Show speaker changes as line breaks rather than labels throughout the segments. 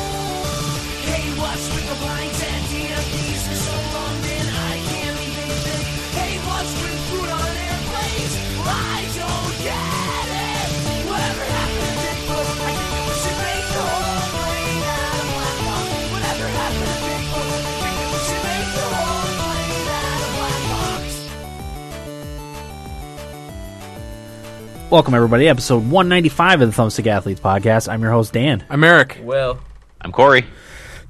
Hey, what's with the blinds and DMPs for so long then I can't even think? Hey, what's with food on airplanes? I don't get it. Whatever happened to Bigfoot? I think that we should make the whole plane out of black coffee. Whatever happened to Bigfoot? I think that we should make the whole plane out of black box.
Welcome, everybody, episode 195 of the Thumbstick Athletes podcast. I'm your host, Dan.
I'm Eric.
Well,
I'm Corey.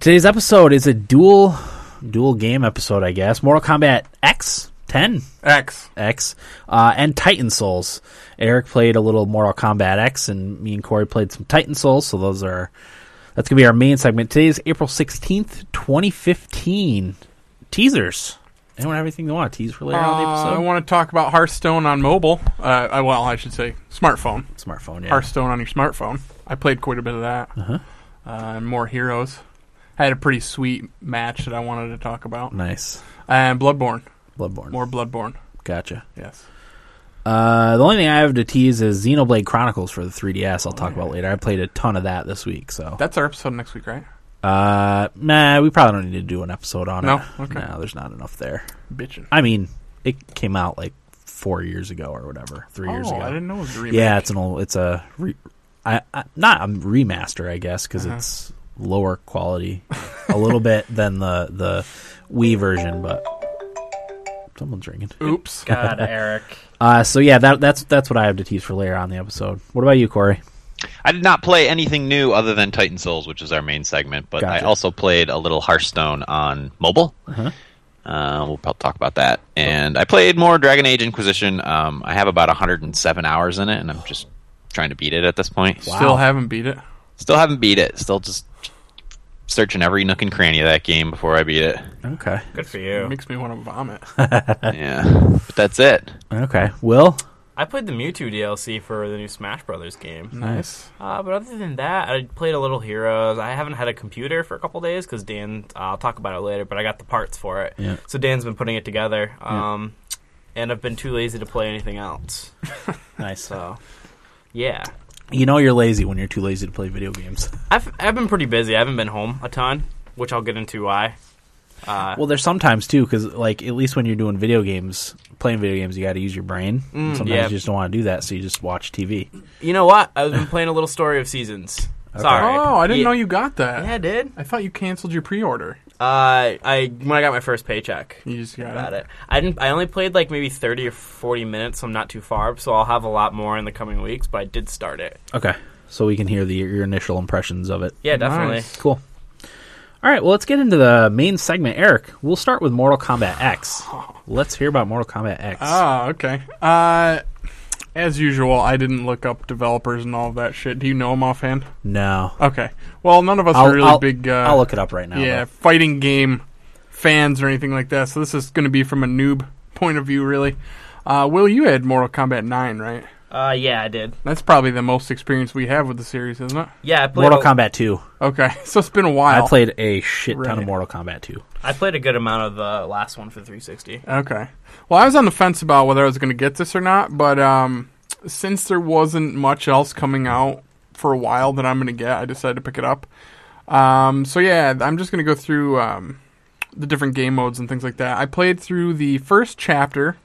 Today's episode is a dual dual game episode, I guess. Mortal Kombat X, 10,
X.
X, uh, and Titan Souls. Eric played a little Mortal Kombat X, and me and Corey played some Titan Souls. So those are that's gonna be our main segment. Today is April sixteenth, twenty fifteen. Teasers. Anyone have anything they want to tease for later on the
Uh, I
episode?
want to talk about Hearthstone on mobile. Uh, I, well, I should say smartphone.
Smartphone. Yeah.
Hearthstone on your smartphone. I played quite a bit of that. Uh-huh. more heroes. I had a pretty sweet match that I wanted to talk about.
Nice.
And Bloodborne.
Bloodborne.
More Bloodborne.
Gotcha.
Yes.
Uh, the only thing I have to tease is Xenoblade Chronicles for the 3DS. I'll
Oh,
talk about later. I played a ton of that this week, so
That's our episode next week, right?
uh, nah, we probably don't need to do an episode on
No?
it.
Okay.
No, there's not enough there.
Bitchin'.
I mean, it came out like four years ago or whatever, three years
oh,
ago.
I didn't know it was a remake.
yeah, it's an old, it's a re, I, I not a remaster, I guess, because
Uh-huh.
it's lower quality a little bit than the the Wii version, but someone's ringing.
Oops.
God, Eric.
Uh, so yeah, that that's that's what I have to tease for later on in the episode. What about you, Corey?
I did not play anything new other than Titan Souls, which is our main segment, but
Gotcha.
I also played a little Hearthstone on mobile.
Uh-huh.
Uh, we'll probably talk about that. And I played more Dragon Age Inquisition. Um, I have about 107 hours in it, and I'm just trying to beat it at this point.
Still haven't beat it.
Still haven't beat it. Still just searching every nook and cranny of that game before I beat it.
Okay.
Good for
It
you.
makes me want to vomit.
yeah. But that's it.
Okay. Will?
I played the Mewtwo DLC for the new Smash Brothers game.
nice.
Uh, but other than that, I played a little Heroes. I haven't had a computer for a couple days because Dan, uh, I'll talk about it later, but I got the parts for it.
Yeah.
So Dan's been putting it together. Um, And I've been too lazy to play anything else.
Nice.
So, yeah.
You know you're lazy when you're too lazy to play video games.
I've, I've been pretty busy. I haven't been home a ton, which I'll get into why. Uh,
Well, there's sometimes too, because like at least when you're doing video games, playing video games, you got to use your brain. And sometimes
yeah.
you just don't want to do that, so you just watch TV.
you know what? I've been playing a little Story of Seasons. Sorry.
Oh, I didn't
Yeah.
know you got that.
Yeah, I did.
I thought you canceled your pre-order.
Uh, I when I got my first paycheck.
You just got,
Got it. I didn't. I only played like maybe thirty or forty minutes, so I'm not too far. So I'll have a lot more in the coming weeks. But I did start it.
Okay. So we can hear the your initial impressions of it.
Yeah, definitely.
Nice.
Cool. All right. Well, let's get into the main segment, Eric. We'll start with Mortal Kombat X. Let's hear about Mortal Kombat X.
Ah, okay. Uh, as usual, I didn't look up developers and all of that shit. Do you know them offhand?
no.
Okay. Well, none of us
I'll,
are really
I'll-
big. Uh,
I'll look it up right now.
yeah,
though.
fighting game fans or anything like that. So this is going to be from a noob point of view, really. Uh, Will, you had Mortal Kombat 9, right?
Uh, yeah, I did.
That's probably the most experience we have with the series, isn't it?
Yeah, I played.
Mortal
a,
Kombat 2.
Okay, so it's been a while.
I played a shit ton of
Right.
Mortal Kombat 2.
I played a good amount of the last one for 360.
Okay. Well, I was on the fence about whether I was going to get this or not, but um, since there wasn't much else coming out for a while that I'm going to get, I decided to pick it up. Um, so yeah, I'm just going to go through um, the different game modes and things like that. I played through the first chapter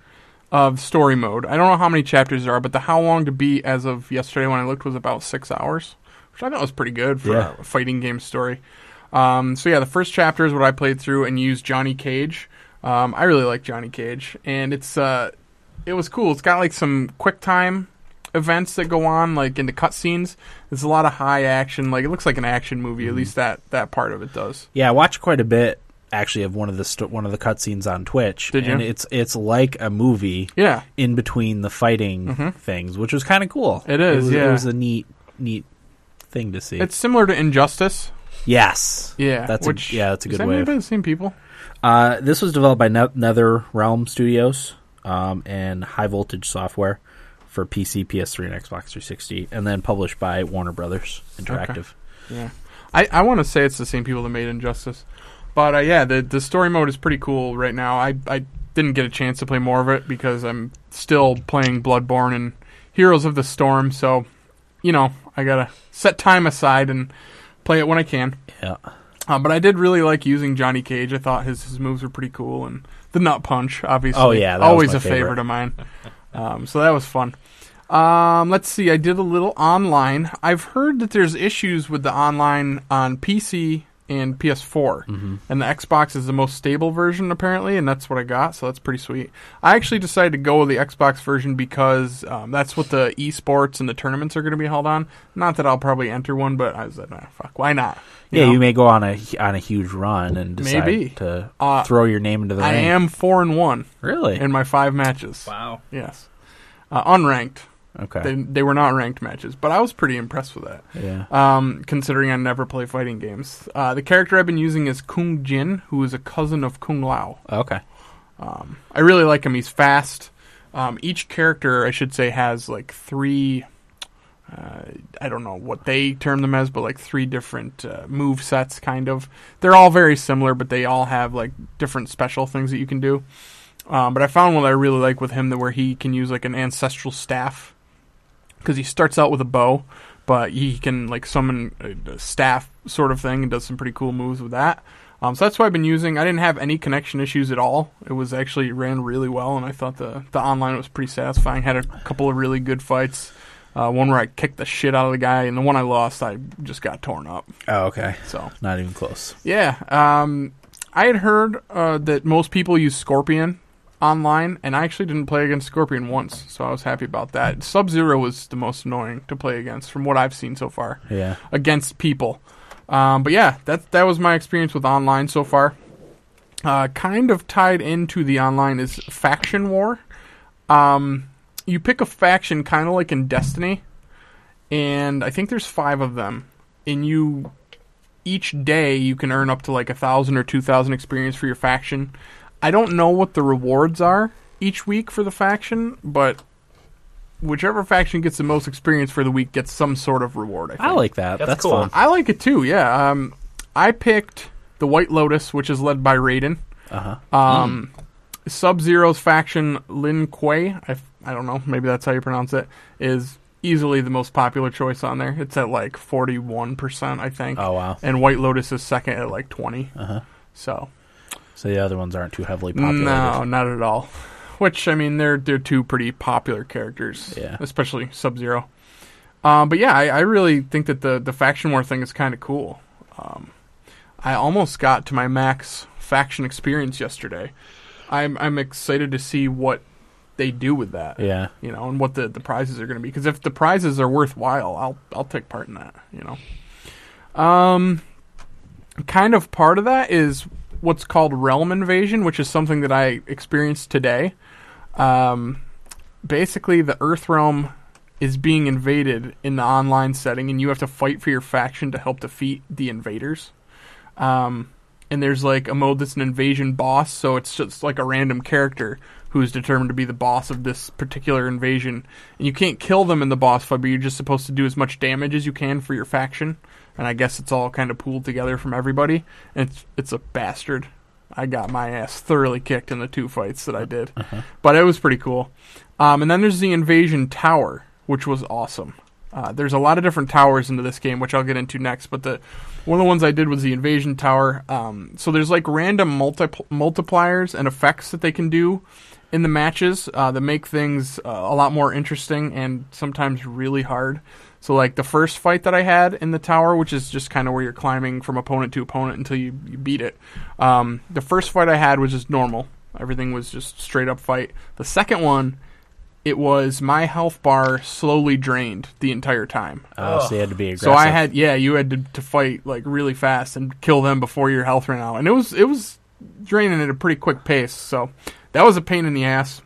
of story mode. I don't know how many chapters there are, but the how long to beat as of yesterday when I looked was about six hours, which I thought was pretty good for
Yeah.
a fighting game story. Um, so yeah, the first chapter is what I played through and used Johnny Cage. Um, I really like Johnny Cage, and it's uh, it was cool. It's got like some quick time events that go on, like in the cutscenes. There's a lot of high action. Like it looks like an action movie.
Mm-hmm.
At least that that part of it does.
Yeah, I watched quite a bit actually of one of the st- one of the cutscenes on Twitch,
Did you?
and it's it's like a movie
Yeah, Mm-hmm.
in between the fighting things, which was kind of cool.
It is,
was,
yeah.
it was a neat neat thing to see.
it's similar to Injustice.
yes,
Yeah,
that's
which,
a, yeah, that's a
is
good
that
way.
made
of-
by the same people.
Uh, this was developed by ne- Nether Realm Studios um, and High Voltage Software for PC, PS3, and Xbox 360, and then published by Warner Brothers Interactive.
Yeah, I, I want to say it's the same people that made Injustice, but uh, yeah, the the story mode is pretty cool right now. I I didn't get a chance to play more of it because I'm still playing Bloodborne and Heroes of the Storm. So, you know, I gotta set time aside and play it when I can.
Yeah.
Uh, but I did really like using Johnny Cage. I thought his, his moves were pretty cool, and the nut punch, obviously,
Oh, yeah, that was
always
my
a favorite.
favorite.
of mine. Um, so that was fun. Um, let's see. I did a little online. I've heard that there's issues with the online on PC and PS4,
Mm-hmm.
and the Xbox is the most stable version apparently, and that's what I got. So that's pretty sweet. I actually decided to go with the Xbox version because um, that's what the esports and the tournaments are going to be held on. Not that I'll probably enter one, but I was like, nah, fuck, why not?
yeah,
know?
you may go on a on a huge run and decide
Maybe.
to
Uh,
throw your name into the
I
ring.
am four and one
really
in my five matches.
Wow.
Yes, uh, unranked.
okay.
They they were not ranked matches, but I was pretty impressed with that.
yeah,
Um, considering I never play fighting games, uh, the character I've been using is Kung Jin, who is a cousin of Kung Lao.
okay.
I really like him. He's fast. Um, each character, I should say, has like three. Uh, I don't know what they term them as, but like three different uh, move sets, kind of. They're all very similar, but they all have like different special things that you can do. Um, but I found what I really like with him that where he can use like an ancestral staff because he starts out with a bow, but he can like summon a a staff sort of thing and does some pretty cool moves with that. Um, so that's what I've been using. I didn't have any connection issues at all. It was actually it ran really well, and I thought the the online was pretty satisfying. Had a couple of really good fights. Uh, one where I kicked the shit out of the guy, and the one I lost, I just got torn up.
Oh, okay.
So
Not even close.
yeah, um, I had heard uh, that most people use Scorpion online, and I actually didn't play against Scorpion once, so I was happy about that. Sub Zero was the most annoying to play against, from what I've seen so far,
Yeah.
against people. Um, but yeah, that that was my experience with online so far. Uh, kind of tied into the online is faction war. Um, you pick a faction, kind of like in Destiny, and I think there's five of them, and you each day you can earn up to like a thousand or two thousand experience for your faction. I don't know what the rewards are each week for the faction, but whichever faction gets the most experience for the week gets some sort of reward. I, think.
I like that. That's,
That's cool.
fun.
I like it too. Yeah. Um, I picked the White Lotus, which is led by Raiden.
Uh
Um, Sub Zero's faction Lin Kuei, I, f- I don't know, maybe that's how you pronounce it, is easily the most popular choice on there. It's at like 41%, I think.
Oh wow.
And White Lotus is second at like 20.
Uh-huh.
So,
So the other ones aren't too heavily populated.
no, not at all. Which, I mean, they're, they're two pretty popular characters,
Yeah.
especially Sub Zero. Um, but yeah, I, I really think that the, the faction war thing is kind of cool. Um, I almost got to my max faction experience yesterday. I'm I'm excited to see what they do with that.
Yeah.
You know, and what the, the prizes are going to be. Because if the prizes are worthwhile, I'll I'll take part in that. You know. Um, kind of part of that is what's called realm invasion, which is something that I experienced today. Um, basically, the Earth realm is being invaded in the online setting, and you have to fight for your faction to help defeat the invaders. Um, and there's like a mode that's an invasion boss, so it's just like a random character who's determined to be the boss of this particular invasion. And you can't kill them in the boss fight, but you're just supposed to do as much damage as you can for your faction. And I guess it's all kind of pooled together from everybody. And it's it's a bastard. I got my ass thoroughly kicked in the two fights that I did, but it was pretty cool. Um, and then there's the invasion tower, which was awesome. Uh, there's a lot of different towers into this game, which I'll get into next. But the one of the ones I did was the invasion tower. Um, so there's like random multi- multipliers and effects that they can do in the matches uh, that make things uh, a lot more interesting and sometimes really hard. So like the first fight that I had in the tower, which is just kind of where you're climbing from opponent to opponent until you, you beat it. Um, the first fight I had was just normal. Everything was just straight up fight. The second one, it was my health bar slowly drained the entire time.
Oh, so you had to be aggressive.
So I had yeah, you had to, to fight like really fast and kill them before your health ran out, and it was it was draining at a pretty quick pace. So that was a pain in the ass.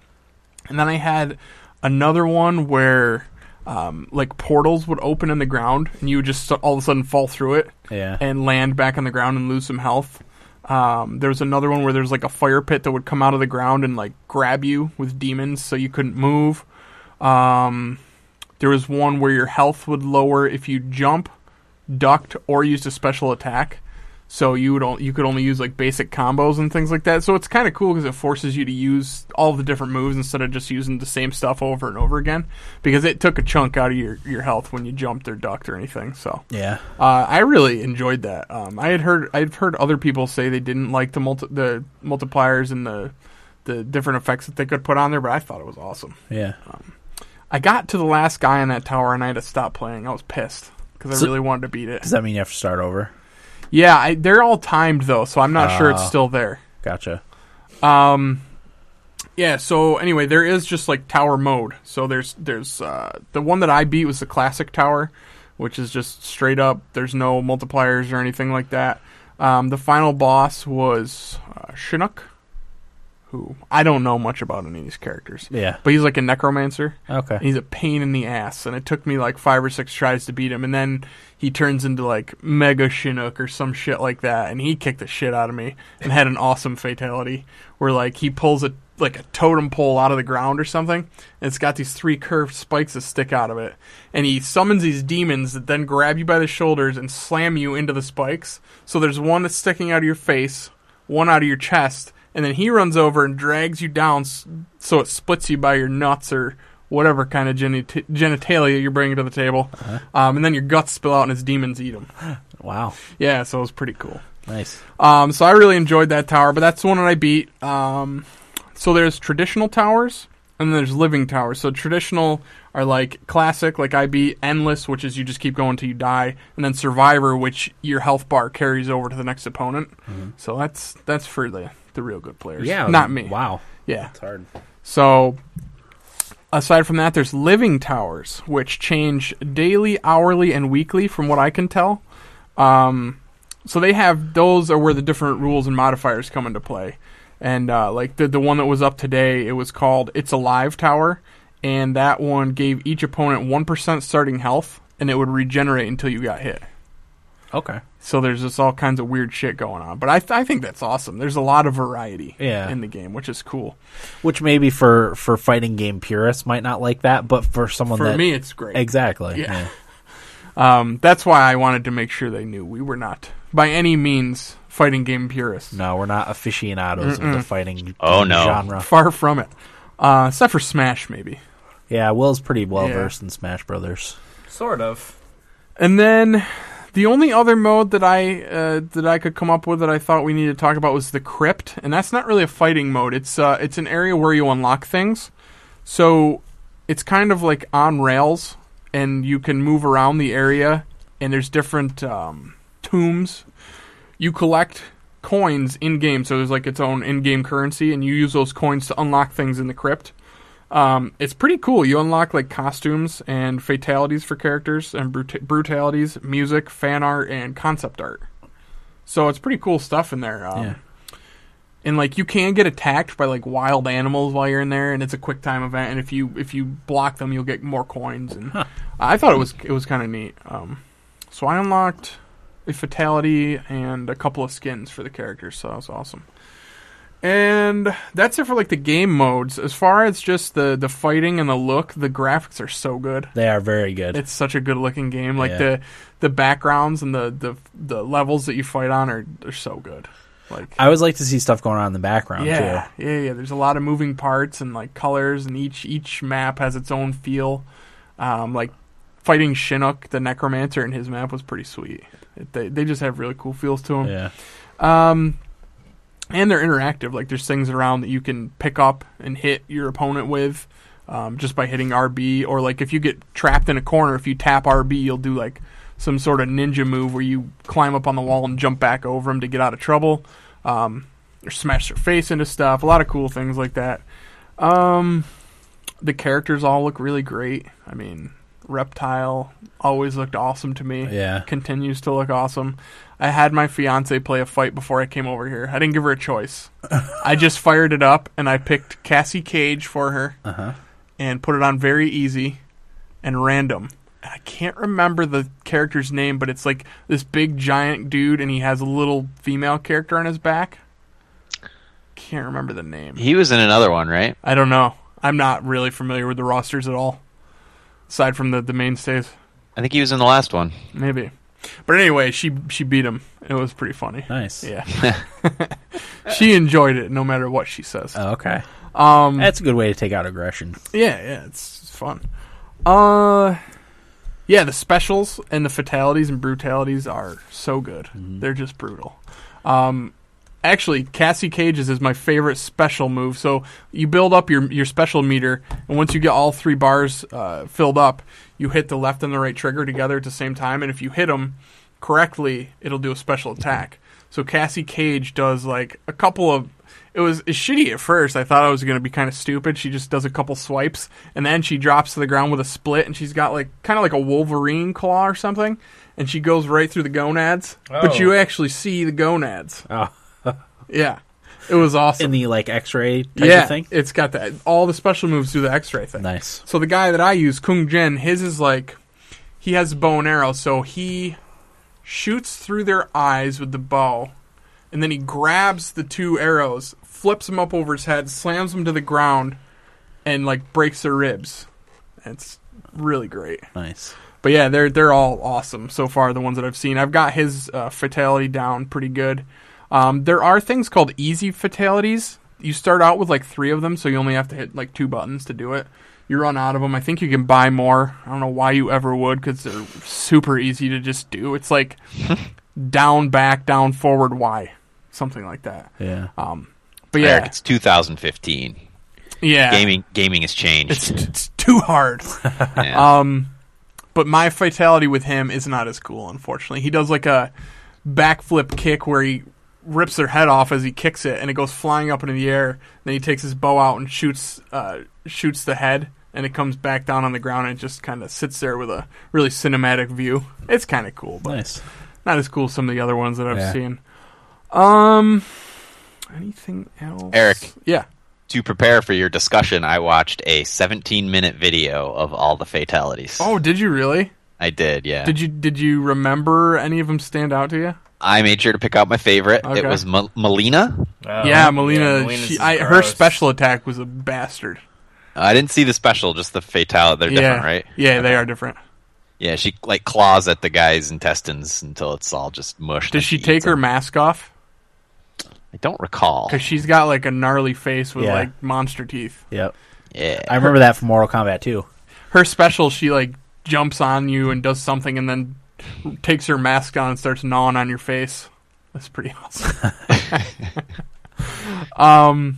And then I had another one where um, like portals would open in the ground, and you would just all of a sudden fall through it
Yeah.
and land back on the ground and lose some health. Um, there was another one where there's like a fire pit that would come out of the ground and like grab you with demons, so you couldn't move. Um, there was one where your health would lower if you jump, ducked, or used a special attack. So you would on- you could only use like basic combos and things like that. So it's kind of cool because it forces you to use all the different moves instead of just using the same stuff over and over again. Because it took a chunk out of your, your health when you jumped or ducked or anything. So
Yeah.
uh, I really enjoyed that. Um, I had heard I've heard other people say they didn't like the multi- the multipliers and the the different effects that they could put on there, but I thought it was awesome.
Yeah.
I got to the last guy on that tower and I had to stop playing. I was pissed because I
So-
really wanted to beat it.
Does that mean you have to start over?
Yeah, I, they're all timed though, so I'm not sure it's
Ah.
still there.
Gotcha.
Um, yeah. So anyway, there is just like tower mode. So there's there's uh, the one that I beat was the classic tower, which is just straight up. There's no multipliers or anything like that. Um, the final boss was uh, Chinook, who I don't know much about any of these characters,
Yeah.
but he's like a necromancer. And
Okay.
he's a pain in the ass, and it took me like five or six tries to beat him, and then he turns into like Mega Chinook or some shit like that, and he kicked the shit out of me and had an awesome fatality where like he pulls a like a totem pole out of the ground or something, and it's got these three curved spikes that stick out of it, and he summons these demons that then grab you by the shoulders and slam you into the spikes. So there's one that's sticking out of your face, one out of your chest, and then he runs over and drags you down s- so it splits you by your nuts or whatever kind of genita- genitalia you're bringing to the table. Um, and then your guts spill out and his demons eat them.
Wow.
Yeah, so it was pretty cool.
Nice.
Um, so I really enjoyed that tower, but that's the one that I beat. Um, so there's traditional towers and then there's living towers. So traditional are like classic, like I beat endless, which is you just keep going till you die, and then survivor, which your health bar carries over to the next opponent. So that's that's for the the real good players.
Yeah.
not me.
Wow.
Yeah.
It's hard.
So, aside from that, there's living towers, which change daily, hourly, and weekly, from what I can tell. Um, so they have those are where the different rules and modifiers come into play. And uh, like the the one that was up today, it was called "It's a Live Tower," and that one gave each opponent one percent starting health, and it would regenerate until you got hit.
Okay.
So there's just all kinds of weird shit going on, but I th- I think that's awesome. There's a lot of variety
Yeah.
in the game, which is cool.
Which maybe for for fighting game purists might not like that, but for someone
For
that
me, it's great.
exactly.
Yeah. Um, that's why I wanted to make sure they knew we were not, by any means, fighting game purists.
No, we're not aficionados of the fighting
Oh, no.
genre.
Far from it. Uh, except for Smash, maybe.
Yeah, Will's pretty well
Yeah.
versed in Smash Brothers.
Sort of.
And then the only other mode that I uh, that I could come up with that I thought we needed to talk about was the crypt, and that's not really a fighting mode. It's uh, it's an area where you unlock things, so it's kind of like on rails, and you can move around the area. And there's different um, tombs. You collect coins in game, so there's like its own in-game currency, and you use those coins to unlock things in the crypt. Um, it's pretty cool. You unlock like costumes and fatalities for characters and brut- brutalities, music, fan art, and concept art. So it's pretty cool stuff in there. Um,
Yeah.
And like you can get attacked by like wild animals while you're in there, and it's a quick time event. And if you if you block them, you'll get more coins. And I thought it was it was kind of neat. Um, so I unlocked a fatality and a couple of skins for the characters. So that was awesome. And that's it for like the game modes. As far as just the the fighting and the look, the graphics are so good.
They are very good.
It's such a good looking game. Like
Yeah.
the the backgrounds and the the the levels that you fight on are are so good. Like
I always like to see stuff going on in the background
yeah,
too.
yeah, yeah. There's a lot of moving parts and like colors, and each each map has its own feel. Um, like fighting Chinook, the Necromancer, in his map was pretty sweet. It, they they just have really cool feels to them.
Yeah.
Um, and they're interactive. Like there's things around that you can pick up and hit your opponent with, um, just by hitting RB. Or like if you get trapped in a corner, if you tap RB, you'll do like some sort of ninja move where you climb up on the wall and jump back over them to get out of trouble. Um, or smash their face into stuff. A lot of cool things like that. Um, the characters all look really great. I mean, Reptile always looked awesome to me
Yeah.
continues to look awesome. I had my fiance play a fight before I came over here. I didn't give her a choice. I just fired it up and I picked Cassie Cage for her
Uh-huh.
and put it on very easy and random. And I can't remember the character's name, but it's like this big giant dude and he has a little female character on his back. Can't remember the name.
He was in another one, right?
I don't know. I'm not really familiar with the rosters at all, aside from the, the mainstays.
I think he was in the last one.
Maybe. But anyway, she she beat him. It was pretty funny.
Nice.
Yeah. she enjoyed it no matter what she says.
Oh, okay.
Um
That's a good way to take out aggression.
yeah, yeah, it's, it's fun. Uh yeah, the specials and the fatalities and brutalities are so good.
Mm-hmm.
They're just brutal. Um actually Cassie Cage's is my favorite special move. So you build up your your special meter and once you get all three bars uh, filled up, you hit the left and the right trigger together at the same time and if you hit them correctly, it'll do a special attack. So Cassie Cage does like a couple of. It was it's shitty at first. I thought I was going to be kind of stupid. She just does a couple swipes and then she drops to the ground with a split and she's got like kind of like a Wolverine claw or something. And she goes right through the gonads,
Oh.
but you actually see the gonads.
Oh.
yeah, it was awesome.
In the like X-ray type
yeah,
of thing.
it's got that. All the special moves do the X-ray thing.
Nice.
So the guy that I use, Kung Jen, his is like he has bow and arrow, so he shoots through their eyes with the bow, and then he grabs the two arrows, flips them up over his head, slams them to the ground, and like breaks their ribs. It's really great.
Nice.
But yeah, they're they're all awesome so far. The ones that I've seen, I've got his uh, fatality down pretty good. Um, there are things called easy fatalities. You start out with like three of them, so you only have to hit like two buttons to do it. You run out of them. I think you can buy more. I don't know why you ever would because they're super easy to just do. It's like down, back, down, forward, Y, something like that.
Yeah.
But
Eric,
yeah,
it's 2015.
yeah,
Gaming gaming has changed.
It's it's too hard.
Yeah.
Um, But my fatality with him is not as cool, unfortunately. He does like a backflip kick where he rips their head off as he kicks it, and it goes flying up into the air. Then he takes his bow out and shoots uh, shoots the head, and it comes back down on the ground and it just kind of sits there with a really cinematic view. It's kind of cool, but
nice.
not as cool as some of the other ones that I've
Yeah.
seen. Um, anything else?
Eric.
yeah.
to prepare for your discussion, I watched a 17 minute video of all the fatalities.
Oh, did you really?
I did, yeah.
Did you did you remember any of them stand out to you?
I made sure to pick out my favorite.
Okay.
It was Mal- Melina.
Oh,
Uh-huh.
yeah, Melina.
Melina's
she,
is
I, her
gross.
special attack was a bastard.
I didn't see the special, just the fatality. They're
yeah,
different, right?
Yeah, they are different.
Yeah, she like claws at the guy's intestines until it's all just mushed.
Does
and
she
eats
take her
them.
mask off?
I don't recall.
Because she's got like a gnarly face with
Yeah.
like monster teeth.
Yep.
Yeah,
I remember that from Mortal Kombat too.
Her special, she like jumps on you and does something, and then takes her mask on and starts gnawing on your face. That's pretty awesome. um,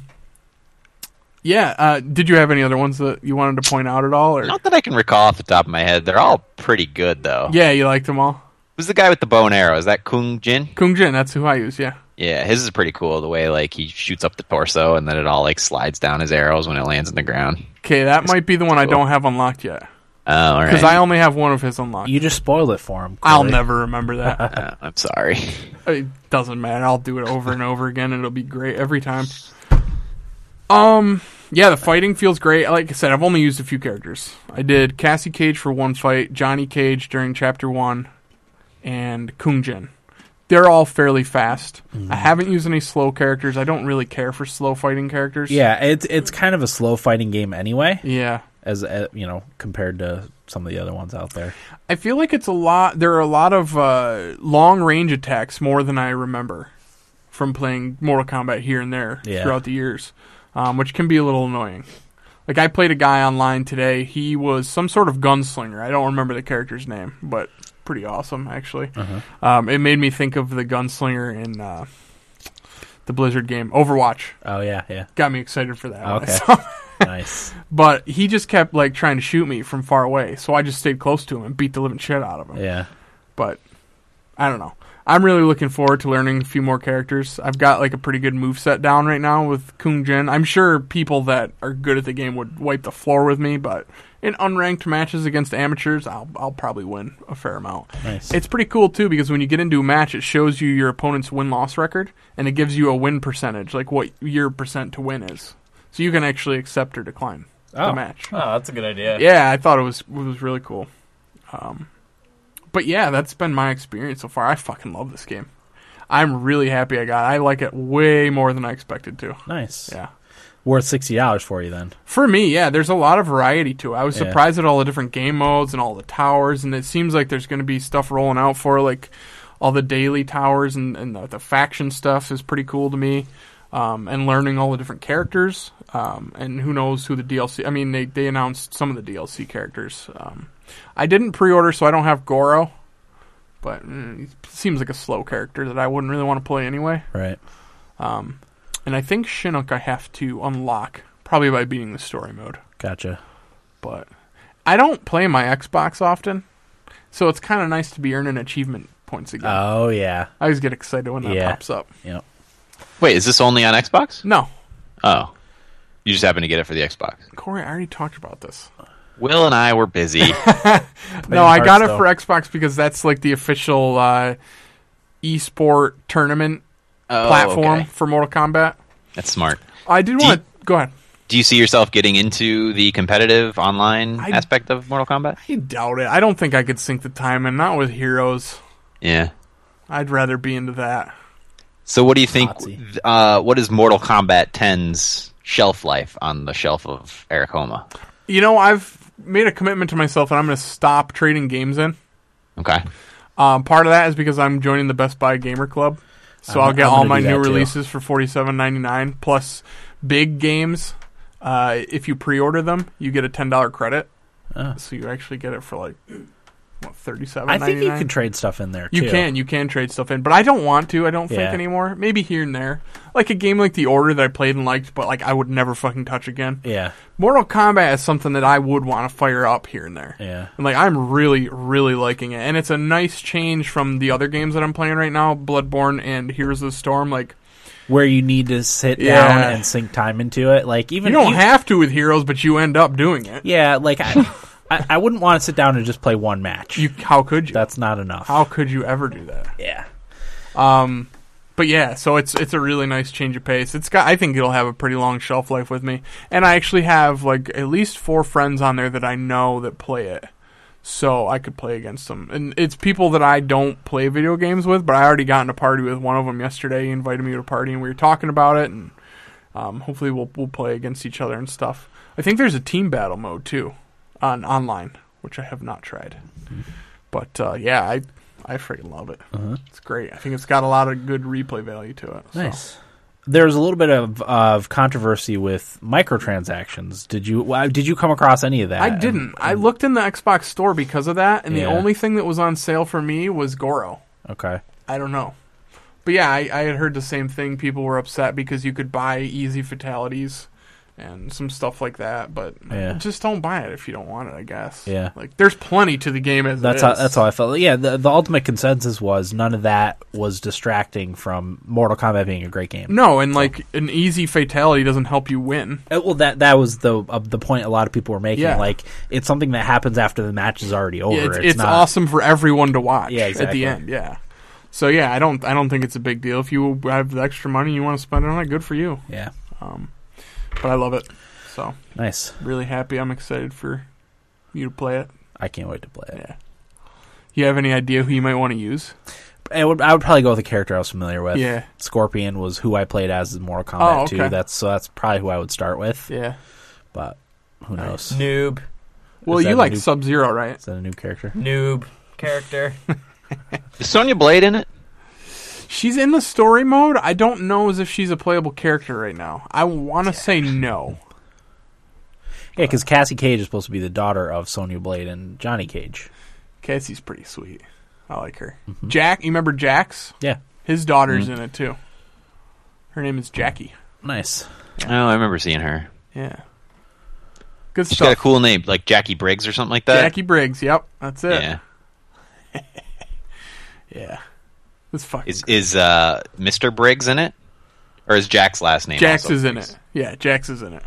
yeah. Uh, did you have any other ones that you wanted to point out at all? Or
not that I can recall off the top of my head. They're all pretty good though.
yeah, you liked them all.
Who's the guy with the bow and arrow? Is that Kung Jin?
Kung Jin, that's who I use. Yeah.
Yeah, his is pretty cool. The way like he shoots up the torso and then it all like slides down his arrows when it lands in the ground.
Okay, that might be the one I
cool.
don't have unlocked yet.
Oh, all right.
Because I only have one of his unlocked.
You just spoiled it for him.
I'll
Corey.
never remember that.
Uh, I'm sorry.
it doesn't matter. I'll do it over and over again. It'll be great every time. Um, yeah, the fighting feels great. Like I said, I've only used a few characters. I did Cassie Cage for one fight, Johnny Cage during Chapter One, and Kung Jin. They're all fairly fast. I haven't used any slow characters. I don't really care for slow fighting characters.
Yeah, it's it's kind of a slow fighting game anyway,
Yeah.
as uh, you know, compared to some of the other ones out there.
I feel like it's a lot. There are a lot of uh, long range attacks more than I remember from playing Mortal Kombat here and there
Yeah.
throughout the years, um, which can be a little annoying. Like I played a guy online today. He was some sort of gunslinger. I don't remember the character's name, but pretty awesome actually.
Uh-huh.
Um, it made me think of the gunslinger in uh, the Blizzard game Overwatch.
Oh yeah, yeah,
Got me excited for that. when I
Okay.
saw
nice.
But he just kept like trying to shoot me from far away, so I just stayed close to him and beat the living shit out of him
Yeah,
but I don't know. I'm really looking forward to learning a few more characters. I've got like a pretty good move set down right now with Kung Jin. I'm sure people that are good at the game would wipe the floor with me, but in unranked matches against amateurs, I'll I'll probably win a fair amount.
nice.
It's pretty cool too because when you get into a match, it shows you your opponent's win loss record and it gives you a win percentage, like what your percent to win is. So you can actually accept or decline the
Oh.
match
Oh, that's a good idea.
yeah, I thought it was it was really cool. Um, but yeah, that's been my experience so far. I fucking love this game. I'm really happy I got. It. I like it way more than I expected to.
nice.
Yeah,
worth sixty dollars for you then.
For me, yeah, there's a lot of variety to it. I was
Yeah.
surprised at all the different game modes and all the towers, and it seems like there's going to be stuff rolling out for it, like all the daily towers and, and the, the faction stuff is pretty cool to me. Um, and learning all the different characters, um, and who knows who the DLC. I mean, they they announced some of the DLC characters. Um, I didn't pre-order, so I don't have Goro, but mm, he seems like a slow character that I wouldn't really want to play anyway.
Right.
Um, and I think Chinook I have to unlock probably by beating the story mode.
Gotcha.
But I don't play my Xbox often, so it's kind of nice to be earning achievement points again.
Uh,
Oh yeah.
I always get excited when that
yeah.
pops up.
Yep.
Wait, is this only on Xbox?
No,
Oh, you just happen to get it for the Xbox.
Corey, I already talked about this.
Will and I were busy. Oh,
no, I got it
Hearthstone.
for Xbox because that's like the official uh, esport tournament
Oh,
platform
okay.
for Mortal Kombat.
That's smart.
I did
Do you-
want to go ahead.
Do you see yourself getting into the competitive online
I-
aspect of Mortal Kombat?
I doubt it. I don't think I could sink the time in. Not with heroes.
Yeah.
I'd rather be into that.
So what do you think?
Nazi.
Uh, what is Mortal Kombat 10's shelf life on the shelf of Eric Homa?
You know, I've made a commitment to myself that I'm going to stop trading games in.
Okay.
Um, part of that is because I'm joining the Best Buy Gamer Club, so
I'm-
I'll get
Uh-huh. I'm
all
gonna
my
do
new
that too.
releases for forty seven ninety nine plus big games. Uh, if you pre order them, you get a ten dollar credit,
Oh.
so you actually get it for like what thirty seven.
I think you can trade stuff in there.
You
too.
can you can trade stuff in, but I don't want to. I don't think
Yeah.
anymore. Maybe here and there, like a game like The Order that I played and liked, but like I would never fucking touch again.
Yeah.
Mortal Kombat is something that I would want to fire up here and there.
Yeah.
And like I'm really, really liking it. And it's a nice change from the other games that I'm playing right now, Bloodborne and Heroes of the Storm. Like
Where you need to sit
Yeah.
down and sink time into it. Like even
you don't
e-
have to with Heroes, but you end up doing it.
Yeah, like I, I, I wouldn't want to sit down and just play one match.
You how could you?
That's not enough.
how could you ever do that?
yeah.
Um but yeah, so it's it's a really nice change of pace. It's got I think it'll have a pretty long shelf life with me. And I actually have like at least four friends on there that I know that play it. So I could play against them. And it's people that I don't play video games with, but I already got in a party with one of them yesterday. He invited me to a party and we were talking about it and um, hopefully we'll we'll play against each other and stuff. I think there's a team battle mode too on online, which I have not tried. But uh, yeah, I I freaking love it.
Uh-huh.
It's great. I think it's got a lot of good replay value to it. so.
Nice. There's a little bit of, of controversy with microtransactions. Did you well, did you come across any of that?
I didn't. I looked in the Xbox store because of that, and
Yeah.
the only thing that was on sale for me was Goro.
Okay.
I don't know. But yeah, I, I had heard the same thing. People were upset because you could buy easy fatalities and some stuff like that, but
Yeah.
just don't buy it if you don't want it, I guess.
Yeah.
Like there's plenty to the game as it
That's how
is.
that's how I felt. Yeah, the, the ultimate consensus was none of that was distracting from Mortal Kombat being a great game.
No, and like an easy fatality doesn't help you win.
Uh, Well, that that was the uh, the point a lot of people were making.
Yeah.
Like it's something that happens after the match is already over.
Yeah, it's,
it's,
it's
not,
awesome for everyone to watch
Yeah,
at the
exactly.
end. Yeah. So yeah, I don't I don't think it's a big deal. If you have the extra money you want to spend it on it, good for you. Um,
Yeah,
But I love it. So
nice.
really happy. I'm excited for you to play it.
I can't wait to play it.
Yeah. You have any idea who you might want to use?
I would, I would probably go with a character I was familiar with.
Yeah.
Scorpion was who I played as in Mortal Kombat
Oh,
2.
okay.
That's so that's probably who I would start with.
Yeah.
But who knows?
Noob,
Well,
Is that
you
a
like
new-
Sub Zero, right?
Is that a new character?
noob character.
Is Sonya Blade in it?
She's in the story mode. I don't know as if she's a playable character right now. I want to say no.
Yeah, because Cassie Cage is supposed to be the daughter of Sonya Blade and Johnny Cage.
Cassie's pretty sweet. I like her.
Mm-hmm.
Jack, you remember Jax?
Yeah,
His daughter's in it too. Her name is Jackie.
nice.
Oh, I remember seeing her.
Yeah. Good
She's got a
stuff.
cool name, like Jackie Briggs or something like that.
Jackie Briggs. Yep, that's it.
Yeah.
Yeah. This fucking
Is is uh, Mr. Briggs in it, or is Jack's last name?
Jax
also
is in
Briggs?
it. Yeah, Jax is in it.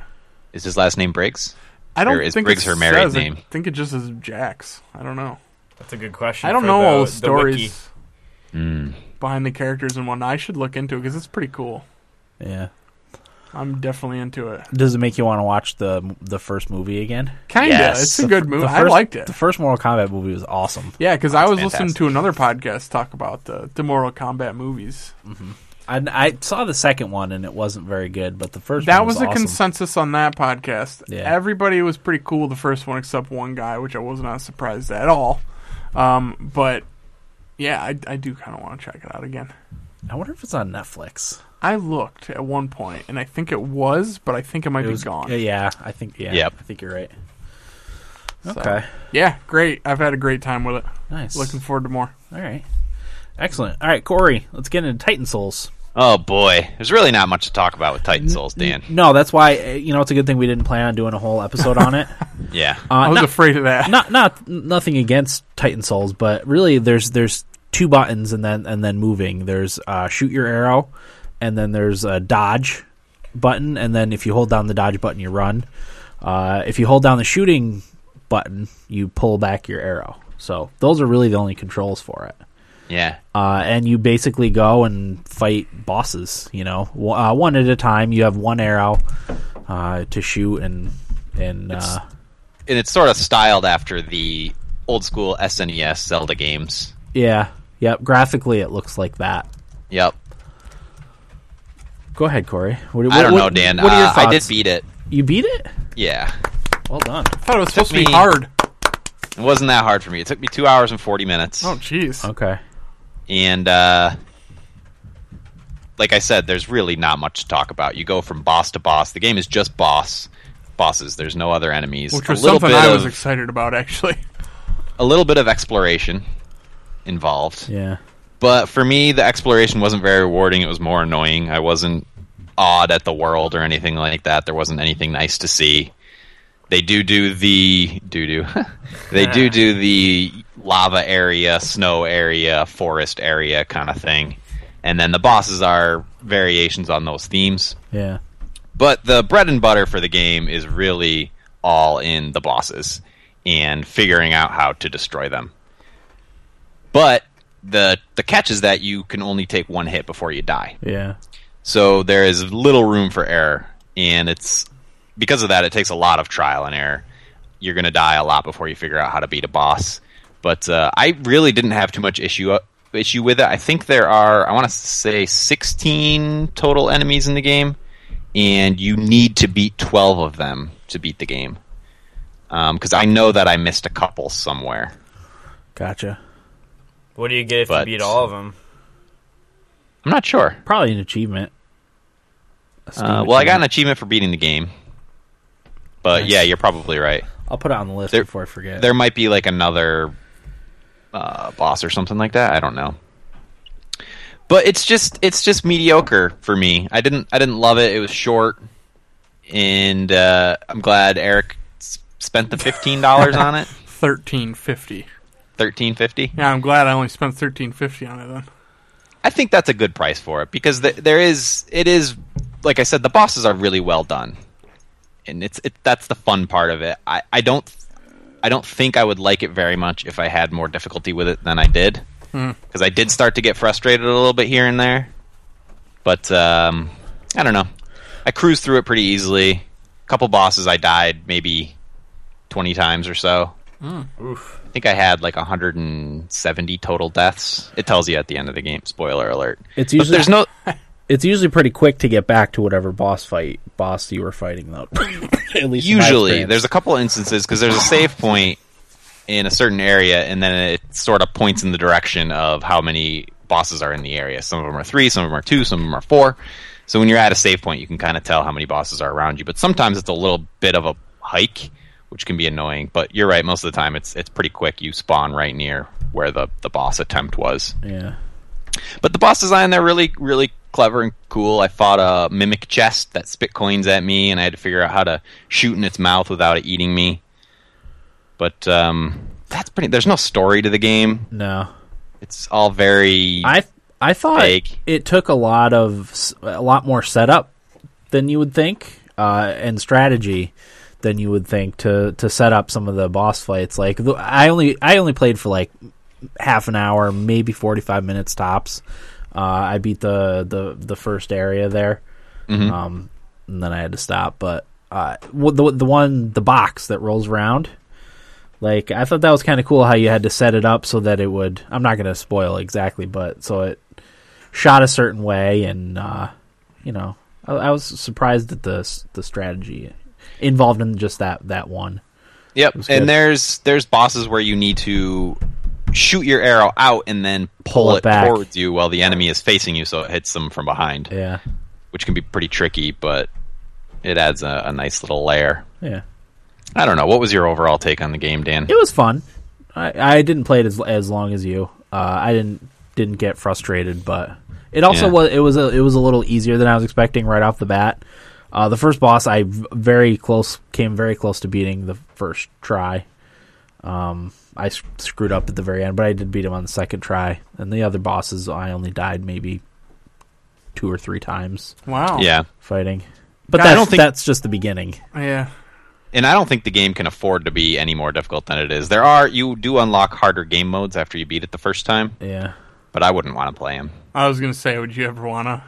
Is his last name Briggs?
I don't
Or is
think
Briggs
it
her married
says it.
name?
I think it just is Jax. I don't know.
That's a good question.
I don't
for
know
the,
all the
the wiki.
stories
Mm.
behind the characters and whatnot. I should look into it because it's pretty cool.
Yeah.
I'm definitely into it.
Does it make you want to watch the the first movie again?
Kinda.
Yes.
It's a
The
good
The
movie. I
first-
liked it.
The first Mortal Kombat movie was awesome.
Yeah, because I
That's
was listening
fantastic.
to another podcast talk about the, the Mortal Kombat movies.
I, I saw the second one and it wasn't very good, but the first
That
one
was,
was,
a
awesome.
consensus on that podcast.
Yeah.
Everybody was pretty cool with the first one except one guy, which I was not surprised at all. Um, but yeah, I, I do kind of want to check it out again.
I wonder if it's on Netflix.
I looked at one point, and I think it was, but I think it might
It
be
was
gone.
uh, Yeah, I think. Yeah,
Yep.
I think you're right.
So,
Okay,
Yeah, great. I've had a great time with it.
nice.
Looking forward to more.
All right, excellent. All right, Corey, let's get into Titan Souls.
Oh boy, there's really not much to talk about with Titan Souls, Dan.
No, that's why uh, you know it's a good thing we didn't plan on doing a whole episode on it.
Yeah,
Uh,
I was
no-
afraid of that.
not not nothing against Titan Souls, but really there's there's two buttons and then and then moving. There's uh, shoot your arrow, and then there's a dodge button, and then if you hold down the dodge button, you run. Uh, if you hold down the shooting button, you pull back your arrow. So those are really the only controls for it.
yeah.
Uh, and you basically go and fight bosses, you know, w- uh, one at a time. You have one arrow uh, to shoot, and and uh,
And it's sort of styled after the old school SNES Zelda games.
yeah, yep. Graphically, it looks like that.
Yep.
Go ahead, Corey. What,
I
what-
don't know,
what-
Dan.
What are your
Uh,
thoughts?
I did beat it.
You beat it.
Yeah,
Well done.
I thought it was supposed to
Took
be
me-
hard.
it wasn't that hard for me. It took me two hours and forty minutes.
Oh, jeez.
Okay.
and uh, like I said, there's really not much to talk about. You go from boss to boss. The game is just boss bosses. There's no other enemies.
Which was
a little
something
bit
I
of
was excited about, actually.
a little bit of exploration involved,
Yeah.
but for me, the exploration wasn't very rewarding. It was more annoying. I wasn't awed at the world or anything like that. There wasn't anything nice to see. They do do the do do. they do do the lava area, snow area, forest area kind of thing. And then the bosses are variations on those themes.
Yeah.
But the bread and butter for the game is really all in the bosses and figuring out how to destroy them. But the the catch is that you can only take one hit before you die.
Yeah.
So there is little room for error and it's because of that it takes a lot of trial and error. You're going to die a lot before you figure out how to beat a boss. But uh, I really didn't have too much issue uh, issue with it. I think there are I want to say 16 total enemies in the game and you need to beat 12 of them to beat the game. Because I know that I missed a couple somewhere.
Gotcha.
What do you get if
But-
you beat all of them?
I'm not sure.
Probably an achievement. A Steam
Uh, well, I got an
achievement.
achievement for beating the game. But
Nice.
yeah, you're probably right.
I'll put it on the list
There-
before I forget.
There might be like another uh, boss or something like that. I don't know. But it's just it's just mediocre for me. I didn't I didn't love it. It was short, and uh, I'm glad Eric s- spent the fifteen dollars on it.
Thirteen fifty.
Thirteen fifty.
Yeah, I'm glad I only spent thirteen fifty on it then.
I think that's a good price for it because th- there is it is like I said the bosses are really well done, and it's it, that's the fun part of it. I, I don't I don't think I would like it very much if I had more difficulty with it than I did because I did start to get frustrated a little bit here and there, but um, I don't know. I cruised through it pretty easily. A couple bosses I died maybe twenty times or so.
Oof.
I think I had like 170 total deaths. It tells you at the end of the game. Spoiler alert.
It's
But
usually-
there's no
it's usually pretty quick to get back to whatever boss fight boss you were fighting though. At least in my
usually
experience.
there's a couple instances because there's a save point in a certain area, and then it sort of points in the direction of how many bosses are in the area. Some of them are three, some of them are two, some of them are four. So when you're at a save point, you can kind of tell how many bosses are around you. But sometimes it's a little bit of a hike, which can be annoying. But you're right; most of the time, it's it's pretty quick. You spawn right near where the the boss attempt was.
yeah.
But the boss design, they're really, really clever and cool. I fought a mimic chest that spit coins at me, and I had to figure out how to shoot in its mouth without it eating me. But um, that's pretty. There's no story to the game.
No.
It's all very.
I I thought
Fake.
it took a lot of s- a lot more setup than you would think, uh, and strategy than you would think to to set up some of the boss fights. Like the- I only I only played for like half an hour, maybe forty five minutes tops. Uh, I beat the, the the first area there, um, and then I had to stop. But uh, w- the the one the box that rolls around. Like I thought that was kind of cool how you had to set it up so that it would. I'm not going to spoil exactly, but so it shot a certain way, and uh, you know, I, I was surprised at the s- the strategy involved in just that that one.
Yep.
was good.
And there's there's bosses where you need to shoot your arrow out and then pull,
Pull it
it,
back.
towards you while the enemy is facing you, so it hits them from behind,
Yeah,
which can be pretty tricky, but it adds a, a nice little layer.
yeah,
I don't know. What was your overall take on the game, Dan?
it was fun. I, I didn't play it as as long as you. Uh, I didn't didn't get frustrated, but it also
Yeah.
was it was a, it was a little easier than I was expecting right off the bat. Uh, the first boss I v- very close came very close to beating the first try. Um, I s- screwed up at the very end, but I did beat him on the second try. And the other bosses, I only died maybe two or three times
Wow.
Yeah.
fighting. But
Yeah, I
that's,
don't think-
that's just the beginning.
Yeah.
And I don't think the game can afford to be any more difficult than it is. There are you do unlock harder game modes after you beat it the first time,
Yeah.
but I wouldn't want to play them.
I was gonna say, would you ever wanna?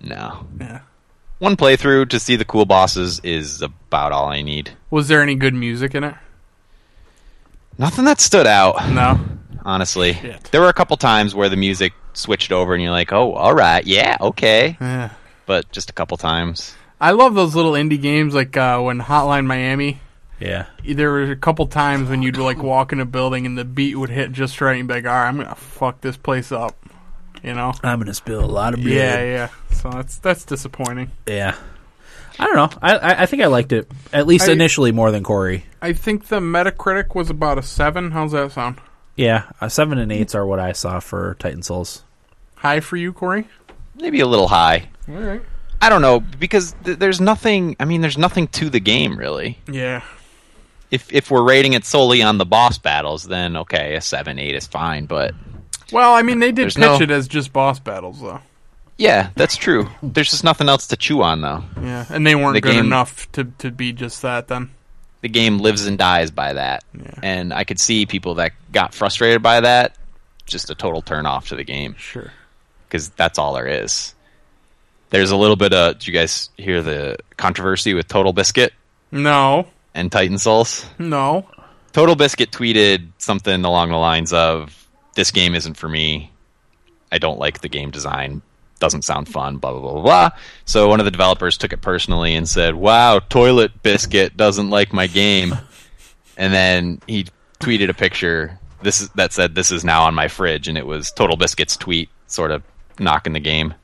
No.
Yeah.
One playthrough to see the cool bosses is about all I need.
Was there any good music in it?
Nothing that stood out.
No.
honestly.
Shit.
There were a couple times where the music switched over and you're like, oh, all right, yeah, okay.
Yeah.
But just a couple times.
I love those little indie games, like uh, when Hotline Miami.
Yeah.
There were a couple times when you'd like walk in a building and the beat would hit just right, and you'd be like, "All right, I'm gonna fuck this place up," you know?
I'm going to spill a lot of
Yeah, yeah. So that's that's disappointing.
Yeah. I don't know. I, I, I think I liked it, at least
I-
initially, more than Corey.
I think the Metacritic was about a seven. How's that sound?
Yeah. Uh, seven and eights are what I saw for Titan Souls.
High for you, Corey?
Maybe a little high.
All right.
I don't know because th- there's nothing. I mean, there's nothing to the game really.
Yeah.
If if we're rating it solely on the boss battles, then okay, a seven eight is fine. But
Well, I mean, they did
There's
pitch
no-
it as just boss battles, though.
yeah, that's true. There's just nothing else to chew on though.
Yeah, and they weren't
The
good
game-
enough to to be just that. Then.
The game lives and dies by that,
Yeah.
and I could see people that got frustrated by that. Just a total turn off to the game.
Sure.
because that's all there is. There's a little bit of. Do you guys hear the controversy with Total Biscuit
No.
and Titan Souls?
No.
Total Biscuit tweeted something along the lines of, "This game isn't for me. I don't like the game design. Doesn't sound fun. Blah blah blah blah." blah. So one of the developers took it personally and said, "Wow, Toilet Biscuit doesn't like my game." And then he tweeted a picture this is, that said, "This is now on my fridge," and it was Total Biscuit's tweet, sort of knocking the game.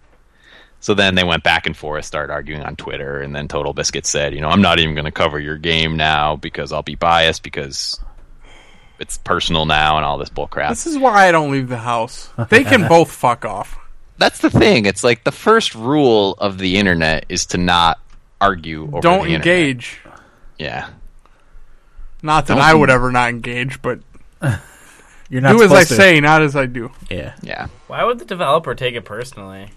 So then they went back and forth, started arguing on Twitter, and then Total Biscuit said, "You know, I'm not even going to cover your game now because I'll be biased because it's personal now and all this bullcrap."
This is why I don't leave the house. They can both fuck off.
That's the thing. It's like the first rule of the internet is to not argue over the
don't
internet.
engage.
Yeah.
Not that
Don't
I
en-
would ever not engage, but
You're not
do as I
supposed to-
say, not as I do.
Yeah.
Yeah.
Why would the developer take it personally?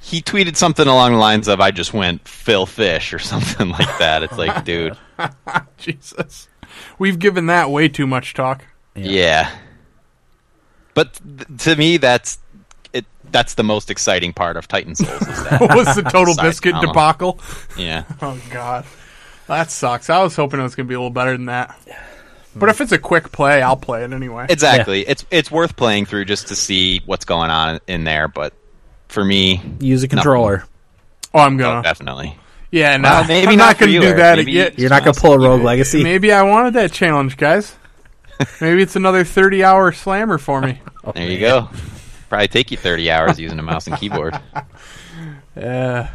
He tweeted something along the lines of "I just went Phil Fish" or something like that. It's like, dude,
Jesus, we've given that way too much talk.
Yeah. But th- to me, that's it. That's the most exciting part of Titan Souls. Is that?
What was the total
Side
biscuit
column.
debacle?
yeah.
Oh God, that sucks. I was hoping it was gonna be a little better than that. But if it's a quick play, I'll play it anyway.
Exactly. It's it's worth playing through just to see what's going on in there. But for me,
Use a controller.
oh, I'm
no,
gonna.
definitely.
yeah, no,
Well, maybe
I'm
not
not,
for
gonna
you,
do
Eric.
that
Maybe-
again.
You're not going to pull a Rogue Legacy.
Maybe I wanted that challenge, guys. Maybe it's another 30 hour slammer for me.
There you go. Probably take you 30 hours using a mouse and keyboard.
Uh,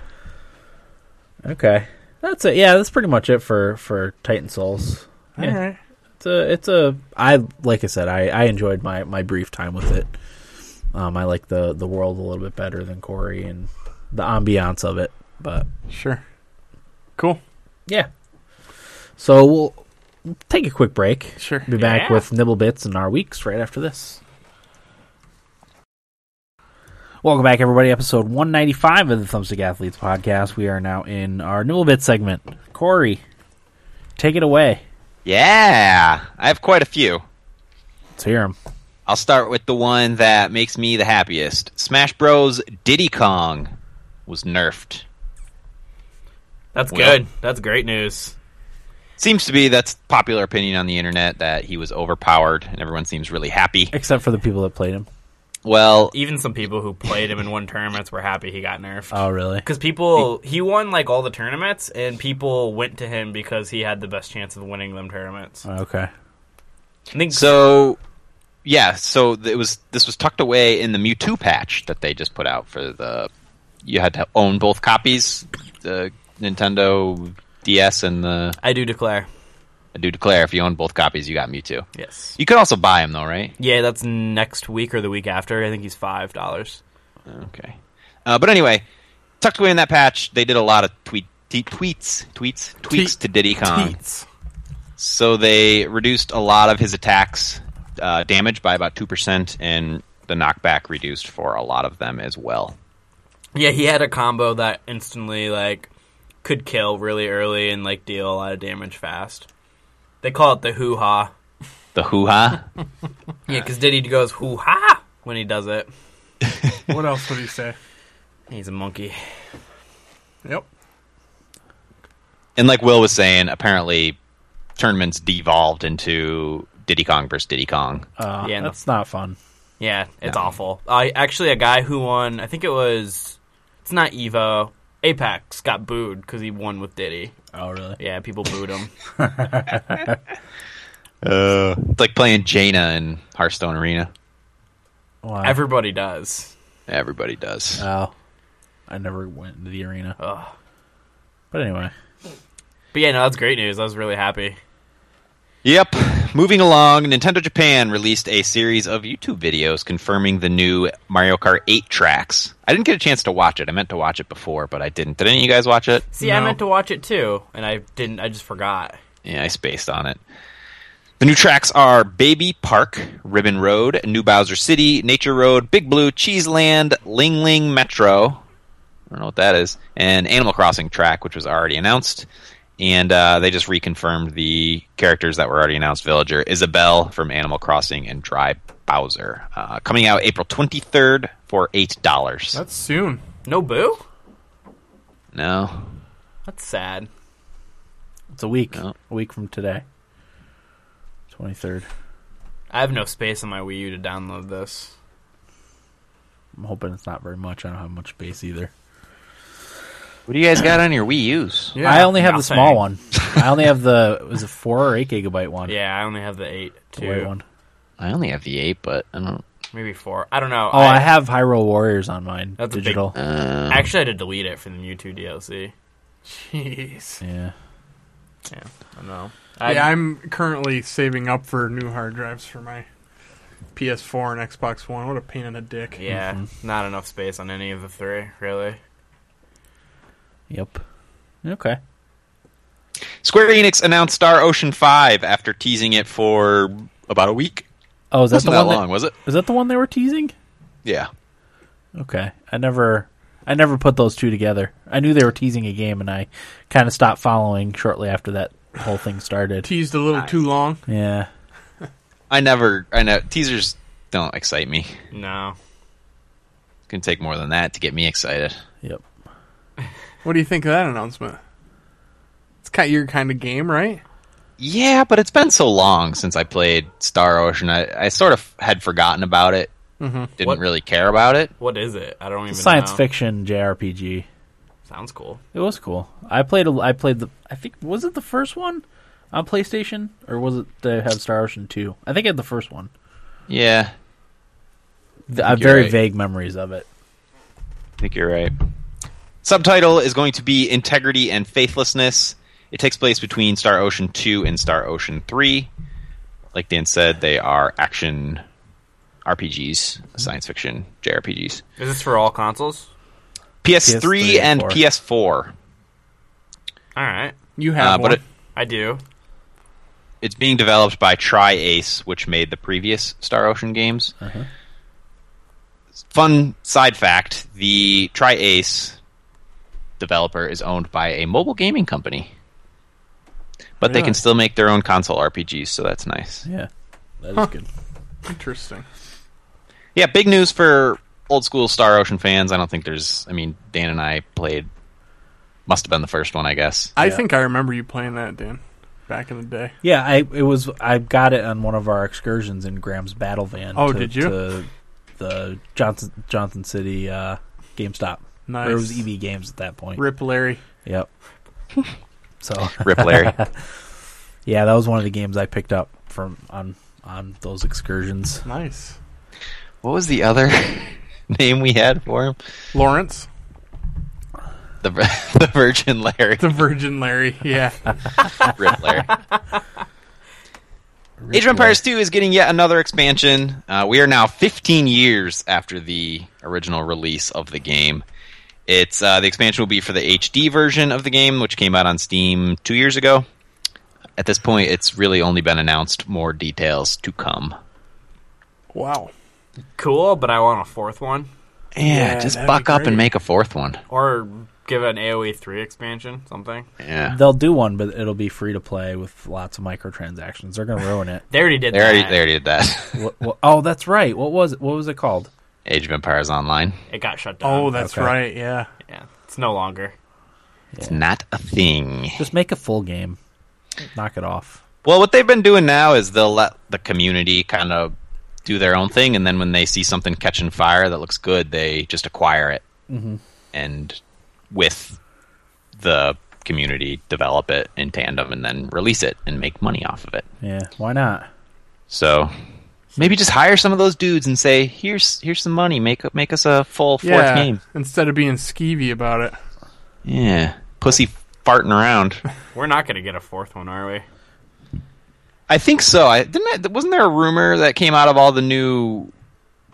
Okay. That's it. Yeah, that's pretty much it for for Titan Souls. Yeah.
All right.
It's a it's a I like I said I I enjoyed my my brief time with it. Um, I like the the world a little bit better than Corey and the ambiance of it, but
Sure. Cool.
yeah. So we'll take a quick break.
Sure.
Be back
Yeah.
with Nibble Bits and our weeks right after this. Welcome back, everybody. Episode 195 of the Thumbstick Athletes podcast. We are now in our Nibble Bits segment. Corey, take it away.
Yeah, I have quite a few.
Let's hear him.
I'll start with the one that makes me the happiest. Smash Bros. Diddy Kong was nerfed.
That's
Well-
good. That's great news.
Seems to be that's popular opinion on the internet that he was overpowered, and everyone seems really happy.
Except for the people that played him.
Well,
Even some people who played him and won tournaments were happy he got nerfed.
Oh, really?
Because people, he won like all the tournaments, and people went to him because he had the best chance of winning them tournaments. I
Okay.
think
so yeah, so th- it was this was tucked away in the Mewtwo patch that they just put out for the. You had to own both copies, the Nintendo DS and the.
I do declare.
I do declare, if you own both copies, you got Mewtwo.
Yes.
You could also buy him though, right?
Yeah, that's next week or the week after. I think he's five dollars.
Okay. Uh, but anyway, tucked away in that patch, they did a lot of tweet, te- tweets, tweets, tweaks to Diddy Kong.
Teats.
So they reduced a lot of his attacks uh, damage by about two percent, and the knockback reduced for a lot of them as well.
Yeah, he had a combo that instantly like could kill really early and like deal a lot of damage fast. They call it the hoo ha.
The hoo ha.
Yeah, because Diddy goes hoo ha when he does it.
What else would he say?
He's a monkey.
Yep.
and like Will was saying, apparently tournaments devolved into Diddy Kong versus Diddy Kong.
Uh,
Yeah, no.
that's not fun.
Yeah, it's
No.
awful. I actually a guy who won. I think it was. It's not Evo. Apex got booed because he won with Diddy.
Oh, really?
Yeah, people booed him.
It's like playing Jaina in Hearthstone Arena.
Wow.
Everybody does.
Everybody does.
oh, I never went to the arena.
Ugh.
But anyway,
But yeah, no, that's great news. I was really happy.
Yep. Moving along, Nintendo Japan released a series of YouTube videos confirming the new Mario Kart 8 tracks. I didn't get a chance to watch it. I meant to watch it before, but I didn't. Did any of you guys watch it?
See, I
No.
meant to watch it too, and I didn't. I just forgot.
Yeah, I spaced on it. The new tracks are Baby Park, Ribbon Road, New Bowser City, Nature Road, Big Blue, Cheese Land, Ling Ling Metro. I don't know what that is. And Animal Crossing track, which was already announced. And uh, they just reconfirmed the characters that were already announced Villager, Isabelle from Animal Crossing, and Dry Bowser. Uh, coming out April 23rd for $8.
That's soon.
No boo?
no.
That's sad.
it's a week.
No.
A week from today. 23rd.
I have no space on my Wii U to download this.
I'm hoping it's not very much. I don't have much space either.
What do you guys got on your Wii U's?
Yeah.
I only have the
nothing.
small one. I only have the was it four or eight gigabyte one.
Yeah, I only have the eight,
The white
two,
one.
I only have the 8, but I don't.
maybe four. I don't know.
Oh, I, have Hyrule Warriors on mine.
That's a big-
digital.
Uh,
actually I had to delete it from the Mewtwo DLC.
Jeez.
yeah.
Yeah, I don't know. I,
Yeah, I'm currently saving up for new hard drives for my PS4 and Xbox One. What a pain in the dick.
yeah,
Mm-hmm.
not enough space on any of the three, really.
Yep. Okay.
Square Enix announced Star Ocean 5 after teasing it for about a week.
Oh, is that
Wasn't
the
that
one?
long, was it?
Is that the one they were teasing?
Yeah.
Okay, I never, I never put those two together. I knew they were teasing a game, and I kind of stopped following shortly after that whole thing started.
Teased a little too long.
yeah,
I never I know teasers don't excite me.
No,
It's gonna take more than that to get me excited.
yep.
What do you think of that announcement? It's kind of your kind of game, right?
Yeah, but it's been so long since I played Star Ocean. I, I sort of had forgotten about it.
Mm-hmm.
Didn't
What-
really care about it.
what is it? I don't even.
Science
know.
fiction JRPG.
sounds cool.
It was cool. I played. A, I played the. I think was it the first one on PlayStation, or was it they had Star Ocean two? I think I had the first one.
Yeah.
I have very
right.
vague memories of it.
I think you're right. Subtitle is going to be Integrity and Faithlessness. It takes place between Star Ocean 2 and Star Ocean 3. Like Dan said, they are action RPGs, science fiction JRPGs.
Is this for all consoles?
PS3,
PS3
and
and
PS4.
All right,
You
Uh,
have
but
one.
it,
I do.
it's being developed by Tri Ace, which made the previous Star Ocean games. Fun side fact the Tri Ace developer is owned by a mobile gaming company. But they
Really?
can still make their own console RPGs, so that's nice.
Yeah, that is good.
Interesting.
Yeah, big news for old school Star Ocean fans. I don't think there's. I mean, Dan and I played. Must have been the first one, I guess.
I
Yeah.
think I remember you playing that, Dan, back in the day.
Yeah, I it was I got it on one of our excursions in Graham's battle van.
Oh,
to,
did you?
to the Johnson Johnson City uh, GameStop. Or it was E
Nice.
EV Games at that point.
Rip Larry.
Yep. so
Rip Larry.
yeah, that was one of the games I picked up from on on those excursions.
Nice.
what was the other name we had for him?
Lawrence.
The the Virgin Larry.
The Virgin Larry. Yeah.
Rip Larry. Age of Empires 2 is getting yet another expansion. Uh, we are now 15 years after the original release of the game. It's uh, the expansion will be for the HD version of the game, which came out on Steam two years ago. At this point, it's really only been announced. More details to come.
wow.
Cool, but I want a fourth one.
Yeah,
Yeah,
just
that'd be
buck up
great.
and make a fourth one.
Or give an AoE 3 expansion, something.
Yeah,
They'll do one, but it'll be free to play with lots of microtransactions. They're gonna ruin it.
They already did
they already
that.
they already did that.
What- what- oh, that's right. What was it? What was it called?
Age of Empires Online.
It got shut down.
Oh, that's
Um, okay.
right. Yeah.
Yeah, it's no longer.
It's not a thing.
Just make a full game. Knock it off.
Well, what they've been doing now is they'll let the community kind of do their own thing, and then when they see something catching fire that looks good, they just acquire it and with the community develop it in tandem and then release it and make money off of it.
Yeah, why not?
So maybe just hire some of those dudes and say, "Here's here's some money. Make make us a full fourth
yeah.
game."
Instead of being skeevy about it.
Yeah, pussy farting around.
We're not going to get a fourth one, are we?
I think so. I didn't. I, wasn't there a rumor that came out of all the new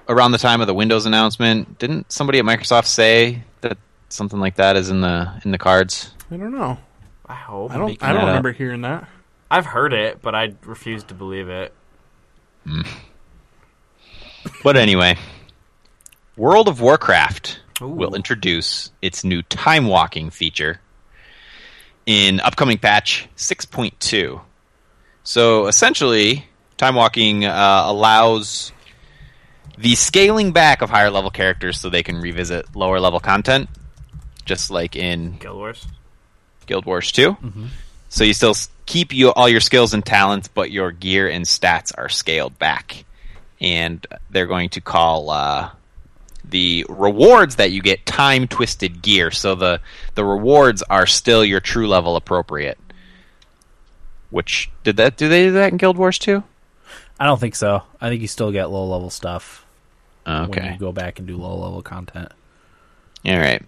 around the time of the Windows announcement? Didn't somebody at Microsoft say that something like that is in the in the cards?
I don't know.
I hope.
I don't.
Making
I
that
don't
up.
remember hearing that.
I've heard it, but I refuse to believe it.
But anyway, World of Warcraft
Ooh.
will introduce its new time walking feature in upcoming patch 6.2. So essentially, time walking uh, allows the scaling back of higher level characters so they can revisit lower level content, just like in
Guild Wars.
Guild Wars 2.
Mm-hmm.
So you still s- keep you, all your skills and talents, but your gear and stats are scaled back. And they're going to call uh, the rewards that you get time twisted gear. So the, the rewards are still your true level appropriate. Which did that? Do they do that in Guild Wars 2?
I don't think so. I think you still get low level stuff when
Okay.
you go back and do low level content.
All right.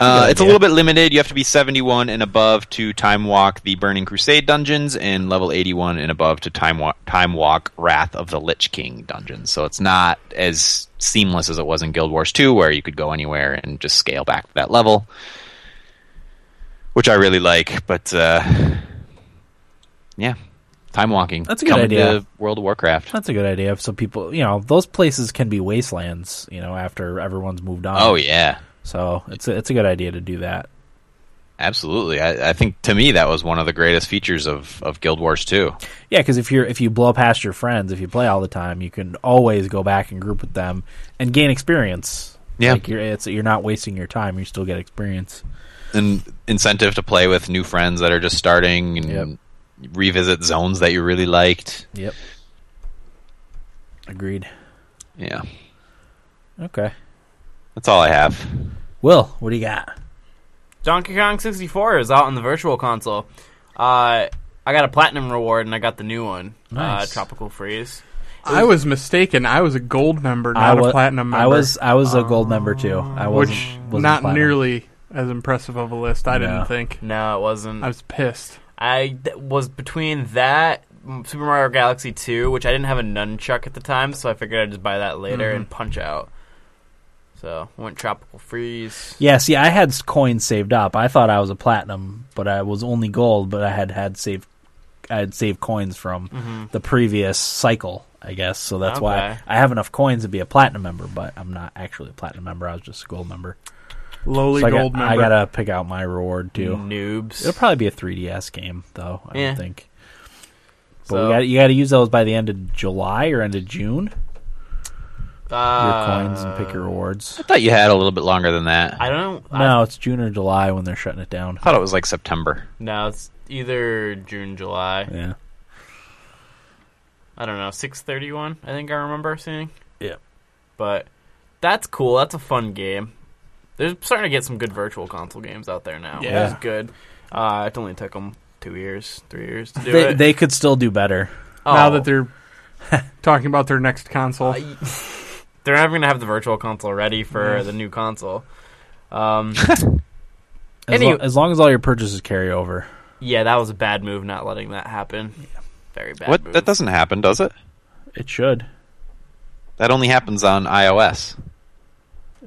Uh,
good
it's a
idea.
little bit limited. You have to be 71 and above to time walk the Burning Crusade dungeons, and level 81 and above to time walk, time walk Wrath of the Lich King dungeons. So it's not as seamless as it was in Guild Wars 2, where you could go anywhere and just scale back to that level, which I really like. But uh, yeah, time walking.
That's a good
Coming
idea.
To World of Warcraft.
That's a good idea. So people, you know, those places can be wastelands, you know, after everyone's moved on.
Oh yeah.
So it's a, it's a good idea to do that.
Absolutely. I, I think to me that was one of the greatest features of, of Guild Wars 2.
Yeah, because if you're if you blow past your friends, if you play all the time, you can always go back and group with them and gain experience.
Yeah.
like you're it's you're not wasting your time. You still get experience.
an incentive to play with new friends that are just starting and revisit zones that you really liked.
Yep. Agreed.
Yeah.
Okay.
That's all I have.
Will, what do you got?
Donkey Kong 64 is out on the virtual console. Uh, I got a platinum reward and I got the new one,
Nice.
uh, Tropical Freeze.
I was mistaken. I was a gold member, not
wa-
a platinum member.
I was I was a gold member too. I was
Um, which
was
not nearly as impressive of a list. I
No.
didn't think.
No, it wasn't.
I was pissed.
I th- was between that m- Super Mario Galaxy 2, which I didn't have a nunchuck at the time, so I figured I'd just buy that later and punch out. So I went Tropical Freeze.
Yeah, see, I had s- coins saved up. I thought I was a platinum, but I was only gold. But I had had saved, I had saved coins from
Mm-hmm.
the previous cycle, I guess. So that's
Okay.
why I have enough coins to be a platinum member, but I'm not actually a platinum member. I was just a gold member.
Lowly
So I,
gold
got,
member.
I gotta pick out my reward too.
Noobs.
It'll probably be a 3DS game though. I
Yeah.
would think. But
So-
we got you got to use those by the end of July or end of June. Your
Uh,
coins and pick your rewards.
I thought you had a little bit longer than that. I
I don't. I-
No, it's June or July when they're shutting it down.
thought it was like September.
no, it's either June, July.
Yeah.
I don't know. Six thirty-one. I think I remember seeing.
Yeah.
But that's cool. That's a fun game. They're starting to get some good virtual console games out there now.
Yeah.
which is good. Uh, it only took them two years, three years to do
They,
it.
they could still do better.
Now
Oh. Uh,
that they're talking about their next console,
they're never gonna have the virtual console ready for the new console. Um,
As,
Any-
lo- as long as all your purchases carry over.
yeah, that was a bad move not letting that happen. Very bad.
What
Move.
that doesn't happen, does it?
It should.
That only happens on iOS.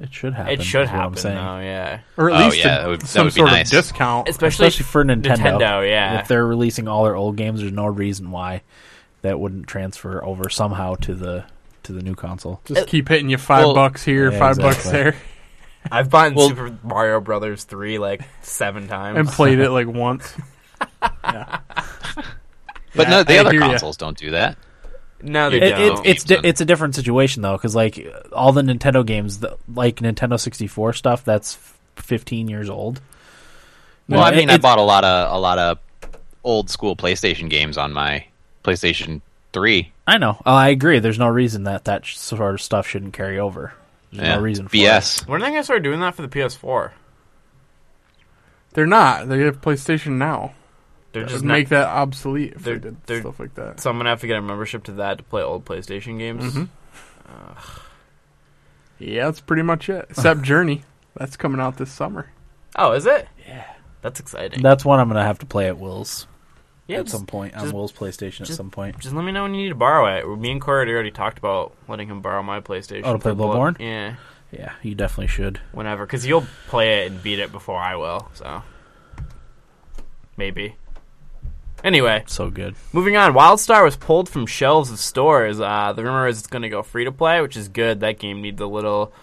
It should happen.
It should
is what I'm
happen. uh,
saying.
though, yeah,
or at
Oh,
least
yeah,
a-
that would- that
some
would be
sort
nice.
of discount.
especially,
Especially for Nintendo.
Nintendo, yeah.
If they're releasing all their old games, there's no reason why that wouldn't transfer over somehow to the to the new console.
Just keep hitting you five
Well-
bucks here,
Yeah,
five bucks
exactly.
there,
I've bought
Well-
Super Mario Brothers three like seven times.
and played it like once.
But
Yeah,
no, the
I
other
hear ya.
consoles don't do that.
no, they
It-
It,
don't.
it, it's
Games
di- it's a different situation though, because like all the Nintendo games, the, like Nintendo 64 stuff, that's f- 15 years old.
Well, I
it-
mean, I
it-
bought a lot of a lot of old school PlayStation games on my PlayStation Three.
I know. Uh, I agree. There's no reason that that sh- sort of stuff shouldn't carry over. There's
Yeah.
no reason for
BS.
when are they gonna start doing that for the PS4?
They're not. They have PlayStation now.
They're
Just
just
make
not,
that obsolete if they
They're-
did
they're-
stuff like that.
so I'm gonna have to get a membership to that to play old PlayStation games.
Mm-hmm. Yeah, that's pretty much it. Except Journey, that's coming out this summer.
Oh, is it? Yeah, that's exciting.
it. That's one I'm gonna have to play at Will's
yeah,
at
just,
some point on
just-
Will's PlayStation at
just-
some point.
just let me know when you need to borrow it. Me and Corey had already talked about letting him borrow my PlayStation.
Oh, to play
for Blood-
Bloodborne?
Yeah,
Yeah, you definitely should.
whenever, because you'll play it and beat it before I will. So maybe. Anyway,
So good.
Moving on, WildStar was pulled from shelves of stores. Uh, the rumor is it's going to go free to play, which is good. That game needs a little,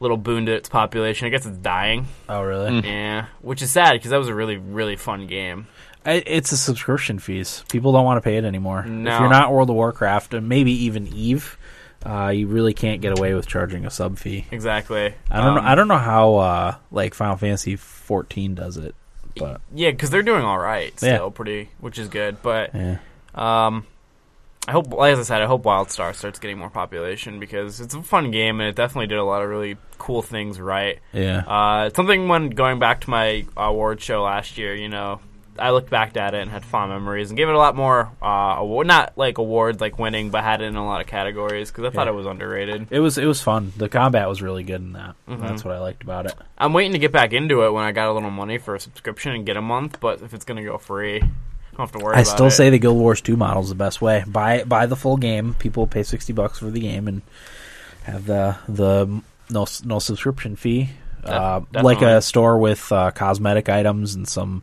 little boon to its population. I guess it's dying.
Oh really?
Yeah, which is sad because that was a really, really fun game.
I, it's a subscription fees. People don't want to pay it anymore.
No.
If you're not World of Warcraft and maybe even Eve, uh, you really can't get away with charging a sub fee.
Exactly.
I don't
Um,
know. I don't know how uh, like Final Fantasy 14 does it, but
yeah, because they're doing all right
Yeah.
still, pretty, which is good. But
yeah.
um, I hope, as I said, I hope WildStar starts getting more population because it's a fun game and it definitely did a lot of really cool things right.
Yeah.
Uh, it's something when going back to my award show last year, you know, I looked back at it and had fond memories and gave it a lot more uh, award, not like awards like winning, but had it in a lot of categories because I thought
Yeah.
it was underrated.
It was it was fun. The combat was really good in that.
Mm-hmm.
That's what I liked about it.
I'm waiting to get back into it when I got a little money for a subscription and get a month, but if it's gonna go free, I don't have to worry.
I
about
still
it.
say the Guild Wars 2 model is the best way. Buy buy the full game. People pay 60 bucks for the game and have the the no no subscription fee. Uh,
Def-
like
definitely.
a store with uh, cosmetic items and some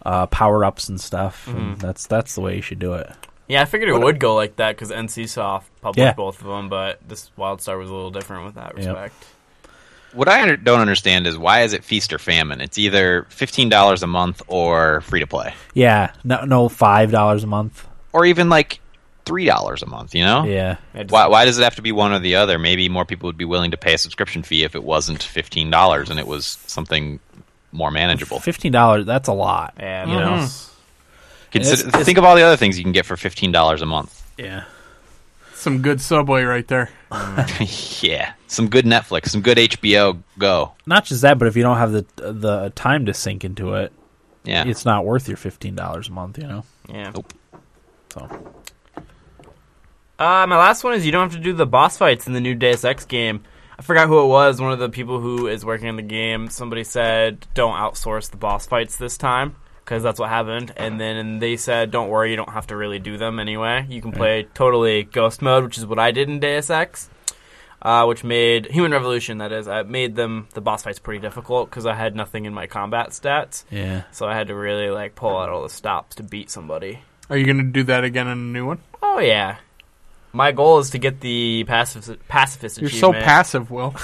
uh, power ups and stuff.
Hmm.
And that's that's the way you should do it.
yeah, I figured it would go like that because NCSoft published
Yeah.
both of them, but this WildStar was a little different with that respect.
What I under- don't understand is why is it feast or famine? It's either fifteen dollars a month or free to play,
Yeah, no no five dollars a month.
or even like three dollars a month. You know?
Yeah,
It just-
Why, why does it have to be one or the other? Maybe more people would be willing to pay a subscription fee if it wasn't fifteen dollars and it was something more manageable.
fifteen dollars. That's a lot.
Yeah,
you know.
Consider,
It's- it's-
think of all the other things you can get for fifteen dollars a month.
Yeah.
Some good Subway right there.
yeah, some good Netflix, some good HBO Go.
Not just that, but if you don't have the the time to sink into it,
Yeah,
it's not worth your fifteen dollars a month. You know.
Yeah.
Nope.
So
Uh, my last one is you don't have to do the boss fights in the new Deus Ex game. I forgot who it was. One of the people who is working on the game. Somebody said, "Don't outsource the boss fights this time," because that's what happened. And then they said, "Don't worry, you don't have to really do them anyway. You can play totally ghost mode, which is what I did in Deus Ex." Uh, which made Human Revolution, that is, I made them the boss fights pretty difficult because I had nothing in my combat stats,
yeah.
so I had to really like pull out all the stops to beat somebody.
Are you going to do that again in a new one?
Oh yeah. My goal is to get the pacif- pacifist
You're so
achievement.
passive, Will.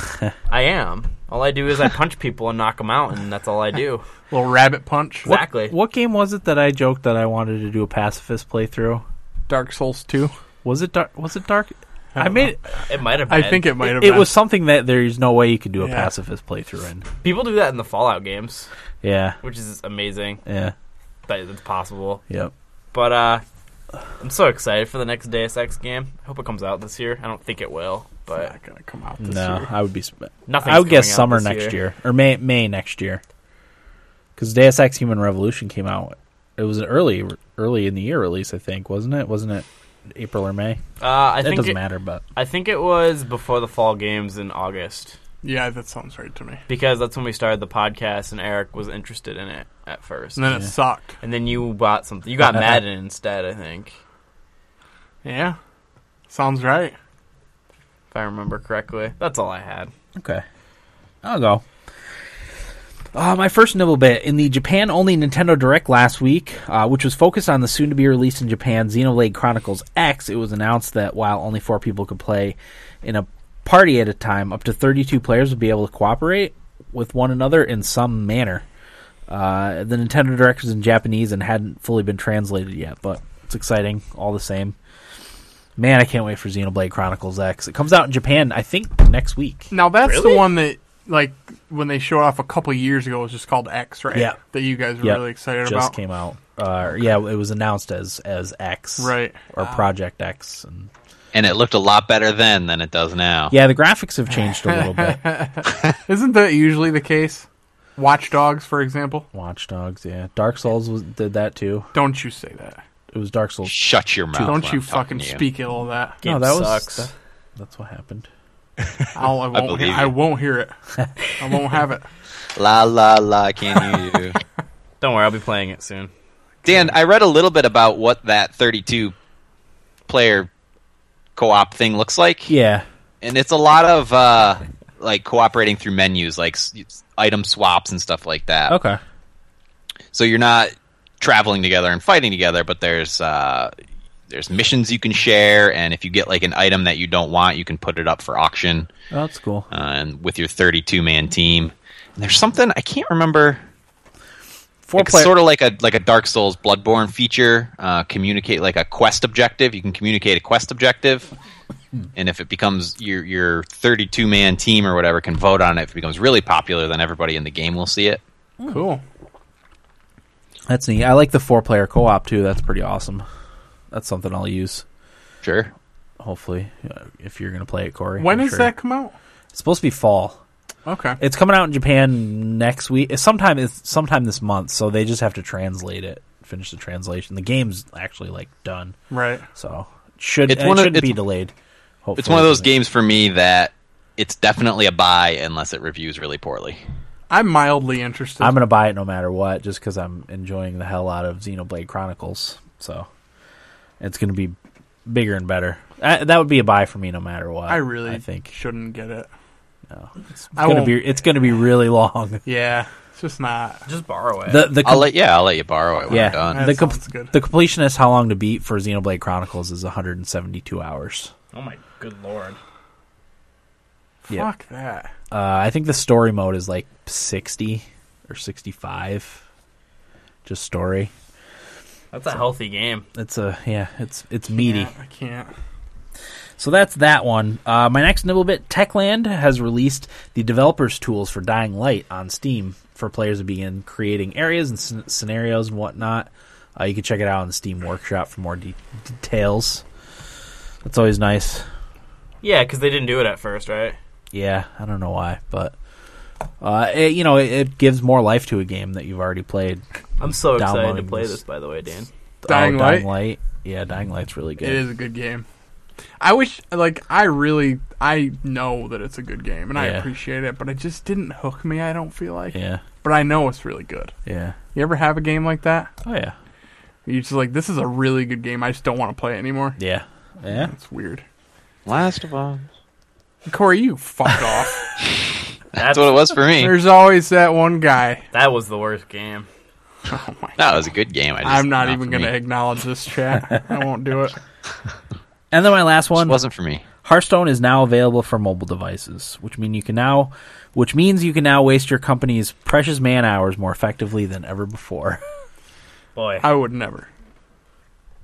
I am. All I do is I punch people and knock them out, and that's all I do.
Little rabbit punch.
Exactly.
What game was it that I joked that I wanted to do a pacifist playthrough?
Dark Souls 2.
Was it dark? Was it dark? I, made
It might have.
I
been.
think it might have
it
been.
was something that there's no way you could do a
Yeah.
pacifist playthrough in.
people do that in the Fallout games,
Yeah,
which is amazing
yeah,
that it's possible.
yep.
But uh, I'm so excited for the next Deus Ex game. I hope it comes out this year. I don't think it will.
It's
but
not gonna come out this
No,
year.
I would be. sp-
nothing.
I would guess summer next year. or May May next year, because Deus Ex Human Revolution came out. It was an early early in the year release, I think, wasn't it? Wasn't it April or May?
Uh, I
That
think
doesn't
it,
matter, but
I think it was before the fall games in August
Yeah, that sounds right to me.
because that's when we started the podcast and Eric was interested in it at first.
And then it
Yeah.
sucked.
And then you bought something. You got Madden instead, I think,
Yeah, sounds right.
if I remember correctly. That's all I had.
Okay. I'll go. Uh, my first nibble bit in the Japan only Nintendo Direct last week, uh, which was focused on the soon to be released in Japan Xenoblade Chronicles X, it was announced that while only four people could play in a party at a time, up to 32 players would be able to cooperate with one another in some manner. Uh, the Nintendo Direct was in Japanese and hadn't fully been translated yet, but it's exciting all the same. Man, I can't wait for Xenoblade Chronicles X. It comes out in Japan, I think, next week.
Now that's
Really?
the one that like when they showed off a couple years ago it was just called X, right?
Yeah.
That you guys were
Yep.
really excited
just
about.
came out. Uh, Yeah, it was announced as as X,
Right.
Or Project X. And
and it looked a lot better then than it does now.
yeah, the graphics have changed a little bit.
Isn't that usually the case? Watch Dogs, for example.
Watch Dogs, yeah. Dark Souls was, did that too.
Don't you say that.
It was Dark Souls.
Shut your mouth. when
Don't
I'm
you
talking
fucking
to you.
speak ill of that.
Game
that was
sucks.
that- that's what happened.
I'll, I won't.
believe
I, I
you.
won't hear it. I won't have it.
La la la. Can you?
Don't worry, I'll be playing it soon.
Dan, I read a little bit about what that 32 player co-op thing looks like,
Yeah,
and it's a lot of uh, like cooperating through menus, like s- item swaps and stuff like that.
okay.
So you're not traveling together and fighting together, but there's uh, there's missions you can share, and if you get like an item that you don't want, you can put it up for auction
Oh, that's cool.
uh, and with your 32 man team. And there's something I can't remember.
Four
it's
player.
sort of like a like a Dark Souls Bloodborne feature. Uh, communicate like a quest objective. You can communicate a quest objective, and if it becomes your your 32 man team or whatever can vote on it. If it becomes really popular, then everybody in the game will see it.
Cool.
that's neat. I like the four player co op too. That's pretty awesome. That's something I'll use.
Sure.
Hopefully, uh, if you're gonna play it, Corey.
When
I'm
does
sure.
that come out?
It's supposed to be fall.
Okay.
It's coming out in Japan next week. It's sometime it's sometime this month, so they just have to translate it, finish the translation. The game's actually like done,
Right.
so it should
It's
and
one
it
of-
shouldn't be
it's-
delayed. Hopefully,
It's one of those games for me that it's definitely a buy unless it reviews really poorly.
I'm mildly interested.
I'm gonna buy it no matter what, just because I'm enjoying the hell out of Xenoblade Chronicles. So it's gonna be bigger and better. Uh, that would be a buy for me no matter what.
I really
I think
shouldn't get it.
no. It's
I
gonna
won't-
be it's gonna be really long.
Yeah. It's just not.
Just borrow it.
The the
I'll
com-
let yeah, I'll let you borrow it when
yeah
I'm done.
That
Uh, the com-
sounds good.
the completionist how long to beat for Xenoblade Chronicles is 172 hours.
oh my good lord.
Yeah.
Fuck that.
Uh, I think the story mode is like 60 or 65. Just story.
That's a healthy game.
It's a yeah. It's it's meaty.
Yeah, I can't.
So that's that one. Uh, my next nibble bit: Techland has released the developers' tools for Dying Light on Steam for players to begin creating areas and sc- scenarios and whatnot. Uh, you can check it out on Steam Workshop for more de- details. That's always nice.
Yeah, because they didn't do it at first, right?
Yeah, I don't know why, but uh, it, you know, it, it gives more life to a game that you've already played.
I'm so excited to
Downloading
play
this.
this, by the way, Dan.
Dying
oh,
Light?
Dying Light. Yeah, Dying Light's really good.
It is a good game. I wish, like, I really, I know that it's a good game and I
Yeah.
appreciate it, but it just didn't hook me. I don't feel like.
Yeah,
But I know it's really good.
yeah.
You ever have a game like that?
Oh yeah,
You're just like, this is a really good game. I just don't want to play it anymore.
yeah, yeah.
That's weird.
Last of all,
Corey, you fucked off.
that's what it was for me.
There's always that one guy.
That was the worst game.
Oh my
That was a good game. I just,
I'm not, even
for
going
me.
to acknowledge this chat. I won't do it.
And then my last
Just
one.
wasn't for me.
Hearthstone is now available for mobile devices, which mean you can now, which means you can now waste your company's precious man hours more effectively than ever before.
Boy,
I would never.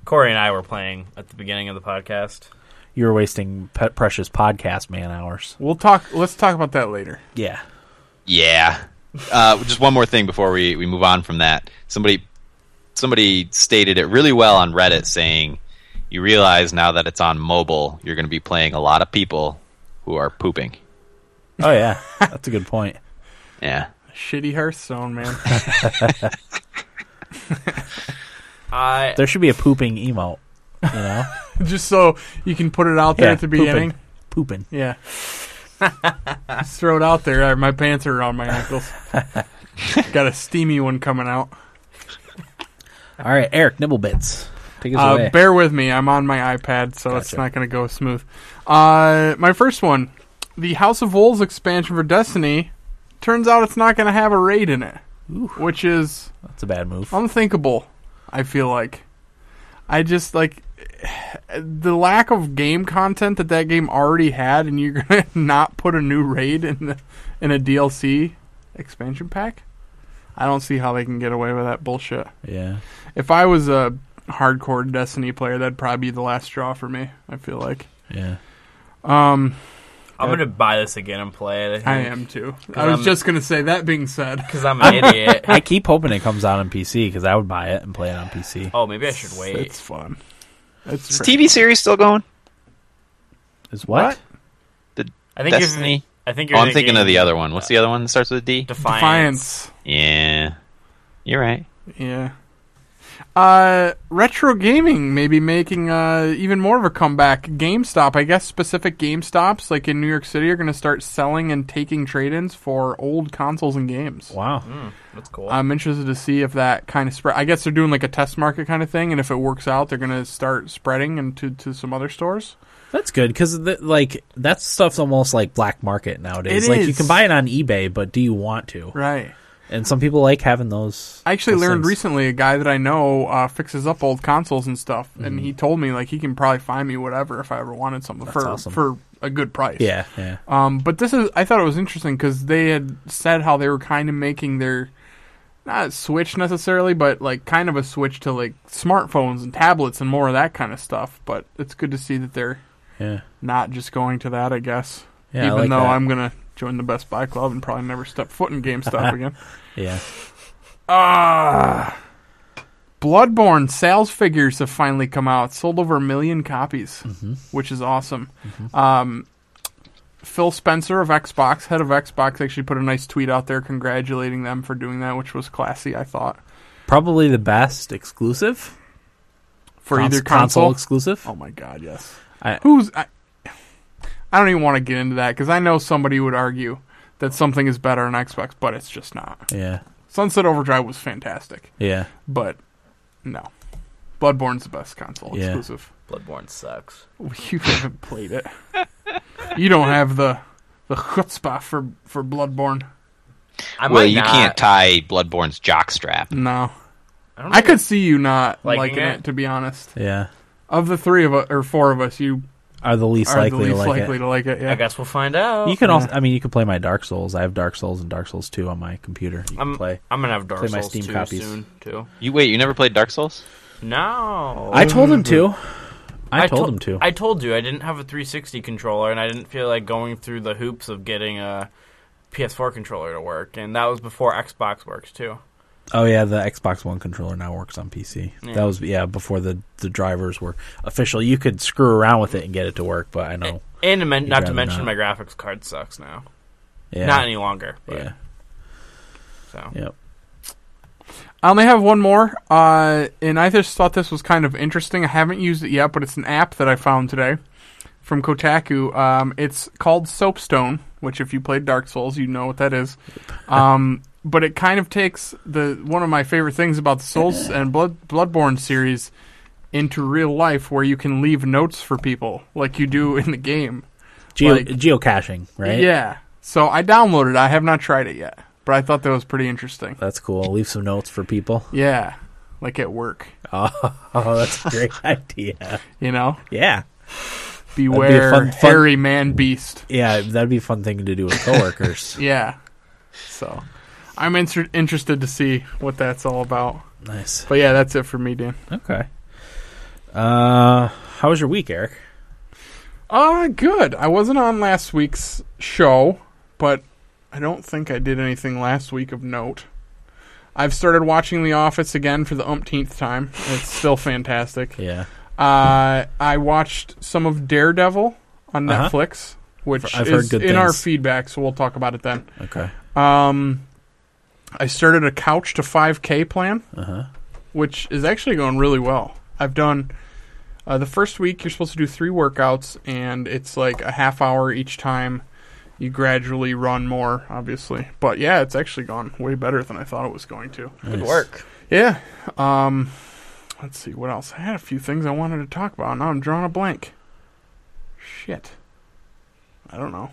Corey and I were playing at the beginning of the podcast.
You're wasting pe- precious podcast man hours.
We'll talk. Let's talk about that later.
Yeah,
Yeah. Uh, just one more thing before we, we move on from that. Somebody somebody stated it really well on Reddit, saying you realize now that it's on mobile, you're going to be playing a lot of people who are pooping.
Oh yeah, that's a good point.
Yeah.
Shitty Hearthstone, man.
I
There should be a pooping emote. You know,
Just so you can put it out there
Yeah,
at the beginning.
pooping.
Yeah. Just throw it out there. My pants are around my ankles. Got a steamy one coming out.
All right, Eric Nibblebits, take us
Uh,
away.
bear with me. I'm on my iPad, so it's
Gotcha.
not going to go smooth. Uh, my first one the House of Wolves expansion for Destiny. Turns out it's not going to have a raid in it, which is
that's a bad move.
Oh. unthinkable. I feel like I just like the lack of game content that that game already had, and you're gonna not put a new raid in the, in a DLC expansion pack. I don't see how they can get away with that bullshit.
Yeah,
If I was a hardcore Destiny player, that'd probably be the last straw for me. I feel like
yeah.
um,
I'm gonna buy this again and play it.
I am too. I
Um,
was just gonna say. That being said,
because I'm an idiot.
I keep hoping it comes out on PC because I would buy it and play it on PC.
Oh, maybe I should wait.
it's fun. It's
Is the TV series still going?
Is what?
I think
Destiny?
You're, I think
Oh,
you're
I'm thinking of the other one. What's the other one that starts with a D?
Defiance.
defiance.
Yeah. You're right.
Yeah. Uh, retro gaming may be making uh, even more of a comeback. GameStop, I guess specific GameStops, like in New York City, are going to start selling and taking trade ins for old consoles and games.
Wow.
That's cool.
I'm interested to see if that kind of spread. I guess they're doing like a test market kind of thing, and if it works out, they're going to start spreading into to some other stores.
That's good because like that stuff's almost like black market nowadays.
It
like you
is.
can buy it on eBay, but do you want to?
Right.
And some people like having those.
I actually
those
learned
things.
recently a guy that I know uh, fixes up old consoles and stuff, and
Mm-hmm.
he told me like he can probably find me whatever if I ever wanted something for
awesome.
for a good price.
Yeah, yeah.
Um, but this is, I thought it was interesting because they had said how they were kind of making their, not switch necessarily, but like kind of a switch to like smartphones and tablets and more of that kind of stuff. But it's good to see that they're
Yeah.
not just going to that, I guess.
Yeah, I
Even
like
though
that.
I'm going to join the Best Buy Club and probably never step foot in GameStop again.
Yeah.
Ah. Bloodborne sales figures have finally come out. Sold over a million copies,
Mm-hmm.
which is awesome. Um, Phil Spencer of Xbox, head of Xbox, actually put a nice tweet out there congratulating them for doing that, which was classy, I thought,
Probably the best exclusive
for
Cons-
either console.
exclusive.
oh my god, yes.
I-
Who's? I, I don't even want to get into that because I know somebody would argue that something is better on Xbox, but it's just not.
Yeah,
Sunset Overdrive was fantastic.
yeah.
but no. Bloodborne's the best console
Yeah.
exclusive.
Bloodborne sucks.
You haven't played it. you don't have the the chutzpah for for Bloodborne.
I
well,
might
you
not.
can't tie Bloodborne's jockstrap.
No,
I, don't
I could see you not
Liking
liking,
it?
it. To be honest,
Yeah.
of the three of us or four of us, you
Are the least
are
likely
the least
to like
likely Oh,
it.
to like it. Yeah.
I guess we'll find out.
You can also, I mean, you can play my Dark Souls. I have Dark Souls and Dark Souls 2 on my computer. You can
I'm,
play.
I'm gonna have Dark
play my
Souls
Steam
2
copies.
soon too.
You wait, you never played Dark Souls?
No,
I told him to. I, told
to-
him to.
I told you I didn't have a 360 controller, and I didn't feel like going through the hoops of getting a PS4 controller to work. And that was before Xbox works too.
oh yeah, the Xbox One controller now works on PC. That was yeah before the the drivers were official. You could screw around with it and get it to work, but I know.
And to men- not to
rather
mention
not.
my graphics card sucks now.
Yeah.
Not any longer. But,
yeah.
So
Yep.
Um, I only have one more, uh, and I just thought this was kind of interesting. I haven't used it yet, but it's an app that I found today from Kotaku. Um, it's called Soapstone, which if you played Dark Souls, you know what that is. Um, but it kind of takes the one of my favorite things about the Souls and Blood, Bloodborne series into real life, where you can leave notes for people like you do in the game.
Geo-
Like-
geocaching, right?
Yeah. So I downloaded. it. I have not tried it yet, but I thought that was pretty interesting.
That's cool. leave some notes for people.
Yeah, like at work,
Oh, that's a great idea.
you know.
Yeah.
Beware,
fun- fun-
hairy man beast.
Yeah, that'd be a fun thing to do with coworkers.
Yeah. So, I'm inter- interested to see what that's all about.
nice.
But yeah, that's it for me, Dan.
Okay. Uh, how was your week, Eric?
Uh, good. I wasn't on last week's show, but I don't think I did anything last week of note. I've started watching The Office again for the umpteenth time. It's still fantastic.
Yeah.
Uh, I watched some of Daredevil on
Uh-huh.
Netflix. which
I've heard
is
good
in our
things.
feedback, so we'll talk about it then.
Okay.
Um, I started a couch to 5K plan,
Uh-huh.
which is actually going really well. I've done uh, the first week, you're supposed to do three workouts, and it's like a half hour each time. You gradually run more, obviously. But yeah, it's actually gone way better than I thought it was going to.
Mm.
Good work.
Yeah. Um, let's see what else. I had a few things I wanted to talk about. Now I'm drawing a blank. Shit. I don't know.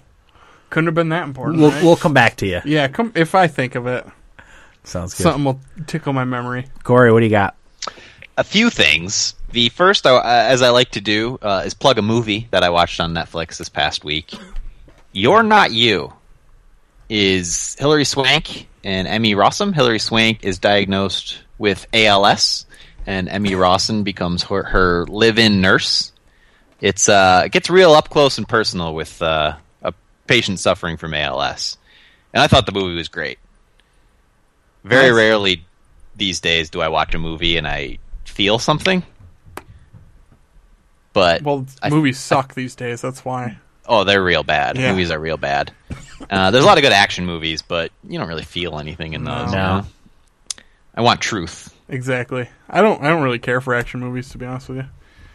Couldn't have been that important.
We'll,
right?
we'll come back to you.
yeah, come if I think of it,
Sounds good.
something will tickle my memory.
Corey, what do you got?
a few things. The first, uh, as I like to do, uh, is plug a movie that I watched on Netflix this past week. You're Not You is Hilary Swank and Emmy Rossum. Hilary Swank is diagnosed with ALS, and Emmy Rossum becomes her, her live-in nurse. It's uh, it gets real up close and personal with uh, a patient suffering from ALS, and I thought the movie was great. Very rarely these days do I watch a movie and I feel something. But
Well,
I-
movies suck these days. That's why.
oh, they're real bad.
Yeah.
Movies are real bad. Uh, there's a lot of good action movies, but you don't really feel anything in those. you
No.
know? I want truth.
Exactly. I don't. I don't really care for action movies, to be honest with you.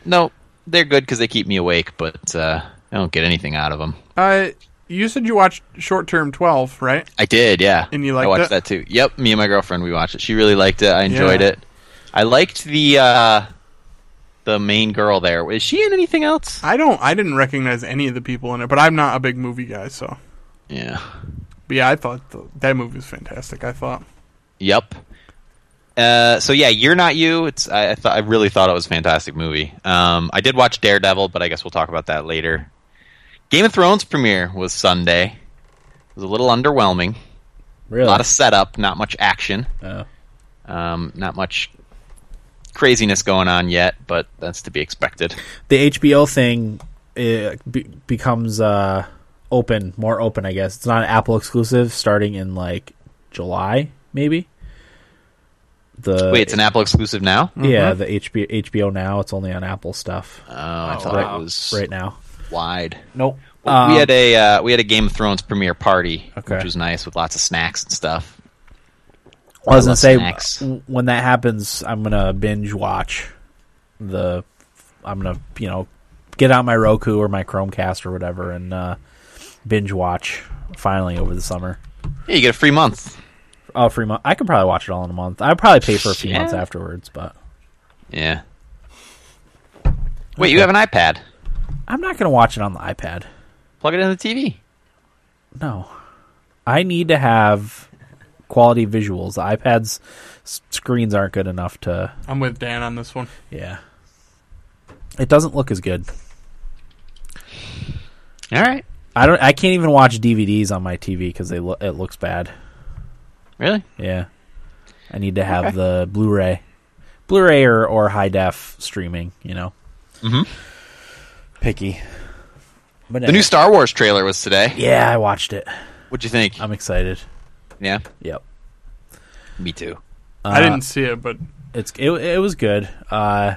No, they're good because they keep me awake, but uh, I don't get anything out of them.
Uh, you said you watched Short Term Twelve, right?
I did, yeah.
And you
I
liked
watched
it?
that too. Yep, me and my girlfriend we watched it. She really liked it. I enjoyed
Yeah.
it. I liked the uh, the main girl there. Is she in anything else?
I don't. I didn't recognize any of the people in it, but I'm not a big movie guy, so.
Yeah.
But yeah, I thought th that movie was fantastic. I thought.
Yep. Uh, so yeah, you're not you. It's I, I, thought I really thought it was a fantastic movie. Um, I did watch Daredevil, but I guess we'll talk about that later. Game of Thrones premiere was Sunday. It was a little underwhelming.
Really?
A lot of setup, not much action,
Oh.
um, not much craziness going on yet, but that's to be expected.
the HBO thing uh be- becomes uh, open, more open, I guess. It's not an Apple exclusive starting in like July, maybe. The
Wait, it's an Apple exclusive now.
yeah, the HBO HBO now. It's only on Apple stuff
Oh, I thought
wow.
it was
right now.
wide.
Nope.
we had a uh, we had a Game of Thrones premiere party,
Um, Okay.
which was nice with lots of snacks and stuff.
I was
I
gonna
love
say
snacks.
w- when that happens, I'm gonna binge watch the. I'm gonna you know get out my Roku or my Chromecast or whatever and uh, binge watch finally over the summer.
Yeah, you get a free month.
Oh, free month. I could probably watch it all in a month. I'd probably pay for a few
Yeah.
months afterwards, but
Yeah. Wait, you have an iPad.
I'm not gonna watch it on the iPad.
Plug it in the TV.
No, I need to have quality visuals. The iPad's s- screens aren't good enough to.
I'm with Dan on this one.
Yeah, it doesn't look as good.
All right.
I don't. I can't even watch DVDs on my TV because they lo- it looks bad.
Really?
Yeah, I need to have the Blu-ray, Blu-ray or, or high def streaming. You know,
Mhm.
picky. But
The new Star Wars trailer was today.
yeah, I watched it.
What'd you think?
I'm excited.
yeah,
Yep,
me too.
Uh,
I didn't see it, but
it's it. It was good. Uh,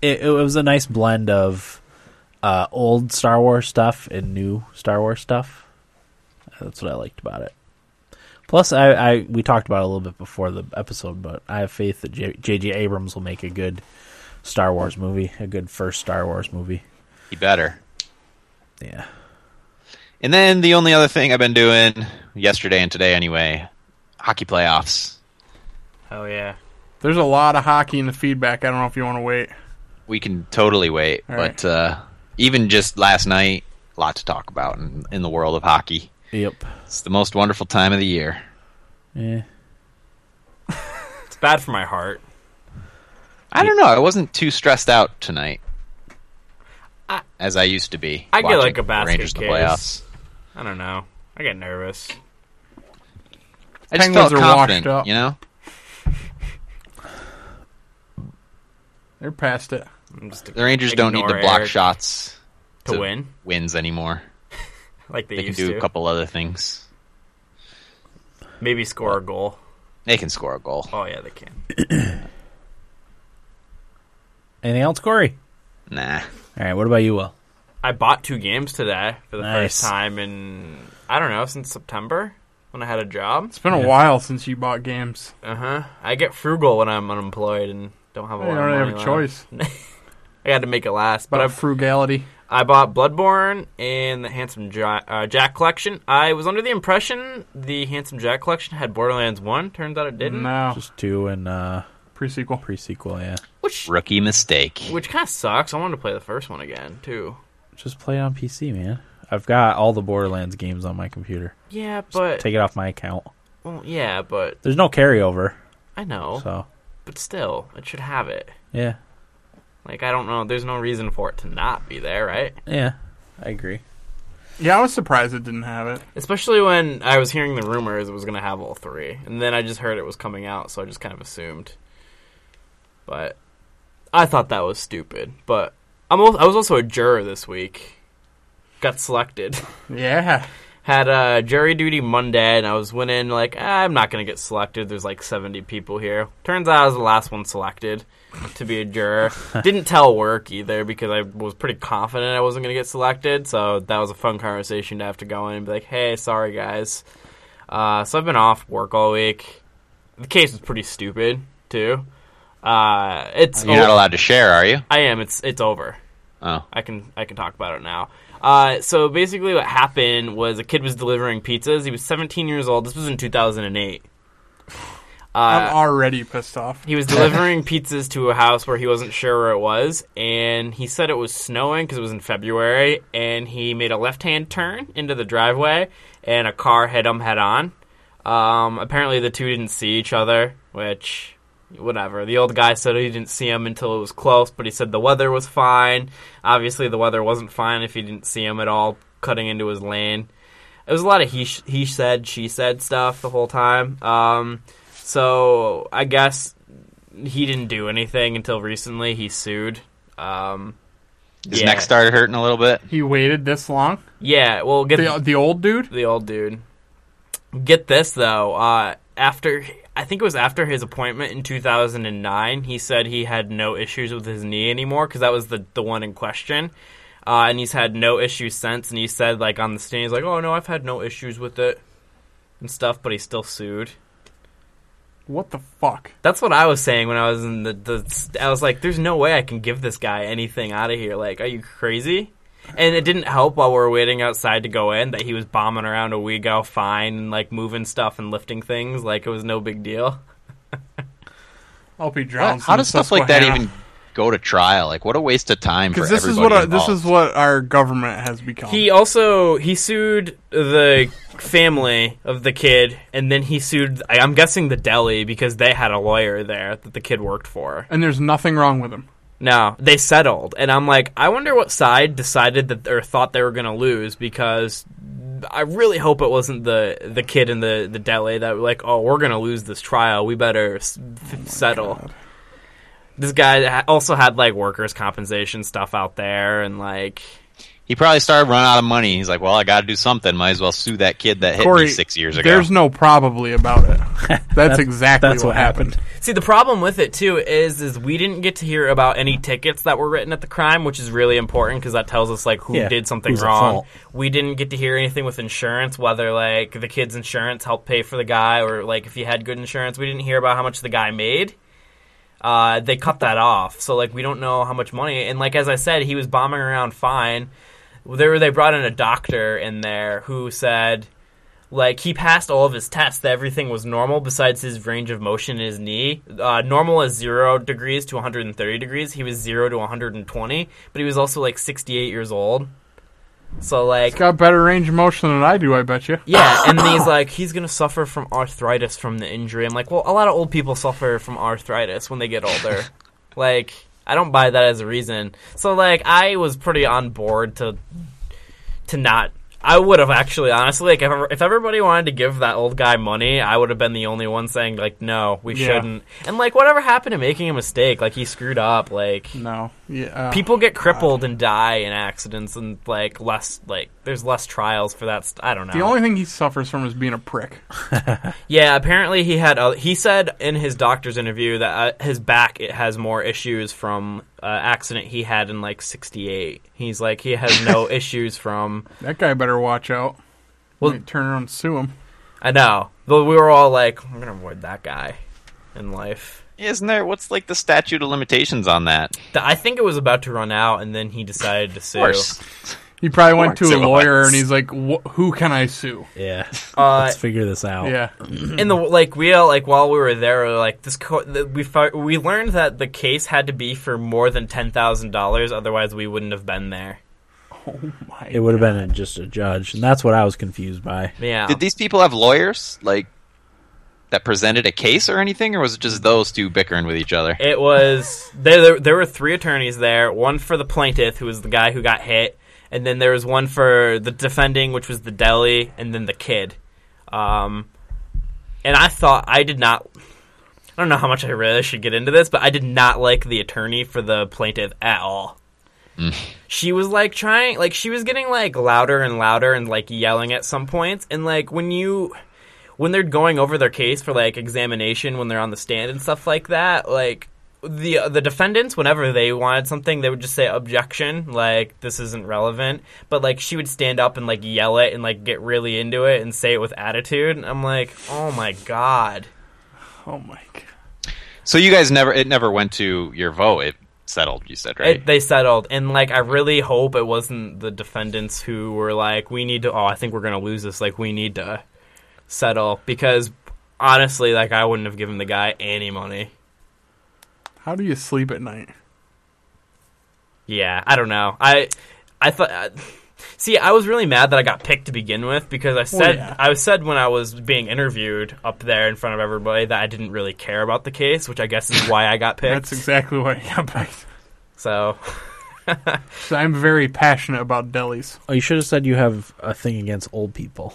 it, it was a nice blend of uh, old Star Wars stuff and new Star Wars stuff. That's what I liked about it. Plus, I, I we talked about it a little bit before the episode, but I have faith that J- J.J. Abrams will make a good Star Wars movie, a good first Star Wars movie.
He better.
Yeah.
And then the only other thing I've been doing yesterday and today, anyway, hockey playoffs.
Hell yeah.
there's a lot of hockey in the feedback. I don't know if you want to wait.
We can totally wait,
All
but uh, even just last night, a lot to talk about in, in the world of hockey.
Yep. Eh.
It's the most wonderful time of the year.
Yeah.
It's bad for my heart.
I don't know. I wasn't too stressed out tonight, as I used to be.
I get
watching
like
the
a basket
Rangers in the
case.
playoffs.
I don't know. I get nervous.
I just
Penguins
felt
are washed
confident,
up.
you know.
They're past it.
I'm just
The Rangers don't need to
ignore
block
Eric
shots
to, win
wins anymore.
like they,
They can
used
do
to.
a couple other things.
Maybe score a goal.
They can score a goal.
Oh yeah, they can.
Anything else, Corey?
Nah.
All right. What about you, Will?
I bought two games today for the
Nice.
first time in I don't know since September when I had a job.
It's been a while since you bought games.
Uh huh. I get frugal when I'm unemployed and don't have a
I
lot.
Uh-huh. don't
of
really
money
have a
left.
choice.
I got to make it last. But
But
I,
frugality.
I bought Bloodborne and the Handsome Ja- uh, Jack collection. I was under the impression the Handsome Jack collection had Borderlands One. Turns out it didn't.
No.
Just two and uh,
Pre-sequel.
pre sequel. Yeah,
Which
Rookie mistake.
which kind of sucks. I wanted to play the first one again too.
just play it on PC, man. I've got all the Borderlands games on my computer.
Yeah, but
Take it off my account.
well, yeah, but
There's no carryover,
I know.
so
But still, it should have it.
yeah,
Like I don't know. There's no reason for it to not be there, right?
yeah. I agree.
Yeah, I was surprised it didn't have it.
Especially when I was hearing the rumors it was going to have all three, and then I just heard it was coming out, so I just kind of assumed. But I thought that was stupid. But I'm al- I was also a juror this week. Got selected.
Yeah.
Had uh, jury duty Monday, and I was winning. Like "Ah, I'm not going to get selected. There's like 70 people here. Turns out I was the last one selected to be a juror. Didn't tell work either because I was pretty confident I wasn't going to get selected. So that was a fun conversation to have to go in and be like, "Hey, sorry guys." Uh, so I've been off work all week. The case was pretty stupid too. Uh, it's
You're not
o-
allowed to share, are you?
I am. It's it's over.
Oh,
I can I can talk about it now. Uh, so basically, what happened was a kid was delivering pizzas. He was 17 years old. This was in 2008.
Uh,
I'm already pissed off.
He was delivering pizzas to a house where he wasn't sure where it was, and he said it was snowing because it was in February. And he made a left-hand turn into the driveway, and a car hit him head-on. Um, apparently, the two didn't see each other, which whatever. The old guy said he didn't see him until it was close, but he said the weather was fine. Obviously, the weather wasn't fine if he didn't see him at all cutting into his lane. It was a lot of he sh- he said she said stuff the whole time. Um, so I guess he didn't do anything until recently. He sued. Um,
his
Yeah.
neck started hurting a little bit.
He waited this long.
yeah, well, get
The the old dude.
the old dude. Get this though. Uh, after I think it was after his appointment in 2009, he said he had no issues with his knee anymore because that was the the one in question. Uh, and he's had no issues since. And he said like on the stand, he's like, "Oh no, I've had no issues with it and stuff," but he still sued.
What the fuck?
That's what I was saying when I was in the, the. I was like, "There's no way I can give this guy anything out of here. Like, are you crazy?" And it didn't help while we were waiting outside to go in that he was bombing around a Wego fine and like moving stuff and lifting things like it was no big deal.
I'll be drowned.
How
in
does stuff like that
Susquehanna.
even go to trial? Like, what a waste of time for
Because this is
everybody
what our, this is
involved.
what our government has become.
He also he sued the family of the kid, and then he sued. I- I'm guessing the deli because they had a lawyer there that the kid worked for.
and there's nothing wrong with him.
No, they settled, and I'm like, I wonder what side decided that or thought they were going to lose because I really hope it wasn't the the kid in the the deli that were like, oh, we're going to lose this trial, we better s- f- settle. This guy ha- also had like workers' compensation stuff out there, and like,
He probably started running out of money. He's like, "Well, I got to do something. Might as well sue that kid that hit
Corey,
me six years ago."
there's no probably about it. That's, exactly
that's
what,
what
happened.
see, the problem with it too is is we didn't get to hear about any tickets that were written at the crime, which is really important because that tells us like who
Yeah,
did something
who's at
wrong.
fault.
we didn't get to hear anything with insurance, whether like the kid's insurance helped pay for the guy or like if he had good insurance. We didn't hear about how much the guy made. Uh, they cut that off, so like we don't know how much money. And like as I said, he was bombing around fine. There they brought in a doctor in there who said like he passed all of his tests that everything was normal besides his range of motion in his knee uh, normal is 0 degrees to 130 degrees he was 0 to 120 but he was also like 68 years old so like
He's got better range of motion than I do. I bet you.
yeah, and he's like, he's gonna suffer from arthritis from the injury. I'm like, well, a lot of old people suffer from arthritis when they get older. like, I don't buy that as a reason. So like, I was pretty on board to to not I would have actually, honestly, like if, ever- if everybody wanted to give that old guy money, I would have been the only one saying like, no, we
Yeah.
shouldn't. And like, whatever happened to making a mistake? Like he screwed up. Like
No. Yeah. uh,
people get crippled and die in accidents, and like less, like there's less trials for that. St- I don't know.
The only thing he suffers from is being a prick.
Yeah, apparently he had. Uh, he said in his doctor's interview that uh, his back it has more issues from uh, accident he had in like '68. He's like he has no issues from.
That guy better watch out.
Well-
Might turn around and sue him.
I know. Though we were all like, I'm gonna avoid that guy in life.
Isn't there what's like the statute of limitations on that?
Th- I think it was about to run out, and then he decided to
Of
sue.
course.
He probably went to
Course
a
it was.
lawyer and he's like, "Wh- "Who can I sue?"
Yeah.
Uh,
Let's figure this out.
Yeah,
in the like we all like while we were there we were like this co- the, we fi- we learned that the case had to be for more than ten thousand dollars otherwise we wouldn't have been there
It would have been a- just a judge, and that's what I was confused by.
yeah
Did these people have lawyers like that presented a case or anything, or was it just those two bickering with each other?
It was there, there. There were three attorneys there. One for the plaintiff, who was the guy who got hit, and then there was one for the defending, which was the deli, and then the kid. Um, and I thought I did not. I don't know how much I really should get into this, but I did not like the attorney for the plaintiff at all. She was like trying, like she was getting like louder and louder and like yelling at some points, and like when you when they're going over their case for like examination when they're on the stand and stuff like that like the the defendants whenever they wanted something they would just say objection like this isn't relevant but like she would stand up and like yell it and like get really into it and say it with attitude and I'm like oh my god
Oh my god.
So you guys never it never went to your vote. It settled. You said right.
it, they settled and like I really hope it wasn't the defendants who were like we need to oh I think we're going to lose this like we need to settle because honestly like I wouldn't have given the guy any money
How do you sleep at night?
Yeah, I don't know. I I thought. I, see, I was really mad that I got picked to begin with because I said
yeah.
I said when I was being interviewed up there in front of everybody that I didn't really care about the case, which I guess is why I got picked.
That's exactly what I got back.
so
So I'm very passionate about delis.
Oh, you should have said you have a thing against old people.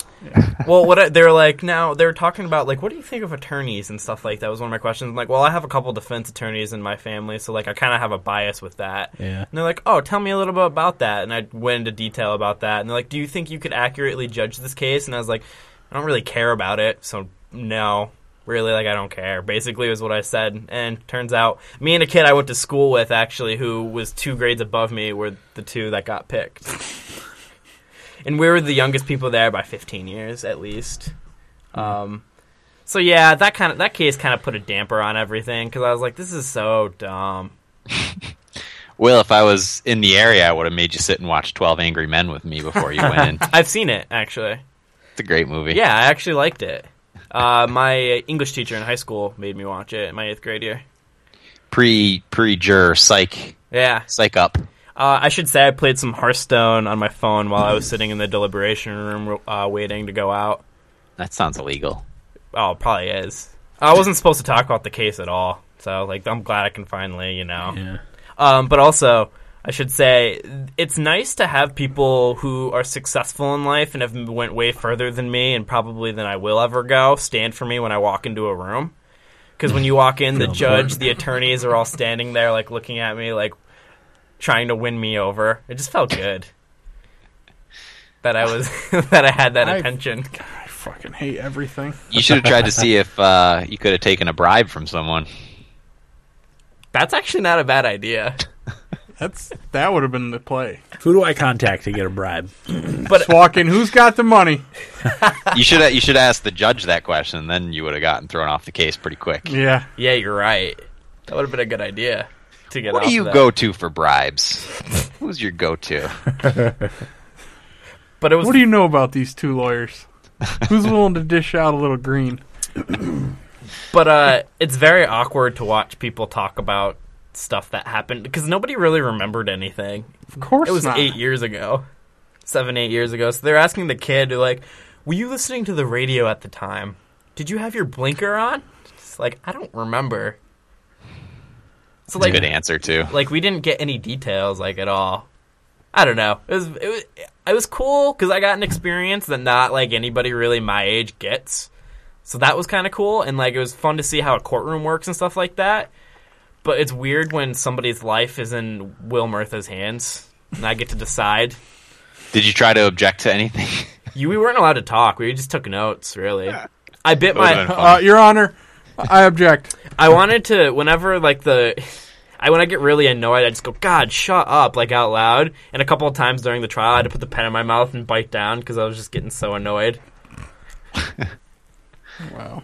well, what I, they were like now they were talking about like what do you think of attorneys and stuff like that was one of my questions. I'm like, well, I have a couple defense attorneys in my family, so like I kind of have a bias with that.
Yeah.
And they're like, oh, tell me a little bit about that. And I went into detail about that. And they're like, do you think you could accurately judge this case? And I was like, I don't really care about it. So, no, really, like, I don't care. Basically, was what I said. And turns out, me and a kid I went to school with, actually, who was two grades above me, were the two that got picked. and we were the youngest people there by 15 years, at least. Um,. So yeah, that kind of that case kind of put a damper on everything because I was like, "This is so dumb."
Will, if I was in the area, I would have made you sit and watch Twelve Angry Men with me before you went in.
I've seen it actually.
It's a great movie.
Yeah, I actually liked it. Uh, my English teacher in high school made me watch it my eighth grade year.
Pre pre jur psych
Yeah.
psych up.
Uh, I should say I played some Hearthstone on my phone while I was sitting in the deliberation room uh, waiting to go out.
That sounds illegal.
Oh, it probably is. I wasn't supposed to talk about the case at all. So, like, I'm glad I can finally, you know.
Yeah.
Um, but also, I should say it's nice to have people who are successful in life and have went way further than me and probably than I will ever go stand for me when I walk into a room. Because when you walk in, the
Feel
judge, the attorneys are all standing there, like looking at me, like trying to win me over. It just felt good that I was that I had that
I-
attention.
I fucking hate everything.
You should have tried to see if uh, you could have taken a bribe from someone.
That's actually not a bad idea.
That's that would have been the play.
Who do I contact to get a bribe?
But
Just walk in. Who's got the money?
You should have, you should ask the judge that question. Then you would have gotten thrown off the case pretty quick.
Yeah.
yeah, you're right. That would have been a good idea to get.
What
off
do you
that.
go to for bribes? Who's your go to?
But it was
What do you know about these two lawyers? Who's willing to dish out a little green?
but uh, it's very awkward to watch people talk about stuff that happened because nobody really remembered anything.
Of course
It was
not.
eight years ago, seven, eight years ago. So they're asking the kid, like, "Were you listening to the radio at the time? Did you have your blinker on?" It's like I don't remember. So
That's a
like,
good answer too.
like we didn't get any details like at all. I don't know. It was it was, it was cool because I got an experience that not like anybody really my age gets. So that was kind of cool, and like it was fun to see how a courtroom works and stuff like that. But it's weird when somebody's life is in Will Murtha's hands, and I get to decide.
Did you try to object to anything?
You we weren't allowed to talk. We just took notes, really. I bit
That would've
my
been fun.
Uh, Your Honor, I object.
I wanted to whenever like the I when I get really annoyed, I just go, "God, shut up!" like out loud. And a couple of times during the trial, I had to put the pen in my mouth and bite down because I was just getting so annoyed.
Wow.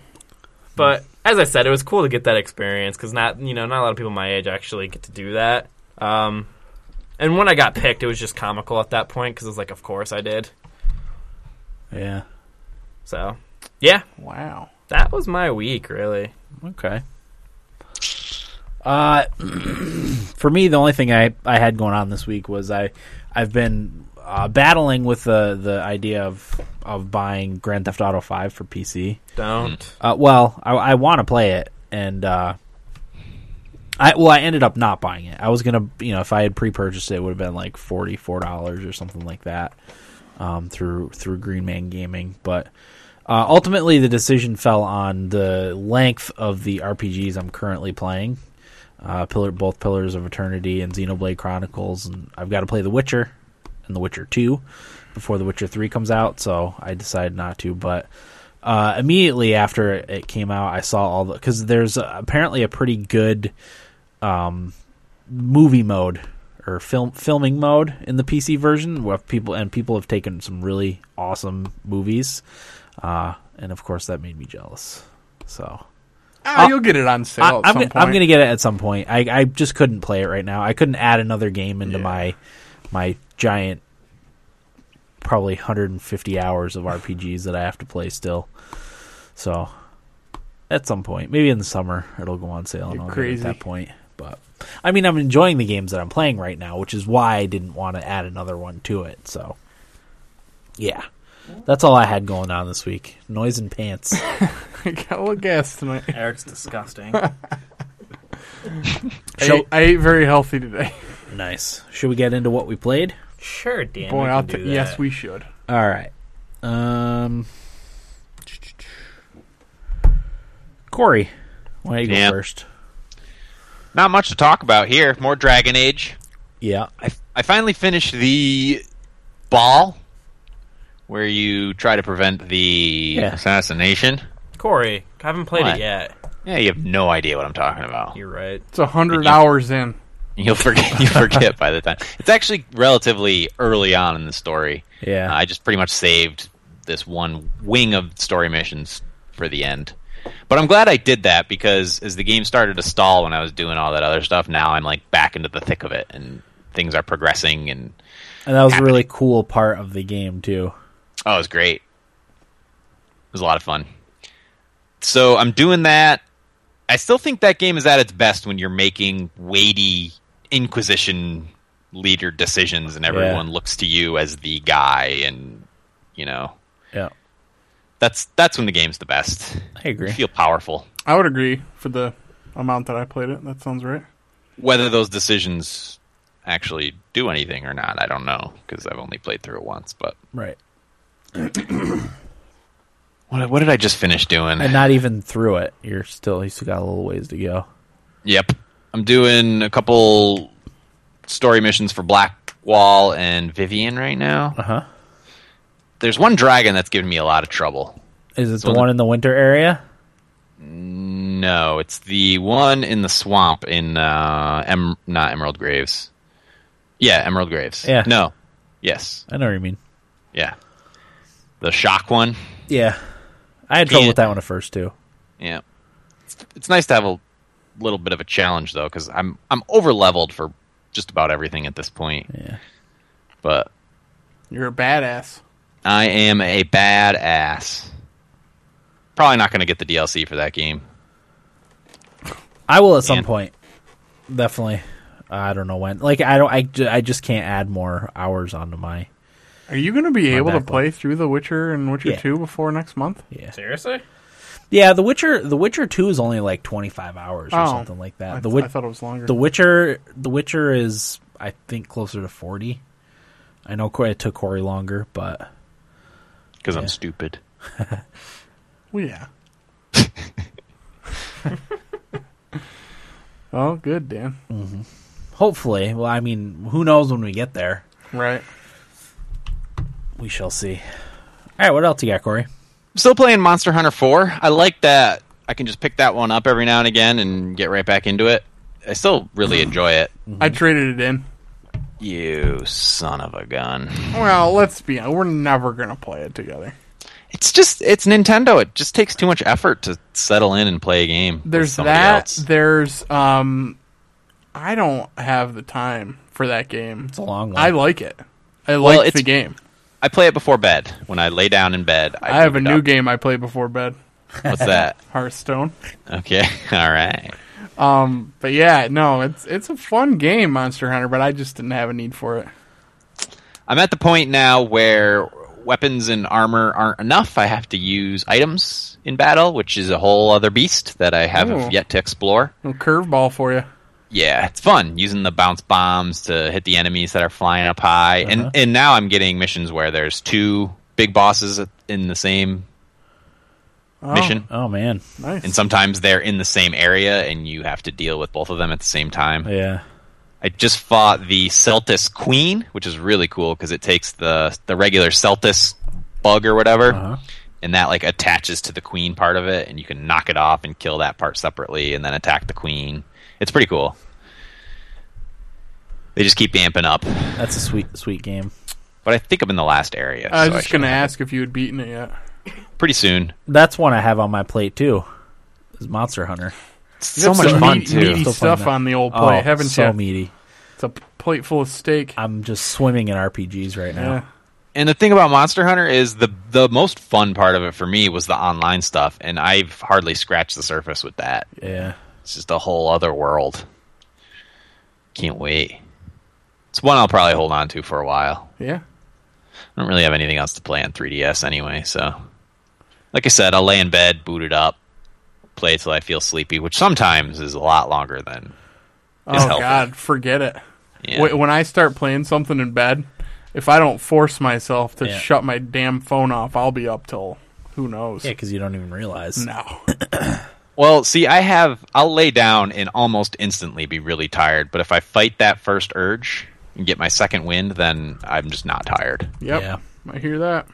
But as I said, it was cool to get that experience because not you know not a lot of people my age actually get to do that. Um, and when I got picked, it was just comical at that point because it was like, "Of course I did."
Yeah.
So yeah,
Wow.
that was my week really.
Okay. Uh, for me, the only thing I, I had going on this week was I I've been uh, battling with the the idea of of buying Grand Theft Auto Five for PC.
Don't.
Uh, well, I, I want to play it, and uh, I well, I ended up not buying it. I was gonna, you know, if I had pre-purchased it, it would have been like forty four dollars or something like that um, through through Green Man Gaming. But uh, ultimately, the decision fell on the length of the RPGs I'm currently playing. Uh, pillar, both Pillars of Eternity and Xenoblade Chronicles, and I've got to play The Witcher and The Witcher Two before The Witcher Three comes out. So I decided not to, but uh, immediately after it came out, I saw all the because there's uh, apparently a pretty good um, movie mode or film filming mode in the PC version where people and people have taken some really awesome movies, uh, and of course that made me jealous. So
Ah,
Uh,
you'll get it on sale
I,
at
I'm,
some
gonna-
point.
I'm gonna get it at some point. I, I just couldn't play it right now. I couldn't add another game into
Yeah.
my my giant probably 150 hours of RPGs that I have to play still. So at some point, maybe in the summer, it'll go on sale and
You're
I'll
crazy.
get it at that point. But I mean, I'm enjoying the games that I'm playing right now, which is why I didn't want to add another one to it. So yeah. That's all I had going on this week. Noise and pants.
I got a little gas tonight.
Eric's disgusting.
I ate, I ate very healthy today.
nice. Should we get into what we played?
Sure, Dan.
Boy,
we
I'll
can
t-
do that.
yes, we should.
All right. Um, Corey, why don't you
Yeah.
go first?
Not much to talk about here. More Dragon Age.
Yeah.
I, I finally finished the ball where you try to prevent the
Yeah.
assassination.
Corey, I haven't played
What?
it yet.
Yeah, you have no idea what I'm talking about.
You're right.
It's a hundred
Yeah.
hours in.
You'll forget. You forget by the time it's actually relatively early on in the story. Uh,
Yeah.
I just pretty much saved this one wing of story missions for the end. But I'm glad I did that because as the game started to stall when I was doing all that other stuff, now I'm like back into the thick of it and things are progressing and
and that was a really cool part of the game, too.
Oh, it was great. It was a lot of fun. So I'm doing that. I still think that game is at its best when you're making weighty Inquisition leader decisions and everyone looks to you as the guy and you know
Yeah.
that's that's when the game's the best.
I
You
agree.
feel powerful.
I would agree for the amount that I played it. That sounds right.
Whether those decisions actually do anything or not, I don't know because I've only played through it once. But
right.
what, what did I just finish doing?
And not even through it. You're still, you still got a little ways to go.
Yep. I'm doing a couple story missions for Blackwall and Vivian right now.
Uh huh.
There's one dragon that's giving me a lot of trouble.
Is it
So
the
the-
one in the winter area?
No, it's the one in the swamp in uh em- not Emerald Graves. Yeah, Emerald Graves.
Yeah.
No. Yes.
I know what you mean.
Yeah. The shock one.
Yeah. I had trouble
Yeah.
with that one at first, too.
Yeah. It's, it's nice to have a little bit of a challenge though cuz I'm I'm over leveled for just about everything at this point.
Yeah.
But
You're a badass.
I am a badass. Probably not going to get the DLC for that game.
I will at some
Man.
point. Definitely. I don't know when. Like, I don't, I, ju- I just can't add more hours onto my,
Are you going to be
My
able to
backlog.
play through The Witcher and Witcher
Yeah.
2 before next month?
yeah.
Seriously?
Yeah, The Witcher, The Witcher Two is only like twenty five hours or
Oh.
something like that.
I,
the
th-
Wit-
I thought it was longer.
The Witcher, The Witcher is I think closer to forty. I know Corey- it took Corey longer, but
because
Yeah.
I'm stupid.
Well, yeah. oh, good, Dan.
hopefully, well, I mean, who knows when we get there?
Right.
We shall see. All right, what else you got, Corey?
I'm still playing Monster Hunter 4. I like that. I can just pick that one up every now and again and get right back into it. I still
Mm.
really enjoy it.
I traded it in.
You son of a gun.
Well, let's be honest. We're never going to play it together.
It's just it's Nintendo. It just takes too much effort to settle in and play a game. with
There's
somebody
that.
else.
There's um I don't have the time for that game.
It's a long one.
I like it. I like the
it's-
game.
I play it before bed. When I lay down in bed, I,
I have a
boot it
new
up.
game I play before bed,
What's that?
Hearthstone.
Okay, all right.
Um but yeah, no, it's it's a fun game Monster Hunter, but I just didn't have a need for it.
I'm at the point now where weapons and armor aren't enough. I have to use items in battle, which is a whole other beast that I haven't
Ooh.
yet to explore.
No curveball for you.
yeah, it's fun using the bounce bombs to hit the enemies that are flying up high.
Uh-huh.
And and now I'm getting missions where there's two big bosses in the same
Oh,
mission,
oh man,
Nice.
and sometimes they're in the same area, and you have to deal with both of them at the same time.
yeah,
I just fought the Celtis Queen, which is really cool because it takes the the regular Celtis bug or whatever,
Uh-huh.
and that like attaches to the Queen part of it, and you can knock it off and kill that part separately, and then attack the Queen. It's pretty cool. They just keep amping up,
that's a sweet, sweet game.
but I think I'm in the last area.
I
so
was just
should
going to
have
ask if you had beaten it yet.
it pretty soon.
That's one I have on my plate too. Is Monster Hunter?
It's so
That's
much
some
fun
meat-
too.
Meaty
Still playing
stuff
that.
on the old play,
oh,
haven't
so
you?
meaty.
It's a plate full of steak.
I'm just swimming in RPGs right now.
yeah.
And the thing about Monster Hunter is the the most fun part of it for me was the online stuff, and I've hardly scratched the surface with that.
Yeah.
It's just a whole other world. Can't wait. It's one I'll probably hold on to for a while.
Yeah.
I don't really have anything else to play on 3DS anyway, so. Like I said, I'll lay in bed, boot it up, play till I feel sleepy, which sometimes is a lot longer than.
Oh
is healthy.
God, forget it.
Yeah.
Wh- When I start playing something in bed, if I don't force myself to
Yeah.
shut my damn phone off, I'll be up till who knows.
Yeah, because you don't even realize.
No,
Well, see, I have. I'll lay down and almost instantly be really tired, but if I fight that first urge and get my second wind, then I'm just not tired.
yep,
Yeah.
I hear that.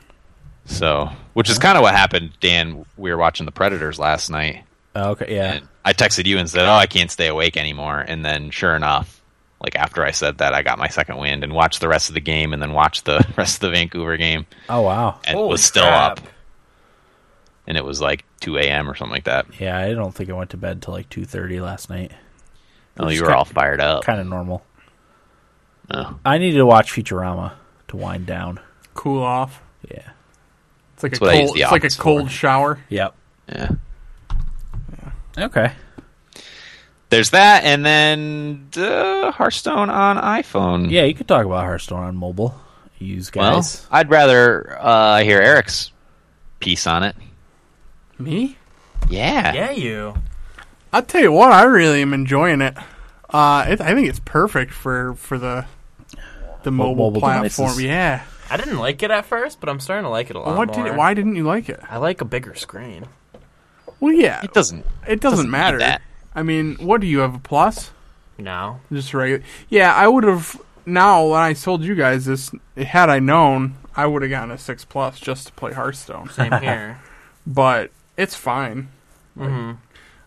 So, which is kind of what happened, Dan. We were watching The Predators last night.
Oh, okay. Yeah.
And I texted you and said, "Oh, I can't stay awake anymore." And then, sure enough, like after I said that, I got my second wind and watched the rest of the game, and then watched the rest of the Vancouver game,
Oh wow.
and
Holy
was still
crap.
up. And it was like 2 a.m. or something like that.
Yeah, I don't think I went to bed till like two thirty last night.
Oh,
It's
you were
kind-
all fired up.
Kind of normal.
Oh.
I needed to watch Futurama to wind down.
Cool off.
Yeah.
It's like
That's
a
what I use
cold.
the
It's like a
office
cold
for.
shower.
Yep.
Yeah.
Okay.
There's that, and then uh, Hearthstone on iPhone.
Yeah, you could talk about Hearthstone on mobile. Use
Well,
guys.
I'd rather uh, hear Eric's piece on it.
Me?
Yeah.
Yeah, you.
I'll tell you what. I really am enjoying it. Uh, it, I think it's perfect for for the the
Mo-
mobile,
mobile
platform.
devices.
Yeah.
I didn't like it at first, but I'm starting to like it a lot
What
more.
did? Why didn't you like it?
I like a bigger screen.
Well, yeah.
It doesn't.
It doesn't
need
matter.
that.
I mean, what do you have a plus?
No.
Just regular. Yeah, I would have. Now, when I sold you guys this, had I known, I would have gotten a six plus just to play Hearthstone.
Same here.
But it's fine.
hmm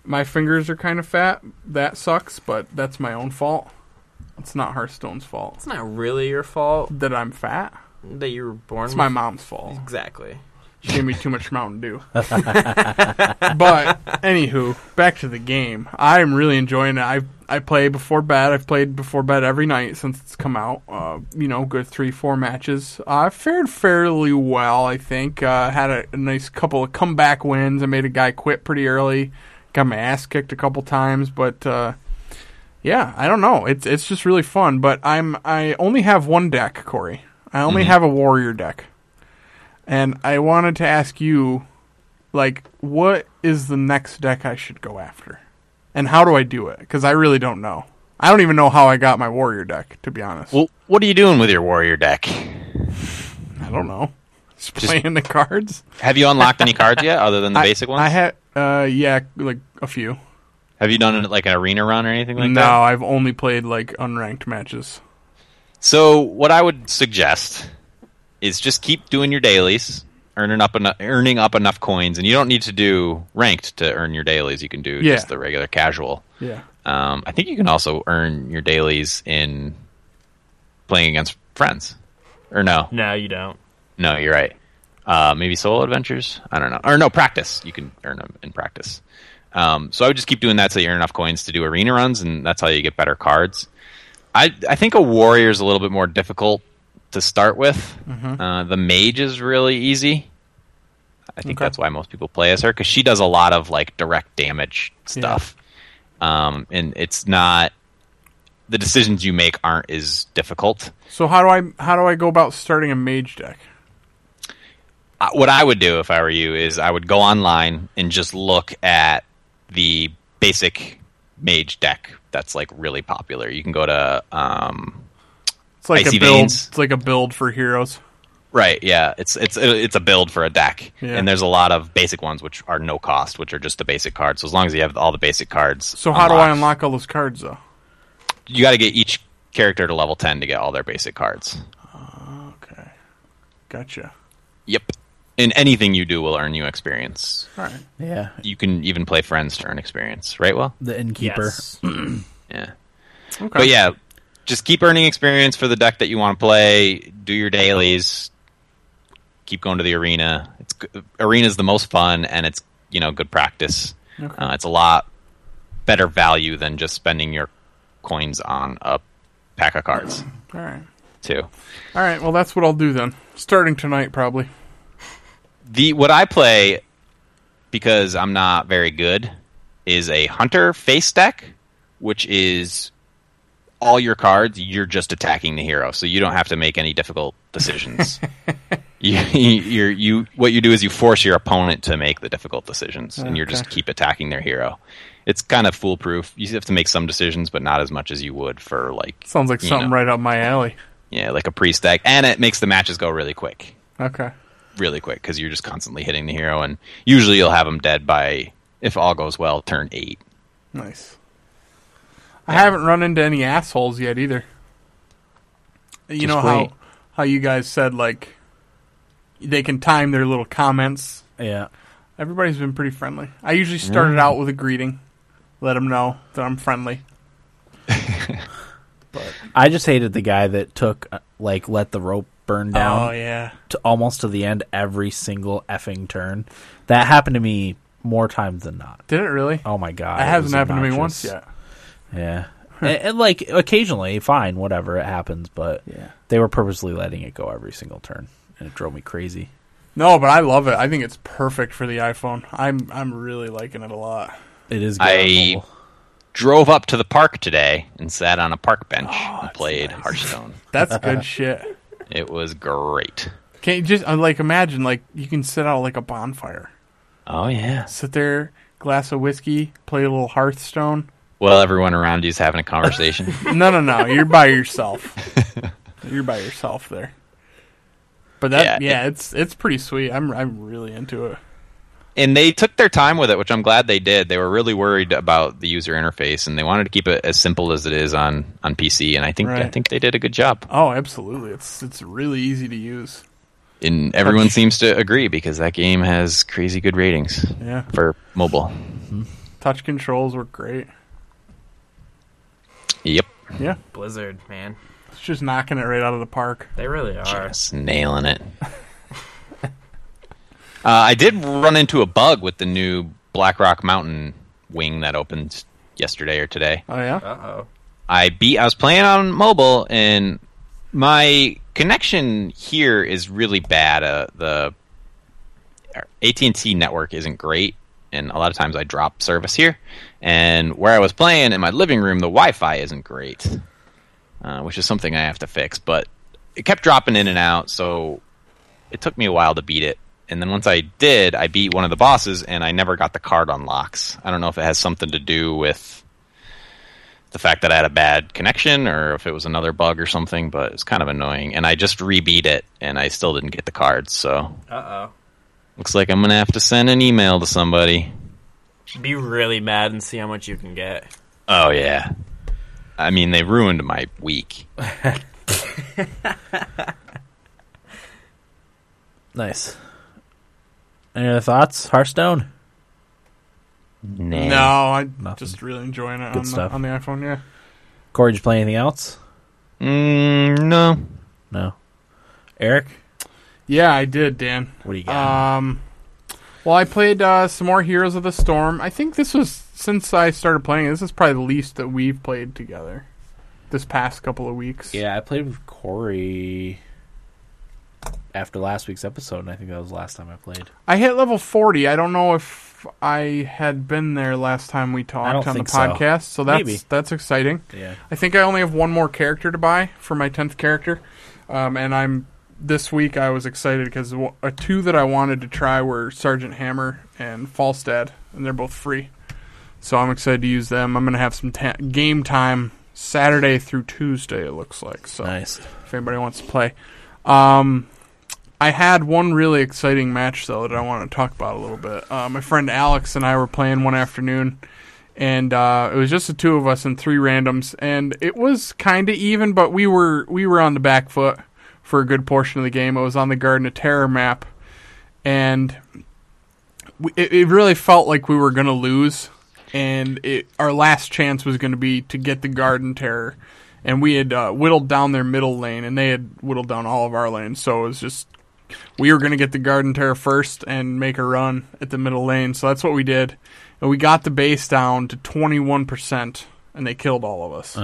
My fingers are kind of fat. That sucks, but that's my own fault. It's not Hearthstone's fault
It's not really your fault
that I'm fat.
that you were born.
It's my
with-
mom's fault.
Exactly.
She gave me too much Mountain Dew. but anywho, back to the game. I'm really enjoying it. I I play before bed. I've played before bed every night since it's come out. Uh, you know, good three four matches. I fared fairly well. I think uh, had a, a nice couple of comeback wins. I made a guy quit pretty early. Got my ass kicked a couple times, but. Uh, yeah, I don't know. It's it's just really fun, but I'm I only have one deck, Corey. I only
Mm-hmm.
have a warrior deck. And I wanted to ask you, like, what is the next deck I should go after? And how do I do it? Because I really don't know. I don't even know how I got my warrior deck, to be honest.
Well, what are you doing with your warrior deck?
I don't know. Just, playing the cards.
Have you unlocked any cards yet, other than the basic ones?
I had, uh, yeah, like a few.
Have you done like an arena run or anything like
no,
that?
I've only played like unranked matches.
So what I would suggest is just keep doing your dailies, earning up enough, earning up enough coins, and you don't need to do ranked to earn your dailies. You can do
Yeah.
just the regular casual.
Yeah.
Um, I think you can also earn your dailies in playing against friends, or no?
No, you don't.
No, you're right. Uh, maybe solo adventures. I don't know. Or no, practice. You can earn them in practice. Um, so I would just keep doing that so you earn enough coins to do arena runs, and that's how you get better cards. I I think a warrior is a little bit more difficult to start with. Uh, the mage is really easy. I think
Okay.
that's why most people play as her because she does a lot of like direct damage stuff, um, and it's not the decisions you make aren't as difficult.
So how do I how do I go about starting a mage deck?
I- what I would do if I were you is I would go online and just look at the basic mage deck that's like really popular. You can go to um,
It's like
Icy
a build.
Veins.
It's like a build for heroes.
right, yeah, it's it's it's a build for a deck,
Yeah.
and there's a lot of basic ones which are no cost, which are just the basic cards. So as long as you have all the basic cards,
So how do I
unlocked,
unlock all those cards though?
You got to get each character to level ten to get all their basic cards.
Okay, gotcha.
Yep, and anything you do will earn you experience.
All right.
Yeah,
You can even play friends to earn experience, right? Well,
the innkeeper.
Yes.
yeah.
Okay.
But yeah, just keep earning experience for the deck that you want to play. Do your dailies. Keep going to the arena. It's arena is the most fun, and it's you know good practice. Uh, it's a lot better value than just spending your coins on a pack of cards
All right.
too.
All right. Well, that's what I'll do then. Starting tonight, probably.
The what I play because I'm not very good is a hunter face deck, which is all your cards. You're just attacking the hero, so you don't have to make any difficult decisions. you, you're, you what you do is you force your opponent to make the difficult decisions, and you just
Okay.
keep attacking their hero. It's kind of foolproof. You have to make some decisions, but not as much as you would for like
Sounds like
you
something
know,
right up my alley.
Yeah, like a priest deck, and it makes the matches go really quick
Okay.
really quick because you're just constantly hitting the hero, and usually you'll have him dead by, if all goes well, turn eight.
Nice. I haven't run into any assholes yet either. You
Just
know
wait.
how how you guys said like they can time their little comments.
Yeah,
Everybody's been pretty friendly. I usually start
Mm.
it out with a greeting, let them know that I'm friendly.
I just hated the guy that took uh, like let the rope burn down
Oh yeah,
to almost to the end every single effing turn. That happened to me more times than not.
did it really?
Oh my god,
that
it was
hasn't happened to me
obnoxious.
once yet.
Yeah. and, and, like occasionally, fine, whatever, it happens, but
Yeah.
they were purposely letting it go every single turn, and it drove me crazy.
No, but I love it. I think it's perfect for the iPhone. I'm I'm really liking it a lot.
It is. Good on
I-
mobile.
Drove up to the park today and sat on a park bench and played Hearthstone.
That's good shit.
It was great.
Can't you just uh, like imagine like you can sit out like a bonfire,
Oh yeah.
sit there, glass of whiskey, play a little Hearthstone.
Well, everyone around you's having a conversation.
No, no, no. You're by yourself. You're by yourself there. But that
Yeah,
yeah, it's it's pretty sweet. I'm I'm really into it.
and they took their time with it, which I'm glad they did. They were really worried about the user interface, and they wanted to keep it as simple as it is on, on PC. And I think I
Right.
think they did a good job.
Oh, absolutely. It's it's really easy to use.
And everyone seems to agree because that game has crazy good ratings
Yeah.
for mobile.
Touch controls were great.
Yep.
Yeah.
Blizzard, man.
It's just knocking it right out of the park.
They really are.
Just nailing it. uh, I did run into a bug with the new Black Rock Mountain wing that opened yesterday or today.
Oh yeah?
Uh-oh.
I beat. I was playing on mobile, and my connection here is really bad. Uh, the AT and T network isn't great, and a lot of times I drop service here. And where I was playing in my living room, the Wi-Fi isn't great, uh, which is something I have to fix. But it kept dropping in and out, so it took me a while to beat it. And then once I did, I beat one of the bosses, and I never got the card unlocks. I don't know if it has something to do with the fact that I had a bad connection or if it was another bug or something, but it's kind of annoying. And I just rebeat it and I still didn't get the cards, so
Uh
looks like I'm gonna have to send an email to somebody.
oh. Be really mad and see how much you can get.
Oh yeah. I mean they ruined my week.
Nice. Any other thoughts? Hearthstone?
Nah.
No, I
Nothing.
just really enjoying it
Good
on the,
stuff.
on the iPhone. Yeah.
Corey, did you play anything else?
Mm, no.
No. Eric?
Yeah, I did, Dan.
What do you got?
Um, well, I played uh, some more Heroes of the Storm. I think this was since I started playing. This is probably the least that we've played together this past couple of weeks.
yeah, I played with Corey after last week's episode, and I think that was the last time I played.
I hit level forty. I don't know if I had been there last time we talked
don't
on the
think so.
podcast, so, that's
Maybe.
that's exciting.
Yeah.
I think I only have one more character to buy for my tenth character, um, and I'm this week I was excited because a two that I wanted to try were Sergeant Hammer and Falstad, and they're both free, so I'm excited to use them. I'm gonna have some ta- game time Saturday through Tuesday. It looks like so
Nice.
if anybody wants to play. Um, I had one really exciting match though that I want to talk about a little bit. Uh, my friend Alex and I were playing one afternoon, and uh, it was just the two of us and three randoms, and it was kind of even, but we were we were on the back foot for a good portion of the game. It was on the Garden of Terror map, and we, it, it really felt like we were going to lose, and it, our last chance was going to be to get the Garden Terror. And we had uh, whittled down their middle lane, and they had whittled down all of our lanes. So it was just we were going to get the Garden Terror first and make a run at the middle lane. So that's what we did, and we got the base down to twenty one percent, and they killed all of us.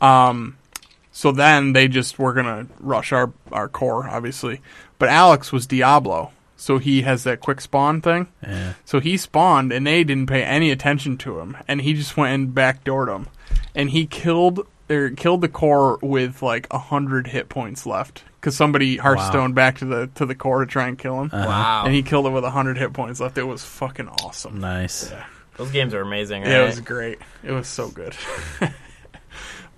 Um, so then they just were gonna rush our our core, obviously. But Alex was Diablo, so he has that quick spawn thing.
Yeah.
So he spawned, and they didn't pay any attention to him, and he just went and backdoored him, and he killed or killed the core with like a hundred hit points left because somebody Hearthstone back to the to the core to try and kill him,
Wow.
and he killed it with a hundred hit points left. It was fucking awesome.
Nice.
Those games are amazing, right?
Yeah, It was great. It was so good.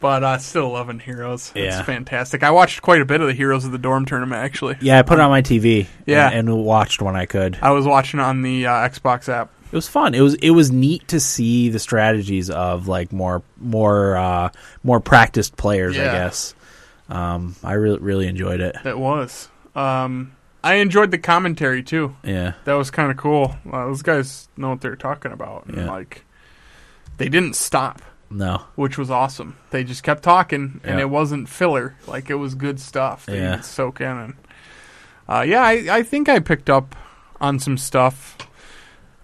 but uh, still loving Heroes. It's
Yeah.
fantastic. I watched quite a bit of the Heroes of the Dorm tournament actually.
Yeah, I put it on my TV.
Yeah.
And, and watched when I could.
I was watching on the uh, Xbox app.
It was fun. It was it was neat to see the strategies of like more more uh, more practiced players. I
Yeah.
guess. Um, I really really enjoyed it.
It was. Um, I enjoyed the commentary too.
Yeah.
That was kind of cool. Uh, those guys know what they're talking about. And,
Yeah.
Like they didn't stop,
No.
which was awesome. They just kept talking, and
Yeah.
it wasn't filler. Like it was good stuff. That
Yeah.
You could soak in and uh, yeah, I, I think I picked up on some stuff.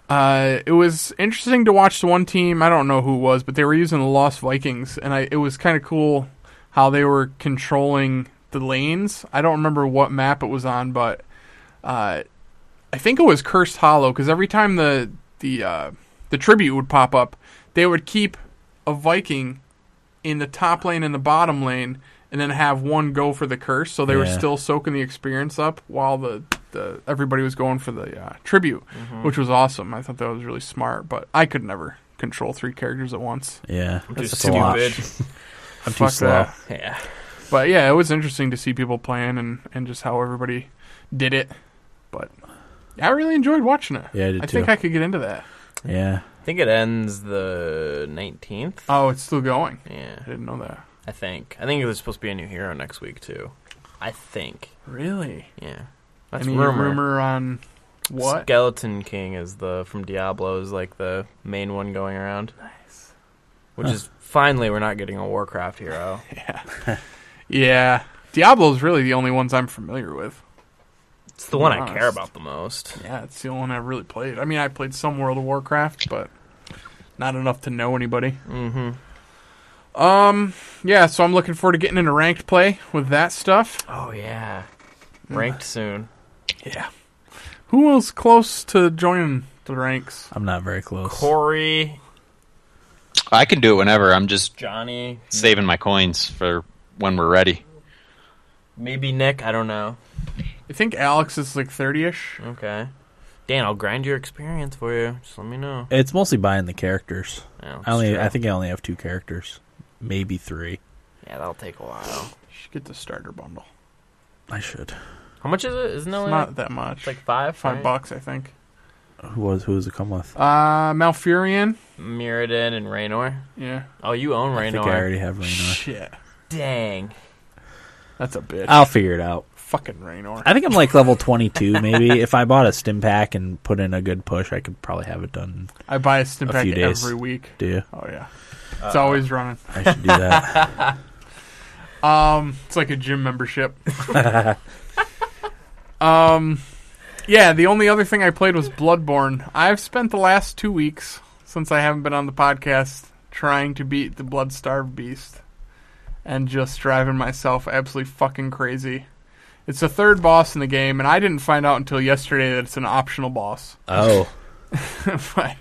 Uh, it was interesting to watch the one team. I don't know who it was, but they were using the Lost Vikings, and I, it was kind of cool how they were controlling the lanes. I don't remember what map it was on, but uh, I think it was Cursed Hollow because every time the the uh, the tribute would pop up, they would keep a Viking in the top lane and the bottom lane, and then have one go for the curse. So they were
Yeah.
still soaking the experience up while the, the everybody was going for the uh, tribute, which was awesome. I thought that was really smart, but I could never control three characters at once.
Yeah.
I'm too
That's a lot.
stupid.
I'm too
Fuck
slow.
that.
yeah.
But yeah, it was interesting to see people playing and, and just how everybody did it. But I really enjoyed watching it.
Yeah, I did
think
too.
I could get into that.
Yeah.
I think it ends the 19th.
Oh, it's still going.
Yeah.
I didn't know that.
I think. I think there's supposed to be a new hero next week too. I think.
Really?
Yeah. That's
Any
rumor.
rumor on what?
Skeleton King is the from Diablo is like the main one going around. Nice. Which is finally we're not getting a Warcraft hero.
yeah. Diablo's really the only ones I'm familiar with.
It's the one I
Nice.
care about the most.
Yeah, it's the only one I've really played. I mean, I played some World of Warcraft, but not enough to know anybody.
Mm-hmm.
Um, yeah, so I'm looking forward to getting into ranked play with that stuff.
Oh yeah. Mm. Ranked soon.
Yeah. Who else close to joining the ranks?
I'm not very close.
Corey,
I can do it whenever. I'm just
Johnny,
saving my coins for when we're ready.
maybe Nick, I don't know.
I think Alex is like 30 ish.
Okay. Dan, I'll grind your experience for you. Just let me know.
It's mostly buying the characters.
Yeah,
I only
it's true.
I think I only have two characters. maybe three.
Yeah, that'll take a while.
You should get the starter bundle.
I should.
How much is it? Isn't it
It's
only
not
like,
that much.
it's like five?
five
right?
bucks, I think.
Who was who was it come with?
Uh, Malfurion.
Mirrodin and Raynor.
Yeah.
Oh, you own
I
Raynor.
think I already have Raynor.
Shit.
Dang.
That's a bitch.
I'll figure it out.
Fucking Raynor.
I think I'm like level 22 maybe. If I bought a stim pack and put in a good push, I could probably have it done.
I buy a stim
A
pack
few days.
every week.
Do you?
Oh yeah. It's
Uh,
always running.
I should do that.
Um, it's like a gym membership. um, yeah. The only other thing I played was Bloodborne. I've spent the last two weeks since I haven't been on the podcast trying to beat the Bloodstarved Beast, and just driving myself absolutely fucking crazy. It's the third boss in the game, and I didn't find out until yesterday that it's an optional boss.
oh.
but,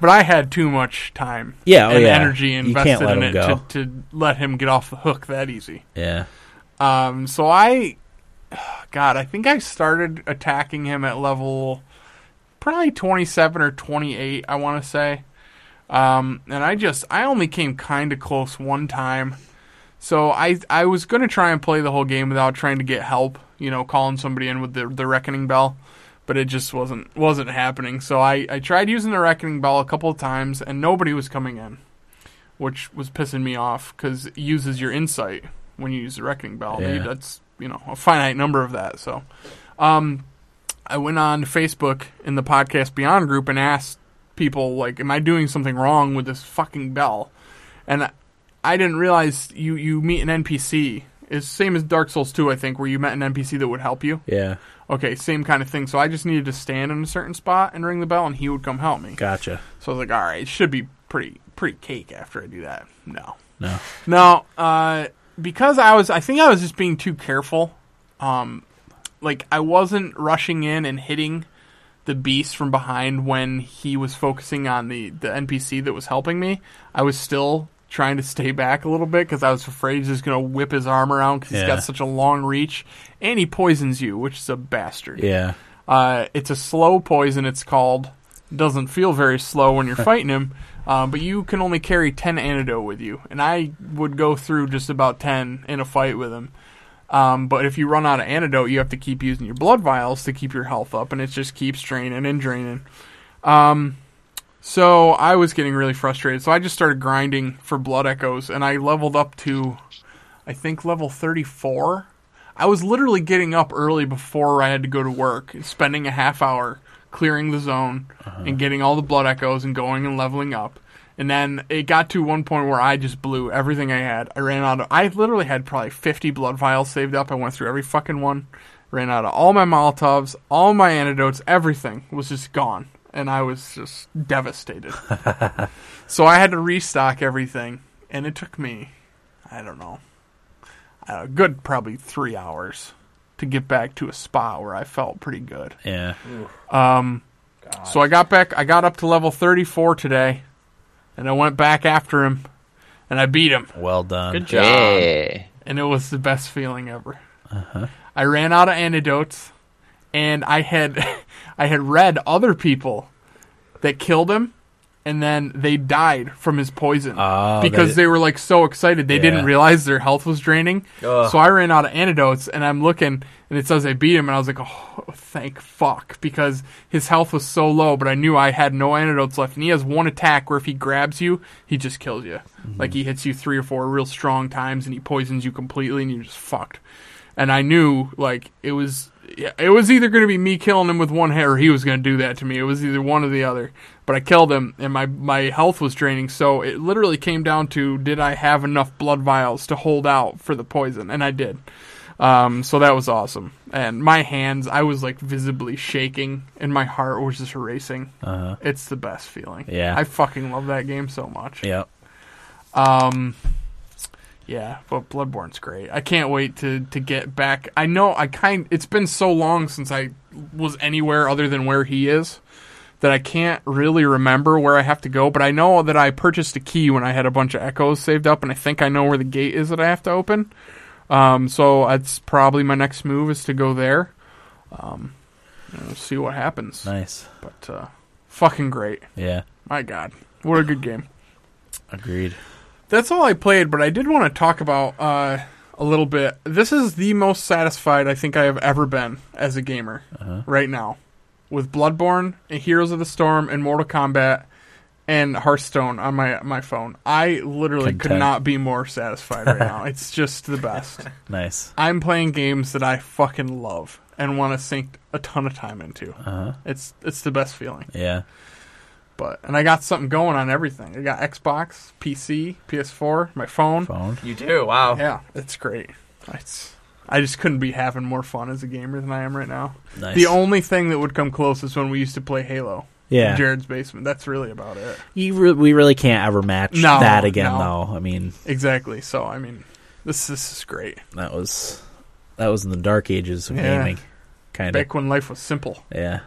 but I had too much time
Yeah, oh
and
yeah.
energy
You
invested
can't let
in
him
it
go.
To, to let him get off the hook that easy.
Yeah.
Um, so I, God, I think I started attacking him at level probably 27 or 28, I want to say. Um, and I just, I only came kind of close one time. So I, I was going to try and play the whole game without trying to get help, you know, calling somebody in with the, the reckoning bell, but it just wasn't, wasn't happening. So I, I tried using the reckoning bell a couple of times and nobody was coming in, which was pissing me off because it uses your insight when you use the reckoning bell.
Yeah.
That's, you know, a finite number of that. So, um, I went on Facebook in the podcast Beyond group and asked people like, "Am I doing something wrong with this fucking bell?" And I- I didn't realize you you meet an NPC. It's same as Dark Souls 2, I think, where you met an NPC that would help you.
Yeah.
Okay, same kind of thing. So I just needed to stand in a certain spot and ring the bell, and he would come help me.
Gotcha.
So I was like, "All right, it should be pretty pretty cake after I do that." No,
No.
no, uh, because I was, I think I was just being too careful. Um, like I wasn't rushing in and hitting the beast from behind when he was focusing on the the NPC that was helping me. I was still trying to stay back a little bit because I was afraid he's just gonna whip his arm around because he's
Yeah.
got such a long reach, and he poisons you, which is a bastard.
Yeah.
Uh, it's a slow poison. It's called. Doesn't feel very slow when you're fighting him, um, but you can only carry ten antidote with you, and I would go through just about ten in a fight with him. Um, but if you run out of antidote, you have to keep using your blood vials to keep your health up, and it just keeps draining and draining. Um, so I was getting really frustrated, so I just started grinding for blood echoes, and I leveled up to, I think, level 34. I was literally getting up early before I had to go to work, and spending a half hour clearing the zone and getting all the blood echoes and going and leveling up. And then it got to one point where I just blew everything I had. I ran out of. I literally had probably 50 blood vials saved up. I went through every fucking one. Ran out of all my Molotovs, all my antidotes, everything was just gone. And I was just devastated. so I had to restock everything. And it took me, I don't know, a good probably three hours to get back to a spot where I felt pretty good.
Yeah.
So I got back. I got up to level 34 today, and I went back after him, and I beat him,
Well done.
Good job.
Yeah.
and it was the best feeling ever. I ran out of antidotes, and I had, I had read other people that killed him, and then they died from his poison
Oh,
because
that-
they were like so excited they
Yeah.
didn't realize their health was draining.
Ugh.
So I ran out of antidotes, and I'm looking, and it says I beat him, and I was like, oh, thank fuck, because his health was so low, but I knew I had no antidotes left, and he has one attack where if he grabs you, he just kills you. Like he hits you three or four real strong times, and he poisons you completely, and you're just fucked. And I knew like it was. yeah, It was either going to be me killing him with one hit, or he was going to do that to me. It was either one or the other. But I killed him, and my my health was draining. So it literally came down to did I have enough blood vials to hold out for the poison, and I did. Um, so that was awesome. And my hands, I was like visibly shaking, and my heart was just racing.
Uh-huh.
It's the best feeling.
Yeah.
I fucking love that game so much.
Yep.
Um, yeah, but Bloodborne's great. I can't wait to to get back. I know I kind. It's been so long since I was anywhere other than where he is that I can't really remember where I have to go. But I know that I purchased a key when I had a bunch of echoes saved up, and I think I know where the gate is that I have to open. Um, so that's probably my next move is to go there. Um, and we'll see what happens.
Nice.
But uh, fucking great!
Yeah.
My God, what a good game.
Agreed.
That's all I played, but I did want to talk about uh, a little bit. This is the most satisfied I think I have ever been as a gamer right now with Bloodborne, and Heroes of the Storm, and Mortal Kombat, and Hearthstone on my my phone. I literally could
Content.
not be more satisfied right now. It's just the best.
Nice.
I'm playing games that I fucking love and want to sink a ton of time into.
Uh-huh.
It's it's the best feeling.
Yeah.
But and I got something going on everything. I got Xbox, PC, PS4, my phone.
Phone.
You do. Wow.
Yeah, it's great. It's I just couldn't be having more fun as a gamer than I am right now.
Nice.
The only thing that would come close is when we used to play Halo.
yeah.
in Jared's basement. That's really about it.
You re- we really can't ever match
No,
that again,
no.
though. I mean,
Exactly. So I mean, this this is great.
that was that was in the dark ages of
Yeah.
gaming, kind of.
Back when life was simple.
Yeah.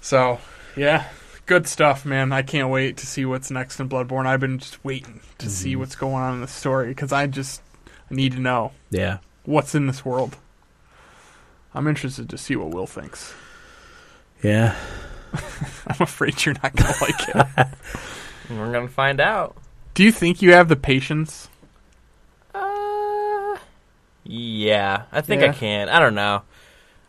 So yeah, good stuff, man. I can't wait to see what's next in Bloodborne. I've been just waiting to see
Mm-hmm.
what's going on in the story because I just need to know
Yeah.
what's in this world. I'm interested to see what Will thinks.
Yeah.
I'm afraid you're not gonna like it.
We're gonna find out.
Do you think you have the patience?
Uh, yeah, I think I
Yeah.
can. I don't know.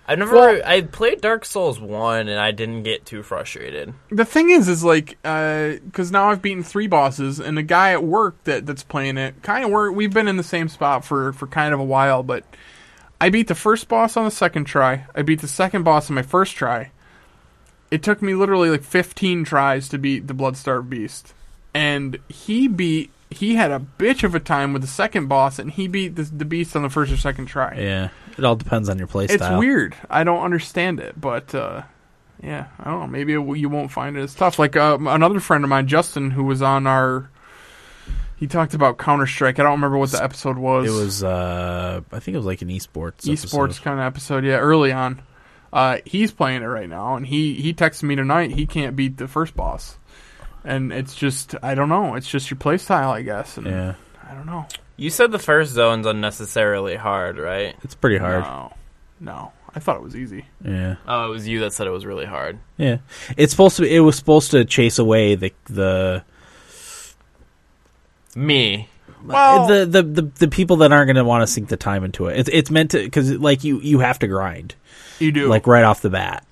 I never.
Well-
I played Dark Souls one, and I didn't get too frustrated.
The thing is, is like, because now I've beaten three bosses, and the guy at work that that's playing it, kind of we're we've been in the same spot for for kind of a while, but I beat the first boss on the second try. I beat the second boss on my first try. It took me literally like 15 tries to beat the Bloodstarved Beast, and he beat. He had a bitch of a time with the second boss, and he beat the, the beast on the first or second try.
Yeah. It all depends on your play
It's
style.
weird. I don't understand it, but uh, yeah, I don't know. Maybe it, you won't find it as tough. Like uh, another friend of mine, Justin, who was on our, he talked about Counter Strike. I don't remember what the episode was.
It was, uh, I think it was like an esports.
esports
episode.
kind of episode. Yeah, early on. Uh, he's playing it right now, and he he texted me tonight. He can't beat the first boss, and it's just I don't know. It's just your play style, I guess. And
Yeah.
I don't know.
You said the first zone's unnecessarily hard, right?
It's pretty hard.
No, no. I thought it was easy.
Yeah.
Oh, it was you that said it was really hard.
Yeah. It's supposed to. It was supposed to chase away the the
Me.
Well,
the, the the the people that aren't going to want to sink the time into it. It's it's meant to because like you you have to grind
you do
like right off the bat.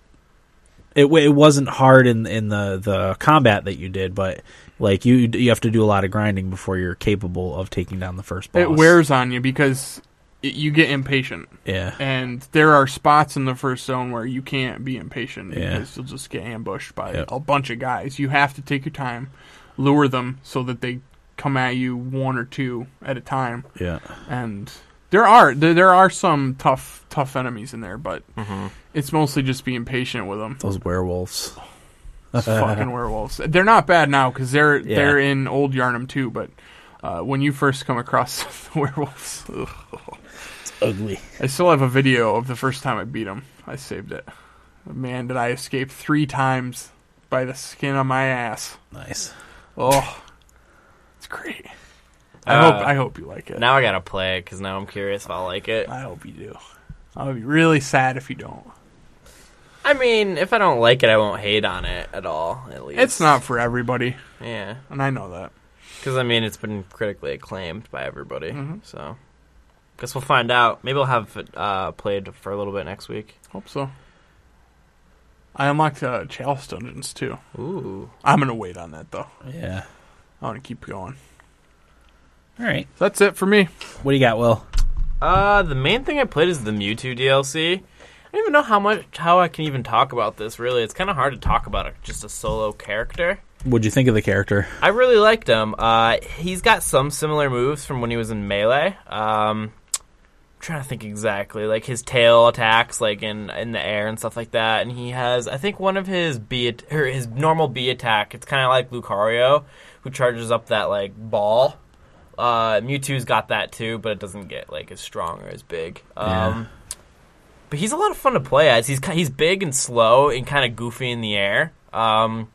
It wa- it wasn't hard in in the the combat that you did, but like you you have to do a lot of grinding before you're capable of taking down the first boss.
it wears on you because it, you get impatient
yeah
and there are spots in the first zone where you can't be impatient
Yeah.
because you'll just get ambushed by
Yep.
a bunch of guys you have to take your time lure them so that they come at you one or two at a time
yeah
and there are there, there are some tough tough enemies in there but
Mm-hmm.
it's mostly just being patient with them
those werewolves.
It's fucking werewolves. They're not bad now because they're
Yeah.
they're in old Yarnum too. But uh, when you first come across the werewolves, ugh.
Ugly.
I still have a video of the first time I beat him. I saved it. Man, did I escape three times by the skin of my ass.
Nice.
Oh, it's great. I
Uh,
hope I hope you like it.
Now I gotta play it because now I'm curious if I like it.
I hope you do. I'll be really sad if you don't.
I mean, if I don't like it, I won't hate on it at all. At least
It's not for everybody,
Yeah,
and I know that.
because I mean, it's been critically acclaimed by everybody.
Mm-hmm.
So, guess we'll find out. Maybe I'll have it uh, played for a little bit next week.
Hope so. I unlocked uh, Chalice Dungeons too.
Ooh,
I'm gonna wait on that though.
Yeah.
I want to keep going.
All right.
So that's it for me.
What do you got, Will?
uh, the main thing I played is the Mewtwo DLC. I don't even know how much how I can even talk about this. Really, it's kind of hard to talk about it, just a solo character.
What'd you think of the character?
I really liked him. Uh, he's got some similar moves from when he was in melee. Um, I'm trying to think exactly, like his tail attacks, like in in the air and stuff like that. And he has, I think, one of his B at- or his normal B attack. It's kind of like Lucario, who charges up that like ball. Uh, Mewtwo's got that too, but it doesn't get like as strong or as big. Um, But he's a lot of fun to play as. He's ki- he's big and slow and kind of goofy in the air. Um,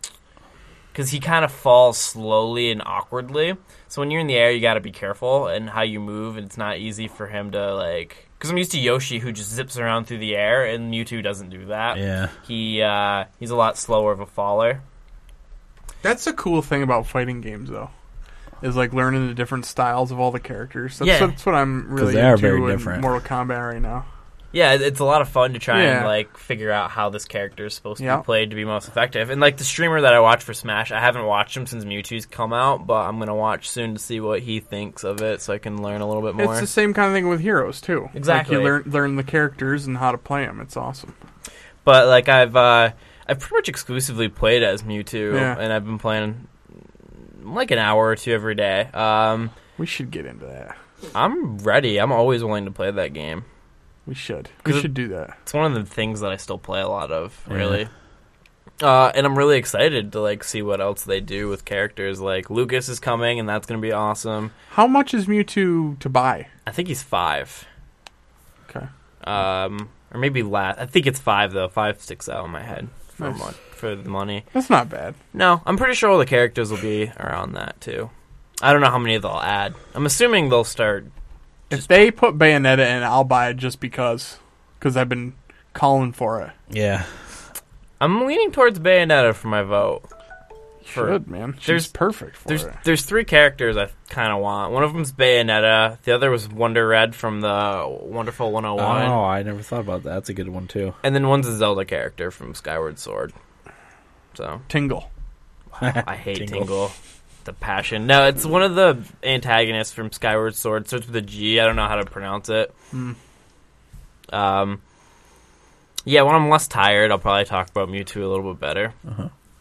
because he kind of falls slowly and awkwardly. So when you're in the air, you got to be careful and how you move, and it's not easy for him to like. Because I'm used to Yoshi, who just zips around through the air, and Mewtwo doesn't do that.
Yeah.
He uh, he's a lot slower of a faller.
That's the cool thing about fighting games, though. is like learning the different styles of all the characters. That's,
Yeah.
that's what I'm
'Cause
really
they are
into
very
in
different.
Mortal Kombat right now.
Yeah, it- it's a lot of fun to try and
Yeah.
like figure out how this character is supposed to
Yeah.
be played to be most effective. And like the streamer that I watch for Smash, I haven't watched him since Mewtwo's come out, but I'm gonna watch soon to see what he thinks of it, so I can learn a little bit more.
It's the same kind of thing with heroes too.
Exactly.
Like you learn learn the characters and how to play them. It's awesome.
but like I've uh, I've pretty much exclusively played as Mewtwo,
Yeah.
and I've been playing like an hour or two every day. Um,
We should get into that.
I'm ready. I'm always willing to play that game.
We should. We
Good.
should do that.
It's one of the things that I still play a lot of,
Yeah.
really. Uh, and I'm really excited to like see what else they do with characters. Like Lucas is coming, and that's gonna be awesome.
How much is Mewtwo to buy?
I think he's five,
Okay.
um, or maybe last. I think it's five though. Five sticks out in my head for
Nice.
mon- for the money.
That's not bad.
No, I'm pretty sure all the characters will be around that too. I don't know how many they'll add. I'm assuming they'll start.
if they put Bayonetta in, I'll buy it just because. Because I've been calling for it.
Yeah.
I'm leaning towards Bayonetta for my vote. For-
Should man. She's
there's-
perfect for
There's
it.
there's three characters I kind of want. One of them's Bayonetta. The other was Wonder Red from the Wonderful 101.
Oh, I never thought about that. That's a good one too.
And then one's a Zelda character from Skyward Sword. So
Tingle.
I hate Tingle.
Tingle.
The passion. No, it's one of the antagonists from Skyward Sword. Starts with a G. I don't know how to pronounce it. Um, yeah, when I'm less tired, I'll probably talk about Mewtwo a little bit better.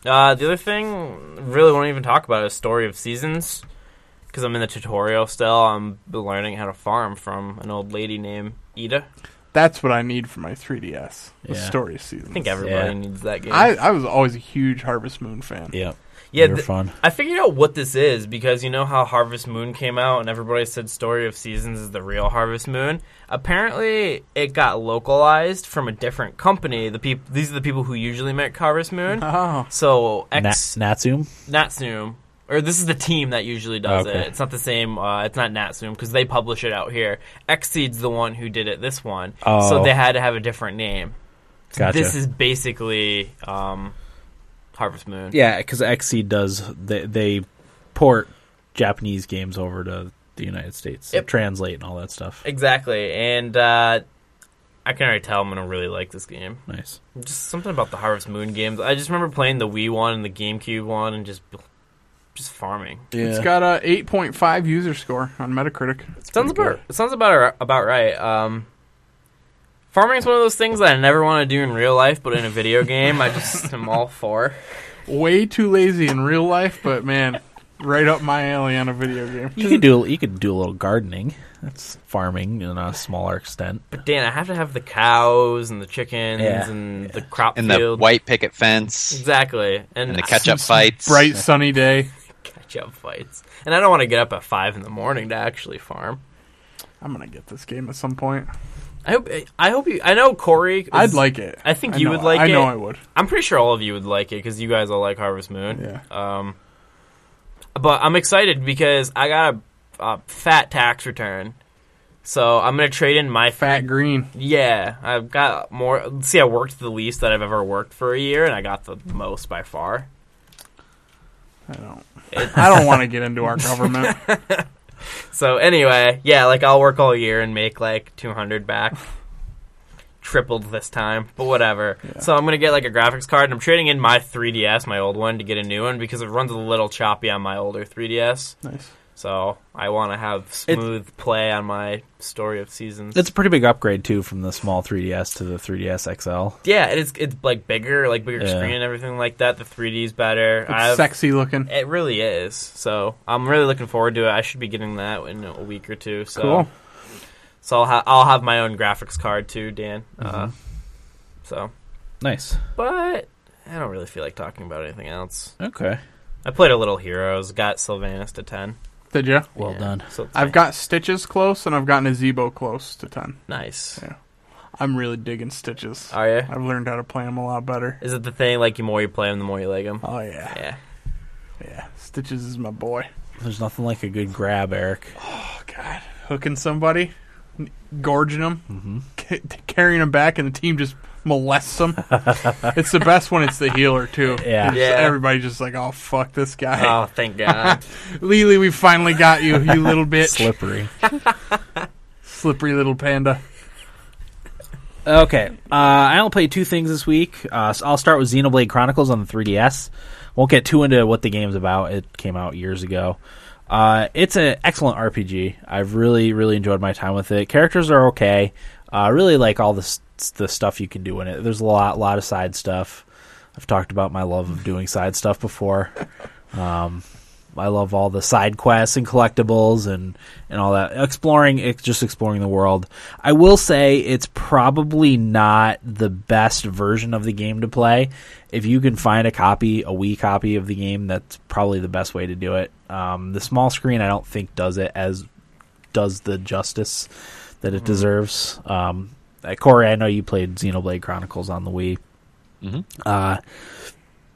Uh, the other thing, really won't even talk about, is Story of Seasons. Because I'm in the tutorial still. I'm learning how to farm from an old lady named Ida.
That's what I need for my 3DS. The
Yeah.
story season.
I think everybody
Yeah.
needs that game.
I, I was always a huge Harvest Moon fan.
Yeah.
yeah,
They're
th-
fun.
I figured out what this is because you know how Harvest Moon came out and everybody said Story of Seasons is the real Harvest Moon. Apparently, it got localized from a different company. The peop- these are the people who usually make Harvest Moon.
Oh,
So
Na-
ex
Natsum.
Natsume, or this is the team that usually does
Okay.
it. It's not the same. Uh, it's not Natsume because they publish it out here. Xseed's the one who did it. This one, so
Oh.
they had to have a different name. So
Gotcha.
This is basically um, Harvest Moon.
Yeah, because XC does they, they port Japanese games over to the United States, They
Yep.
translate and all that stuff.
Exactly, and uh, I can already tell I'm gonna really like this game.
Nice.
Just something about the Harvest Moon games. I just remember playing the Wii one and the GameCube one, and just just farming.
it's got a 8.5 user score on Metacritic.
sounds
pretty
about it sounds about about right. Um, farming is one of those things that I never want to do in real life, but in a video game, I just am all for.
Way too lazy in real life, but man, right up my alley on a video game.
You could do you could do a little gardening. That's farming in a smaller extent.
But Dan, I have to have the cows and the chickens
Yeah.
and the crop
And the
field.
white picket fence
Exactly, and,
and the
I-
catch-up fights.
Bright sunny day.
catch up fights. And I don't want to get up at five in the morning to actually farm.
I'm gonna get this game at some point.
I hope. I hope you. I know Corey. is-
I'd like it.
I think you
know-
would like
I know
it.
I would.
I'm pretty sure all of you would like it because you guys all like Harvest Moon.
Yeah.
Um, but I'm excited because I got a, a fat tax return, so I'm gonna trade in my
Fat green.
Yeah, I've got more. See, I worked the least that I've ever worked for a year, and I got the most by far.
I don't. I don't want to get into our government.
So anyway, yeah, like I'll work all year and make like 200 back. Tripled this time, but whatever. So I'm gonna get like a graphics card, and I'm trading in my 3DS, my old one, to get a new one because it runs a little choppy on my older 3DS.
nice.
So I want to have smooth play on my Story of Seasons.
It's a pretty big upgrade too from the small 3DS to the 3DS XL.
yeah, it's it's like bigger, like bigger
Yeah.
screen and everything like that. The 3D's better.
It's
I've-
sexy looking.
It really is. So I'm really looking forward to it. I should be getting that in a week or two. So.
Cool.
So I'll, ha- I'll have my own graphics card too, Dan. Uh,
Mm-hmm.
so,
Nice.
but I don't really feel like talking about anything else.
Okay.
I played a little Heroes, got Sylvanas to ten.
Did you?
Well
Yeah,
done.
So it's
I've got Stitches close, and I've gotten a Zebo close to ten.
nice.
I'm really digging Stitches.
Are you?
I've learned how to play them a lot better.
Is it the thing like the more you play them, the more you like them?
Oh yeah,
Yeah.
yeah. Stitches is my boy.
There's nothing like a good grab, Eric.
Oh god,
Mm-hmm.
hooking somebody, gorging them, carrying them back, and the team just molests them. it's the best when it's the healer too.
Yeah.
It's-
Yeah.
Everybody just like, oh fuck this guy.
Oh, thank God.
Lily, we finally got you, you little bitch,
Slippery.
slippery little panda.
Okay, uh, I only played two things this week. Uh, so I'll start with Xenoblade Chronicles on the 3DS. Won't get too into what the game's about. It came out years ago. Uh, it's an excellent RPG. I've really, really enjoyed my time with it. Characters are okay. Uh, really like all the s- the stuff you can do in it. There's a lot, lot of side stuff. I've talked about my love of doing side stuff before. Um, I love all the side quests and collectibles and, and all that. Exploring, ex- just exploring the world. I will say it's probably not the best version of the game to play. If you can find a copy, a Wii copy of the game, that's probably the best way to do it. Um, the small screen, I don't think does it as does the justice that it deserves. Um, uh, Corey, I know you played Xenoblade Chronicles on the Wii.
Mhm.
Uh,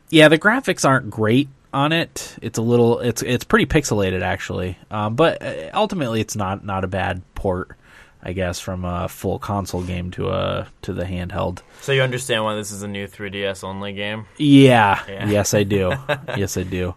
yeah, the graphics aren't great on it. It's a little, it's it's pretty pixelated actually, um, but uh, ultimately it's not not a bad port, I guess, from a full console game to a to the handheld.
so you understand why this is a new 3DS only game?
Yeah,
Yeah.
yes I do, yes I do.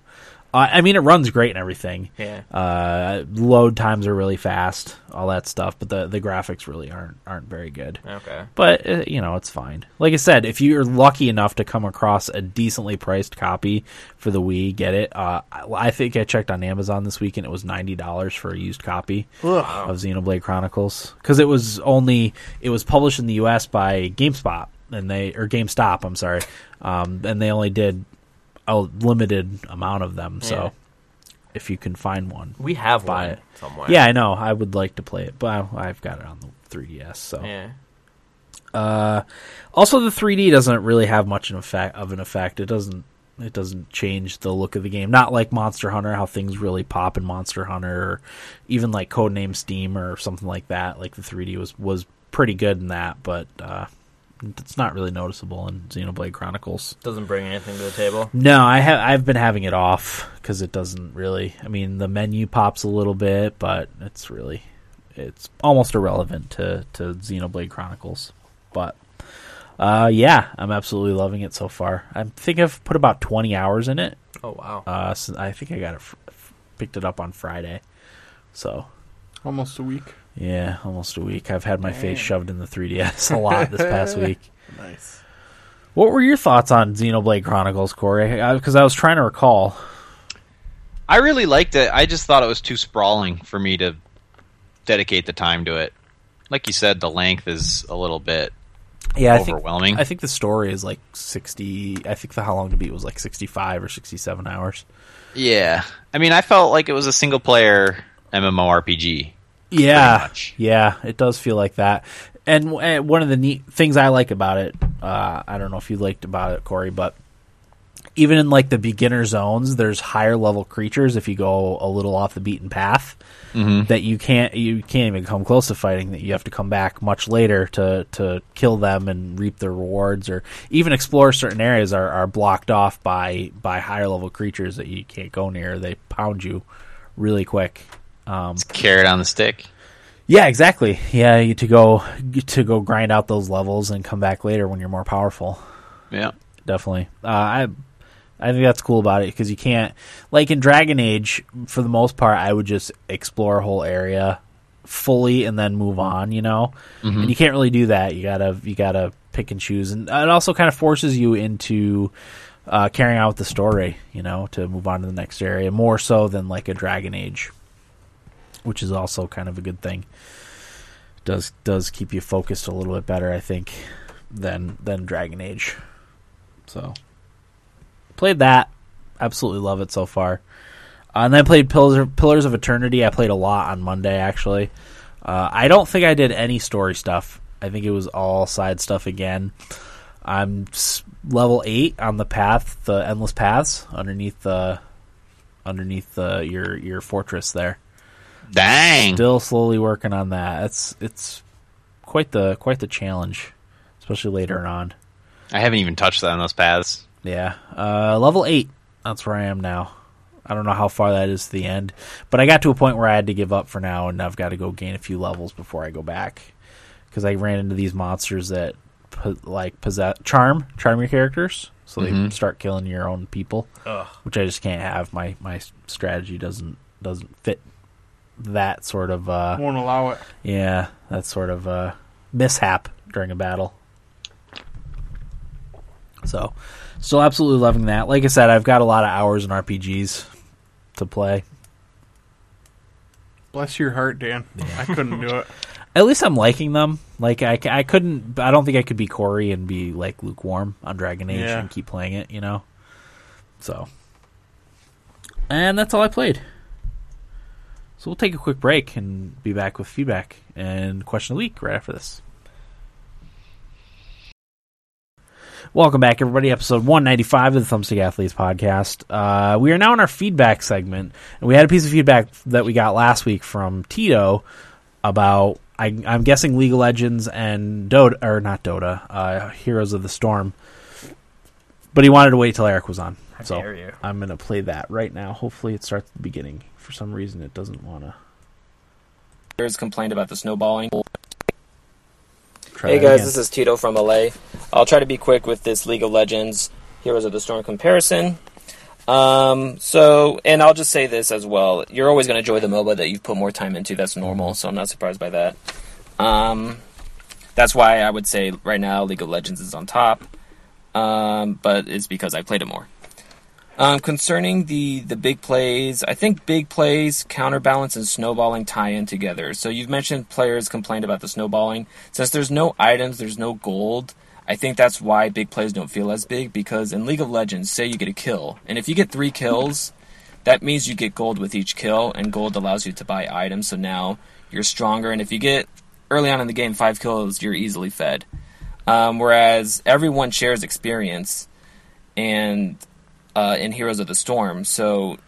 Uh, I mean, it runs great and everything.
Yeah.
Uh, load times are really fast, all that stuff, but the, the graphics really aren't aren't very good.
Okay.
But uh, you know, it's fine. Like I said, if you're lucky enough to come across a decently priced copy for the Wii, get it. Uh, I, I think I checked on Amazon this week and it was ninety dollars for a used copy of Xenoblade Chronicles because it was only it was published in the U.S. by GameSpot and they or GameStop. I'm sorry, um, and they only did a limited amount of them. So
Yeah.
if you can find one,
We have
Buy
one
it.
somewhere.
yeah, I know I would like to play it, but I, I've got it on the 3DS. So
Yeah.
uh, also, the 3D doesn't really have much an effect of an effect. It doesn't. It doesn't change the look of the game. Not like Monster Hunter, how things really pop in Monster Hunter, or even like Codename Steam or something like that. Like the 3D was was pretty good in that, but uh, it's not really noticeable in Xenoblade Chronicles.
Doesn't bring anything to the table.
No, I have. I've been having it off because it doesn't really. I mean, the menu pops a little bit, but it's really, it's almost irrelevant to to Xenoblade Chronicles. But uh, yeah, I'm absolutely loving it so far. I think I've put about 20 hours in it.
Oh, wow.
Uh, since I think I got it, fr- f- picked it up on Friday. So
Almost a week.
yeah, almost a week. I've had my face shoved in the 3DS a lot this past week.
Nice.
What were your thoughts on Xenoblade Chronicles, Corey? Because I was trying to recall.
I really liked it. I just thought it was too sprawling for me to dedicate the time to it. Like you said, the length is a little bit
yeah, I think
overwhelming.
I think the story is like sixty. I think the how long to beat was like sixty-five or sixty-seven hours.
yeah. I mean, I felt like it was a single player MMORPG.
Yeah,
Pretty much.
yeah, it does feel like that. And, w- and one of the neat things I like about it, uh, I don't know if you liked about it, Corey, but even in like the beginner zones, there's higher level creatures if you go a little off the beaten path
Mm-hmm.
that you can't you can't even come close to fighting. That you have to come back much later to to kill them and reap their rewards, or even explore certain areas are, are blocked off by by higher level creatures that you can't go near. They pound you really quick. Um,
Carrot on the stick.
yeah, exactly. Yeah, you to go to go grind out those levels and come back later when you're more powerful.
Yeah.
Definitely. Uh, I I think that's cool about it because you can't like in Dragon Age for the most part. I would just explore a whole area fully and then move on. You know, and you can't really do that. You gotta you gotta pick and choose, and it also kind of forces you into. Uh, carrying out the story, you know, to move on to the next area more so than like a Dragon Age, which is also kind of a good thing. Does does keep you focused a little bit better, I think, than than Dragon Age. So played that. Absolutely love it so far. Uh, and then I played Pillars, Pillars of Eternity. I played a lot on Monday actually. Uh, I don't think I did any story stuff. I think it was all side stuff again. I'm s- level eight on the path, the endless paths underneath the underneath the your your fortress there.
Dang.
Still slowly working on that. It's it's quite the quite the challenge, especially later on.
I haven't even touched that on those paths.
Yeah. Uh, level 8. That's where I am now. I don't know how far that is to the end, but I got to a point where I had to give up for now, and I've got to go gain a few levels before I go back. Because I ran into these monsters that p- po- like possess charm charm your characters, so they start killing your own people,
Ugh.
which I just can't have. My my s- strategy doesn't doesn't fit that sort of uh,
Won't allow it.
yeah that sort of uh, mishap during a battle. So, still absolutely loving that. Like I said, I've got a lot of hours in RPGs to play.
Bless your heart, Dan. I couldn't do it.
At least I'm liking them. Like I, c- I couldn't. I don't think I could be Corey and be like lukewarm on Dragon Age
Yeah.
and keep playing it. You know. So. And that's all I played. So we'll take a quick break and be back with feedback and question of the week right after this. Welcome back, everybody. Episode 195 of the Thumbstick Athletes podcast. Uh, we are now in our feedback segment, and we had a piece of feedback that we got last week from Tito about I, I'm guessing League of Legends and Dota or not Dota, uh, Heroes of the Storm. But he wanted to wait till Eric was on,
How
so
dare you?
I'm gonna play that right now. Hopefully, it starts at the beginning. For some reason, it doesn't want to.
players complained about the snowballing.
Try
hey guys, this is Tito from LA. I'll try to be quick with this League of Legends Heroes of the Storm comparison. Um, so, and I'll just say this as well: you're always going to enjoy the MOBA that you've put more time into. That's normal, so I'm not surprised by that. Um, that's why I would say right now League of Legends is on top, um, but it's because I played it more. Um, concerning the the big plays, I think big plays, counterbalance, and snowballing tie in together. So you've mentioned players complained about the snowballing. Since there's no items, there's no gold. I think that's why big plays don't feel as big because in League of Legends, say you get a kill, and if you get three kills, that means you get gold with each kill, and gold allows you to buy items. So now you're stronger, and if you get early on in the game five kills, you're easily fed. Um, whereas everyone shares experience, and uh, in Heroes of the Storm. So,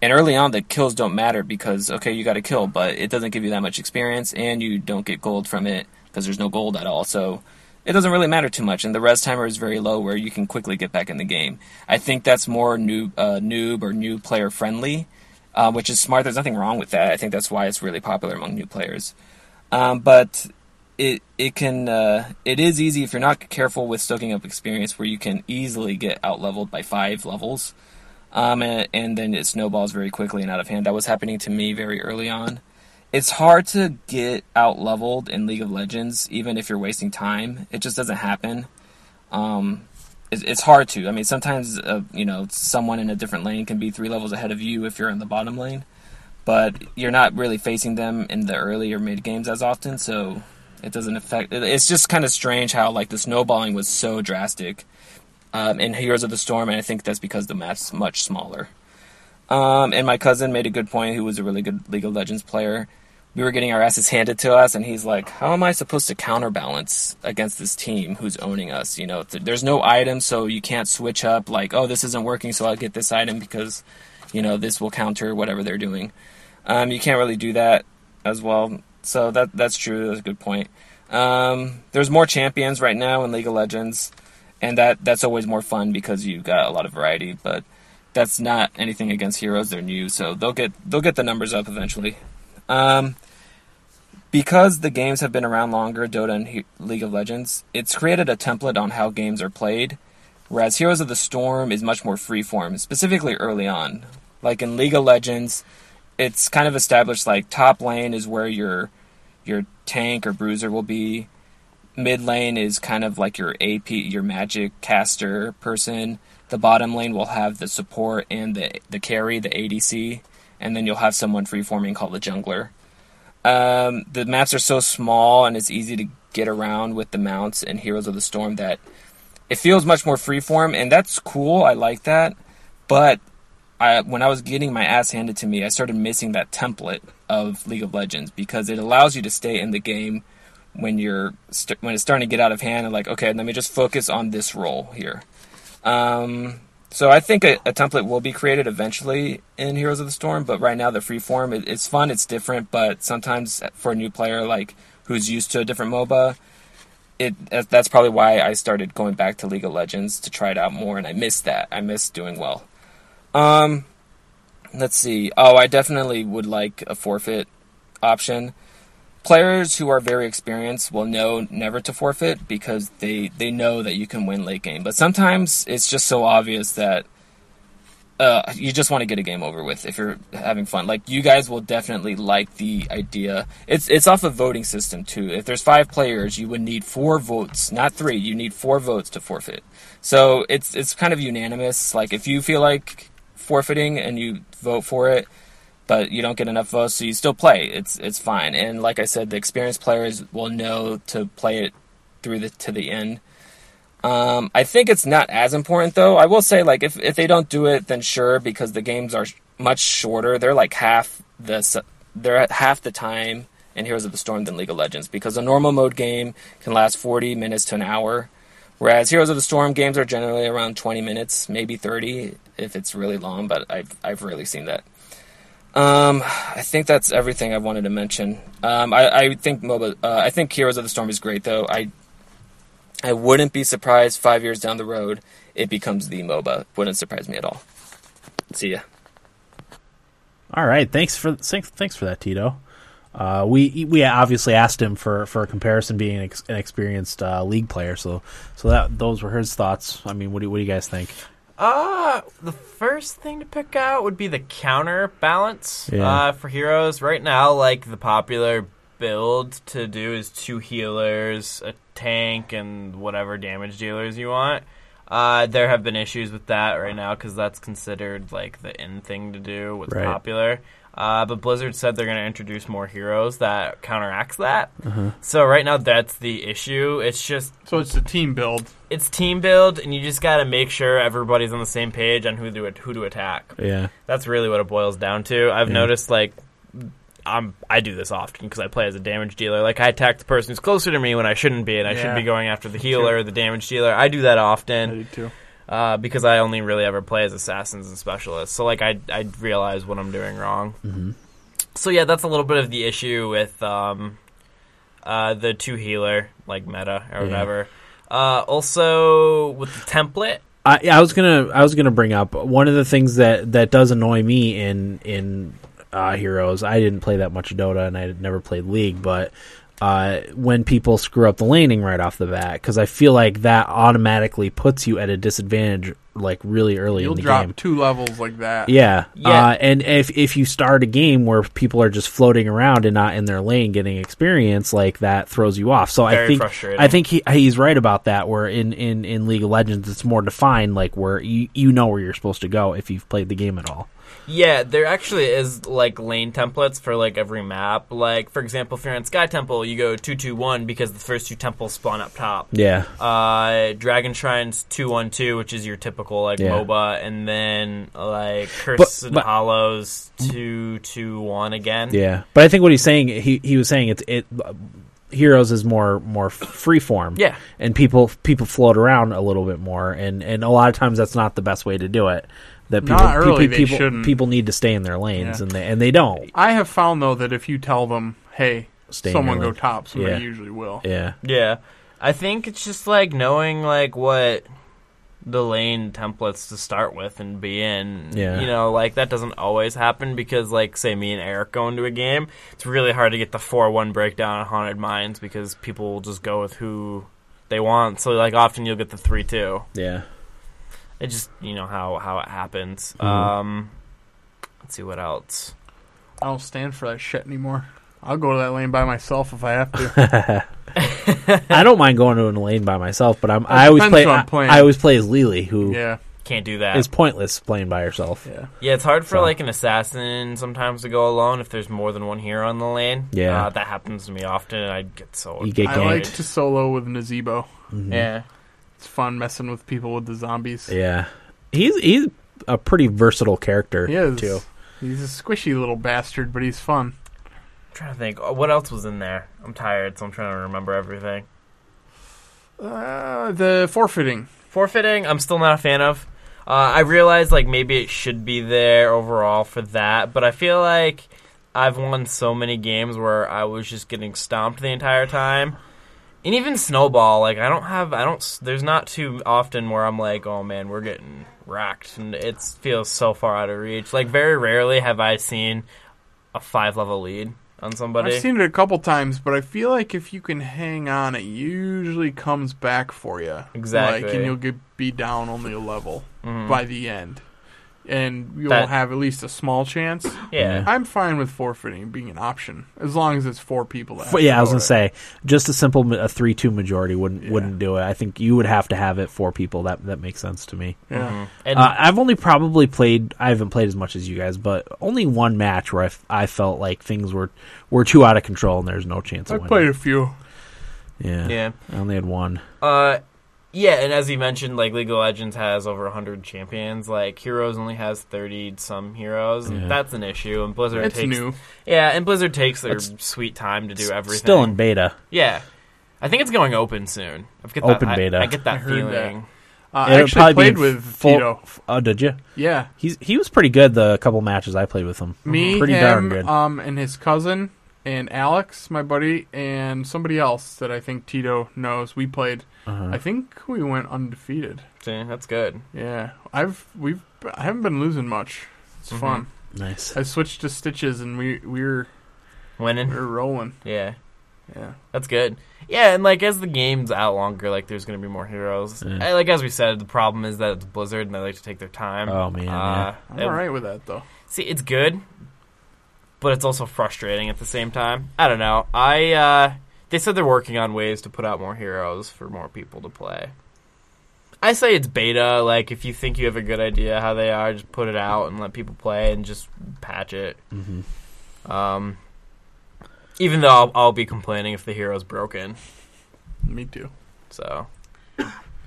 and early on, the kills don't matter because okay, you got a kill, but it doesn't give you that much experience, and you don't get gold from it because there's no gold at all. So, it doesn't really matter too much, and the res timer is very low, where you can quickly get back in the game. I think that's more noob, uh, noob or new player friendly, uh, which is smart. There's nothing wrong with that. I think that's why it's really popular among new players. Um, but it it can uh, it is easy if you're not careful with soaking up experience where you can easily get out leveled by five levels um, and, and then it snowballs very quickly and out of hand that was happening to me very early on it's hard to get out leveled in league of legends even if you're wasting time it just doesn't happen um, it's, it's hard to i mean sometimes uh, you know someone in a different lane can be three levels ahead of you if you're in the bottom lane but you're not really facing them in the early or mid games as often, so it doesn't affect. it- It's just kind of strange how like the snowballing was so drastic um, in Heroes of the Storm, and I think that's because the map's much smaller. Um, and my cousin made a good point, who was a really good League of Legends player. We were getting our asses handed to us, and he's like, "How am I supposed to counterbalance against this team who's owning us? You know, th- there's no item, so you can't switch up. Like, oh, this isn't working, so I'll get this item because, you know, this will counter whatever they're doing. Um, you can't really do that as well. So that that's true. That's a good point. Um, there's more champions right now in League of Legends, and that that's always more fun because you've got a lot of variety. But that's not anything against heroes; they're new, so they'll get they'll get the numbers up eventually. Um, because the games have been around longer, Dota and he- League of Legends, it's created a template on how games are played. Whereas Heroes of the Storm is much more freeform, specifically early on. Like in League of Legends, it's kind of established like top lane is where your your tank or bruiser will be. Mid lane is kind of like your AP, your magic caster person. The bottom lane will have the support and the the carry, the ADC, and then you'll have someone freeforming called the jungler. Um, the maps are so small and it's easy to get around with the mounts and Heroes of the Storm that it feels much more freeform, and that's cool. I like that, but I, when I was getting my ass handed to me, I started missing that template of League of Legends because it allows you to stay in the game when you're st- when it's starting to get out of hand and like, okay, let me just focus on this role here. Um, so I think a, a template will be created eventually in Heroes of the Storm, but right now the free form it, it's fun, it's different, but sometimes for a new player like who's used to a different MOBA, it that- that's probably why I started going back to League of Legends to try it out more, and I missed that. I missed doing well. Um, let's see. Oh, I definitely would like a forfeit option. players who are very experienced will know never to forfeit because they they know that you can win late game. But sometimes it's just so obvious that uh, you just want to get a game over with if you're having fun. Like you guys will definitely like the idea. It's it's off a voting system too. If there's five players, you would need four votes, not three. You need four votes to forfeit. So it's it's kind of unanimous. Like if you feel like forfeiting and you vote for it, but you don't get enough votes, so you still play. It's it's fine. And like I said, the experienced players will know to play it through the to the end. Um, I think it's not as important though. I will say like if if they don't do it, then sure because the games are sh- much shorter. They're like half the s- they're at half the time in Heroes of the Storm than League of Legends because a normal mode game can last 40 minutes to an hour, whereas Heroes of the Storm games are generally around 20 minutes, maybe 30 if it's really long. But I've I've rarely seen that. Um, I think that's everything I wanted to mention. Um, I, I think MOBA. Uh, I think Heroes of the Storm is great, though. I I wouldn't be surprised five years down the road it becomes the MOBA. Wouldn't surprise me at all. See ya.
All right, thanks for thanks, thanks for that, Tito. Uh, we we obviously asked him for, for a comparison, being an, ex- an experienced uh, league player. So so that those were his thoughts. I mean, what do what do you guys think?
Uh, the first thing to pick out would be the counterbalance
Yeah.
uh, for heroes. Right now, like the popular build to do is two healers, a tank, and whatever damage dealers you want. Uh, there have been issues with that right now because that's considered like the in thing to do. What's
Right.
popular. Uh, but Blizzard said they're going to introduce more heroes that counteracts that.
Uh-huh.
So right now that's the issue. It's just
So it's a team build.
it's team build, and you just got to make sure everybody's on the same page on who to who to attack.
Yeah,
That's really what it boils down to. I've
Mm-hmm.
noticed like I'm I do this often because I play as a damage dealer. Like I attack the person who's closer to me when I shouldn't be, and I should
Yeah.
be going after the healer, the damage dealer. I do that
I
often
do too.
uh, because I only really ever play as assassins and specialists. So like I I realize what I'm doing wrong. Mm-hmm. So yeah, that's a little bit of the issue with um, uh, the two healer like meta or whatever. Uh, also with the template,
I, I was gonna I was gonna bring up one of the things that, that does annoy me in in uh, Heroes. I didn't play that much Dota, and I had never played League, but uh, when people screw up the laning right off the bat, because I feel like that automatically puts you at a disadvantage, like really early
You'll
in the
drop
game.
two levels like that.
Yeah.
Yeah.
Uh, and if if you start a game where people are just floating around and not in their lane getting experience, like that throws you off. So I
Very
think
frustrating.
I think he, he's right about that. Where in, in, in League of Legends, it's more defined, like where you, you know where you're supposed to go if you've played the game at all.
Yeah, there actually is like lane templates for like every map. Like for example, if you're on Sky Temple, you go two two one because the first two temples spawn up top.
Yeah.
Uh, Dragon Shrine's two one two, which is your typical like
Yeah.
MOBA, and then like Curse and
but-
Hollows two two one again.
Yeah. But I think what he's saying, he he was saying it's it. Heroes is more more free form,
Yeah.
and people people float around a little bit more, and and a lot of times that's not the best way to do it. That people
Not early,
people
they
people,
shouldn't.
people need to stay in their lanes,
Yeah.
and they and they don't.
I have found though that if you tell them, "Hey,
Stay in
someone
your
go
lane.
top," somebody
Yeah.
usually will.
Yeah,
Yeah. I think it's just like knowing like what the lane templates to start with and be in.
Yeah.
You know, like that doesn't always happen because like say me and Eric go into a game, it's really hard to get the four one breakdown on haunted minds because people will just go with who they want. So like often you'll get the three two.
yeah.
It just you know how how it happens.
Hmm.
Um let's see what else.
I don't stand for that shit anymore. I'll go to that lane by myself if I have to.
I don't mind going to a lane by myself, but I'm I always
depends
play
who I'm
I,
playing.
I always play as Lily, who is
yeah,
Can't do that.
pointless playing by herself.
yeah.
Yeah, it's hard for
So-
like an assassin sometimes to go alone if there's more than one hero on the lane.
Yeah.
uh, that happens to me often. and I get so
You get
I
ganked.
like to solo with Nazebo.
Mm-hmm.
yeah.
It's fun messing with people with the zombies.
Yeah, he's he's a pretty versatile character.
He is.
too.
He's a squishy little bastard, but he's fun.
I'm trying to think, oh, what else was in there? I'm tired, so I'm trying to remember everything.
Uh, the forfeiting.
Forfeiting, I'm still not a fan of. Uh, I realize like maybe it should be there overall for that, but I feel like I've won so many games where I was just getting stomped the entire time. And even snowball, like I don't have, I don't. s- There's not too often where I'm like, oh man, we're getting racked, and it feels so far out of reach. Like very rarely have I seen a five level lead on somebody.
I've seen it a couple times, but I feel like if you can hang on, it usually comes back for you.
Exactly. Mm-hmm.
Like, and you'll get be down only a level by the end, and you'll
That-
have at least a small chance.
yeah.
I'm fine with forfeiting being an option as long as it's four people. That
F- yeah, I was
for
gonna say
it.
just a simple ma- a three-two majority wouldn't
Yeah.
wouldn't do it. I think you would have to have it four people. That that makes sense to me.
Yeah.
And
Uh, I've only probably played. I haven't played as much as you guys, but only one match where I, f- I felt like things were were too out of control and there's no chance.
I
of winning.
played a few.
Yeah.
yeah.
I only had one.
Uh, yeah, and as you mentioned, like League of Legends has over 100 champions. Like Heroes only has 30 some heroes. and
Yeah.
That's an issue, and Blizzard
It's
takes
new. Uh,
yeah, and Blizzard takes their
It's
sweet time to do everything.
Still in beta.
yeah. I think it's going open soon. I get
Open
that, I-
beta.
I, get that
I heard
feeling.
that. Uh, I
It'll
actually
probably be
played with
full-
Tito.
f- Oh, did you?
Yeah.
He's he was pretty good. The couple matches I played with him, Mm-hmm.
Me,
pretty
him,
darn good.
um, and his cousin, and Alex, my buddy, and somebody else that I think Tito knows. We played.
Uh-huh.
I think we went undefeated.
See, that's good.
Yeah, I've we've I haven't been losing much. It's fun.
nice.
I switched to stitches, and we we're
Winning.
we're rolling.
Yeah.
Yeah,
That's good. Yeah, and like as the game's out longer, like there's gonna be more heroes.
Yeah.
I- like as we said, the problem is that it's Blizzard and they like to take their time.
Oh, man,
Uh,
I'm
it-
all right with that though.
See, it's good, but it's also frustrating at the same time. I don't know. I uh, they said they're working on ways to put out more heroes for more people to play. I say it's beta. Like if you think you have a good idea how they are, just put it out and let people play and just patch it.
hmm
Um, even though I'll, I'll be complaining if the hero's broken.
Me too.
So,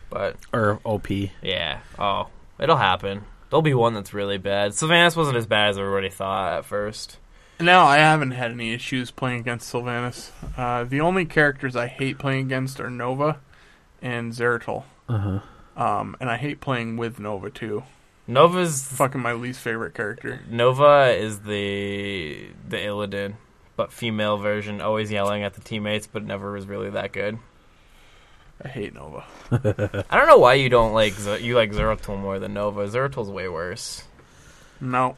but
Or OP.
yeah. Oh, it'll happen. There'll be one that's really bad. Sylvanas wasn't as bad as everybody thought at first.
No, I haven't had any issues playing against Sylvanas. Uh, the only characters I hate playing against are Nova and Zeratul.
Uh-huh.
Um, and I hate playing with Nova too.
Nova's
Fucking my least favorite character.
Nova is the the Illidan, but female version, always yelling at the teammates, but never was really that good.
I hate Nova.
I don't know why you don't like Zer- you like Zeratul more than Nova. Zeratul's way worse.
No.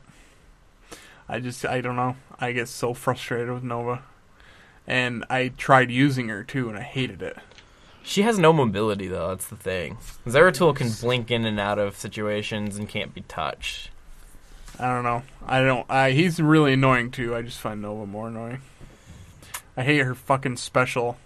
I just I don't know. I get so frustrated with Nova. And I tried using her too and I hated it.
She has no mobility though. That's the thing. Zeratul can blink in and out of situations and can't be touched.
I don't know. I don't I he's really annoying too. I just find Nova more annoying. I hate her fucking special.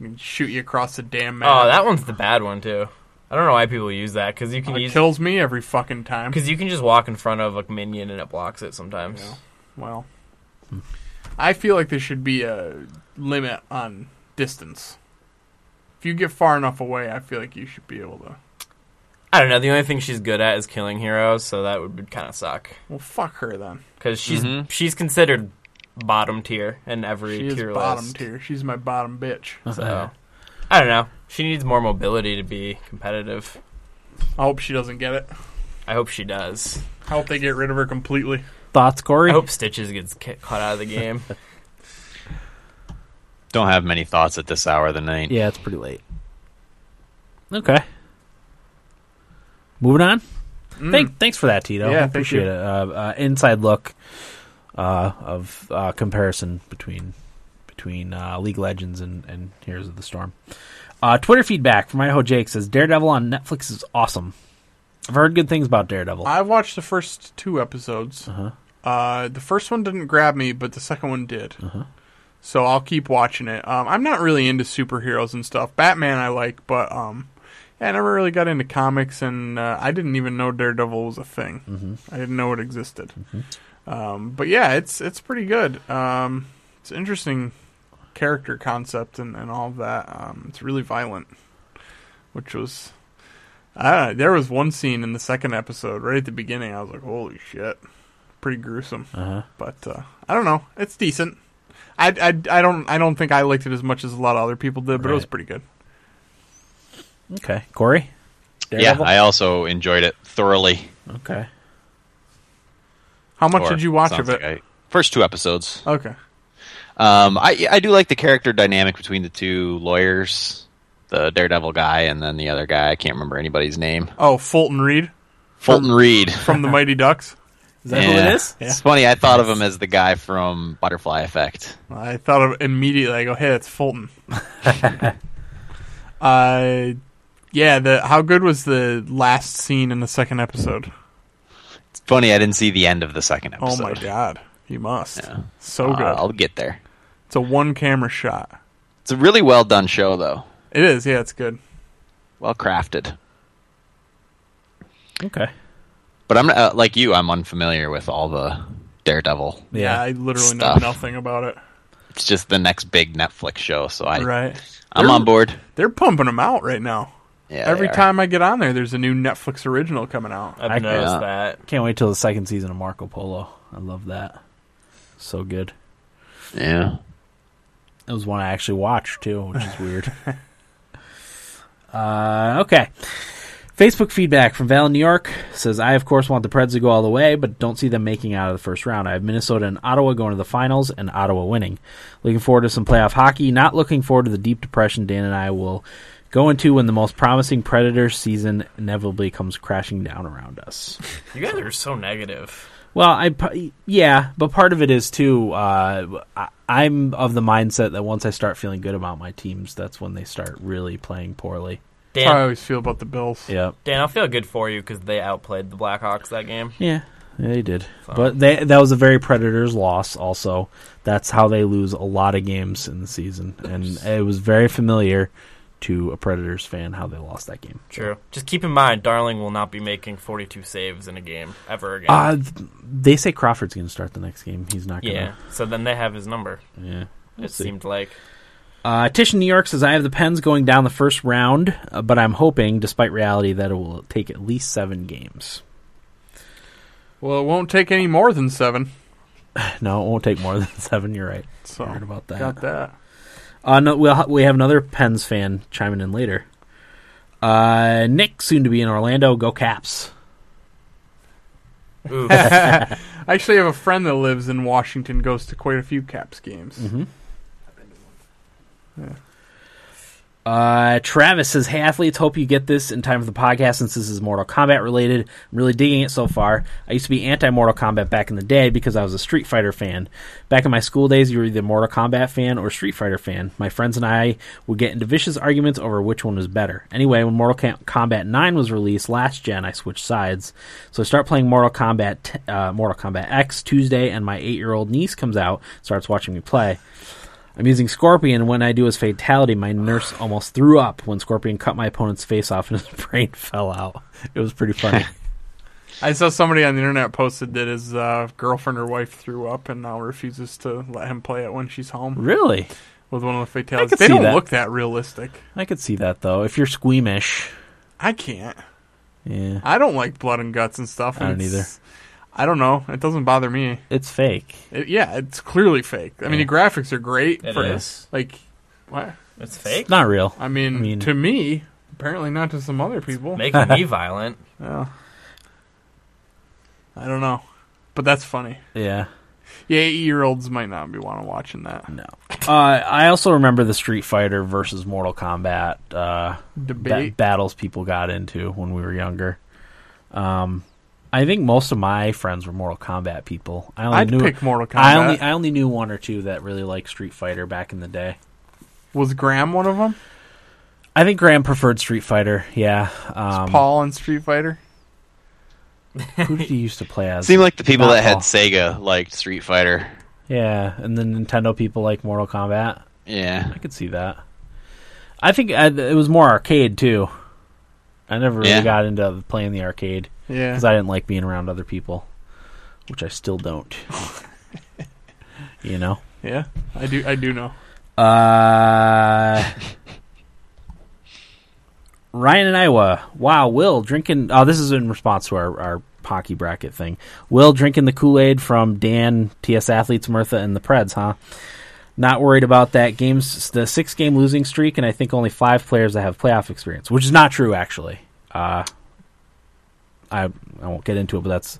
I mean, shoot you across the damn map.
Oh, that one's the bad one too. I don't know why people use that because you can
It
use
kills me every fucking time.
because you can just walk in front of a minion and it blocks it sometimes.
Yeah. Well, I feel like there should be a limit on distance. If you get far enough away, I feel like you should be able to.
I don't know. The only thing she's good at is killing heroes, so that would kind of suck.
Well, fuck her then.
because she's
Mm-hmm.
Mhm.
she's considered bottom tier in every
She is
tier
bottom
list.
tier. She's my bottom bitch.
Uh-huh.
So I don't know. She needs more mobility to be competitive.
I hope she doesn't get it.
I hope she does.
I hope they get rid of her completely.
Thoughts,
I
Corey?
hope Stitches gets ca- cut out of the game.
Don't have many thoughts at this hour of the night.
Yeah, it's pretty late. Okay. Moving on.
Mm.
Thank, thanks for that, Tito.
Hmm. Yeah,
I
thank
appreciate
you.
it. Uh, uh, inside look uh, of uh, comparison between between uh, League of Legends and, and Heroes of the Storm. Uh, Twitter feedback from Idaho Jake says Daredevil on Netflix is awesome. I've heard good things about Daredevil.
Uh,
I watched the first two episodes. uh the first one didn't grab me, but the second one did. So I'll keep watching it. Um, I'm not really into superheroes and stuff. Batman I like, but um, yeah, I never really got into comics, and uh, I didn't even know Daredevil was a thing.
Mm-hmm.
I didn't know it existed.
Mm-hmm.
Um, but yeah, it's it's pretty good. Um, it's interesting character concept and, and all of that. Um, it's really violent, which was I don't know, there was one scene in the second episode right at the beginning. I was like, "Holy shit!" Pretty gruesome.
Uh-huh.
But uh, I don't know. It's decent. I, I, I don't I don't think I liked it as much as a lot of other people did, but it was
Right.
pretty good.
Okay, Corey.
Yeah, I also enjoyed it thoroughly.
okay.
How much
Or
did you watch of
sounds
it?
like I- first two episodes.
Okay.
Um, I I do like the character dynamic between the two lawyers, the Daredevil guy and then the other guy. I can't remember anybody's name.
Oh, Fulton Reed
Fulton Reed.
from the Mighty Ducks.
Is that who
Yeah.
it is? Yeah.
It's funny. I thought of him as the guy from Butterfly Effect.
I thought of immediately. I go, hey, that's Fulton. uh, yeah. The how good was the last scene in the second episode?
It's funny. I didn't see the end of the second
Oh
episode.
my god, you must.
Yeah.
So good.
Uh, I'll get there.
it's a one camera shot.
It's a really well done show, though.
It is. Yeah, it's good.
Well crafted.
Okay.
But I'm uh, like you. I'm unfamiliar with all the Daredevil.
Yeah.
Yeah, I literally know
Stuff.
nothing about it.
It's just the next big Netflix show, so I
Right.
I'm
They're-
on board.
They're pumping them out right now.
Yeah,
Every
they are.
time I get on there, there's a new Netflix original coming out.
I've
I-
noticed
yeah.
that.
Can't wait till the second season of Marco Polo. I love that. So good.
Yeah.
It was one I actually watched too, which is weird. uh, okay. Facebook feedback from Val in New York says, I, of course, want the Preds to go all the way, but don't see them making it out of the first round. I have Minnesota and Ottawa going to the finals and Ottawa winning. Looking forward to some playoff hockey. Not looking forward to the deep depression Dan and I will go into when the most promising Predator season inevitably comes crashing down around us.
You guys are so negative.
Well, I p- yeah, but part of it is too. Uh, I, I'm of the mindset that once I start feeling good about my teams, that's when they start really playing poorly.
Dan,
That's how I always feel about the Bills.
Yep.
Dan, I feel good for you because they outplayed the Blackhawks that game.
Yeah, they did, but they, that was a very Predators loss. Also, that's how they lose a lot of games in the season, and it was very familiar to a Predators fan how they lost that game.
True. Just keep in mind, Darling will not be making 42 saves in a game ever again.
Uh, th- they say Crawford's going to start the next game. He's not going
yeah.
to.
So then they have his number.
Yeah. We'll
it
see.
seemed like.
Uh, Tish in New York says, I have the Pens going down the first round, uh, but I'm hoping, despite reality, that it will take at least seven games.
Well, it won't take any more than seven.
No, it won't take more than seven. You're right.
So
Heard about that.
got that.
Uh, no, we'll, ha- we have another Pens fan chiming in later. Uh, Nick, soon to be in Orlando. Go Caps.
Ooh.
I actually have a friend that lives in Washington, goes to quite a few Caps games.
Mm-hmm. Uh, Travis says, Hey, athletes, hope you get this in time for the podcast since this is Mortal Kombat related. I'm really digging it so far. I used to be anti Mortal Kombat back in the day because I was a Street Fighter fan. Back in my school days, you were either Mortal Kombat fan or Street Fighter fan. My friends and I would get into vicious arguments over which one was better. Anyway, when Mortal Kam- Kombat 9 was released last gen, I switched sides. So I start playing Mortal Kombat, t- uh, Mortal Kombat X Tuesday, and my eight year old niece comes out, starts watching me play. I'm using Scorpion. When I do his fatality, my nurse almost threw up when Scorpion cut my opponent's face off and his brain fell out. It was pretty funny.
I saw somebody on the internet posted that his uh, girlfriend or wife threw up and now refuses to let him play it when she's home
really?
with one of the fatalities.
could
They
see
don't
that.
look that realistic.
I could see that though. If you're squeamish,
I can't.
yeah,
I don't like blood and guts and stuff.
I don't
and it's- I don't know. It doesn't bother me.
it's fake.
It, yeah, it's clearly fake. I mean,
Yeah.
the graphics are great.
It
for,
is.
Like, what?
It's fake.
Not real.
I mean,
I mean-
to me, apparently not to some other people.
Making me violent.
Yeah. I don't know, but that's funny.
Yeah.
Yeah, eight-year-olds might not be want to watching that
No. Uh, I also remember the Street Fighter versus Mortal Kombat uh, ba-
debate.
battles people got into when we were younger. Um, I think most of my friends were Mortal Kombat people. I only
I'd
knew
pick Mortal Kombat.
I only I only knew one or two that really liked Street Fighter back in the day.
Was Graham one of them?
I think Graham preferred Street Fighter. Yeah. Um,
Paul in Street Fighter.
Who did he used to play as?
Seemed like the people
Not
that had
all.
Sega liked Street Fighter.
yeah, and then Nintendo people like Mortal Kombat.
Yeah.
I could see that. I think I, it was more arcade too. I never really
Yeah.
got into playing the arcade
Yeah.
because I didn't like being around other people, which I still don't. you know.
yeah, I do. I do know.
Uh, Ryan in Iowa. Wow, Will drinking. Oh, this is in response to our, our hockey bracket thing. Will drinking the Kool Aid from Dan, TS Athletes, Mirtha, and the Preds, huh? Not worried about that game's the six game losing streak, and I think only five players that have playoff experience, which is not true actually. Uh, I I won't get into it, but that's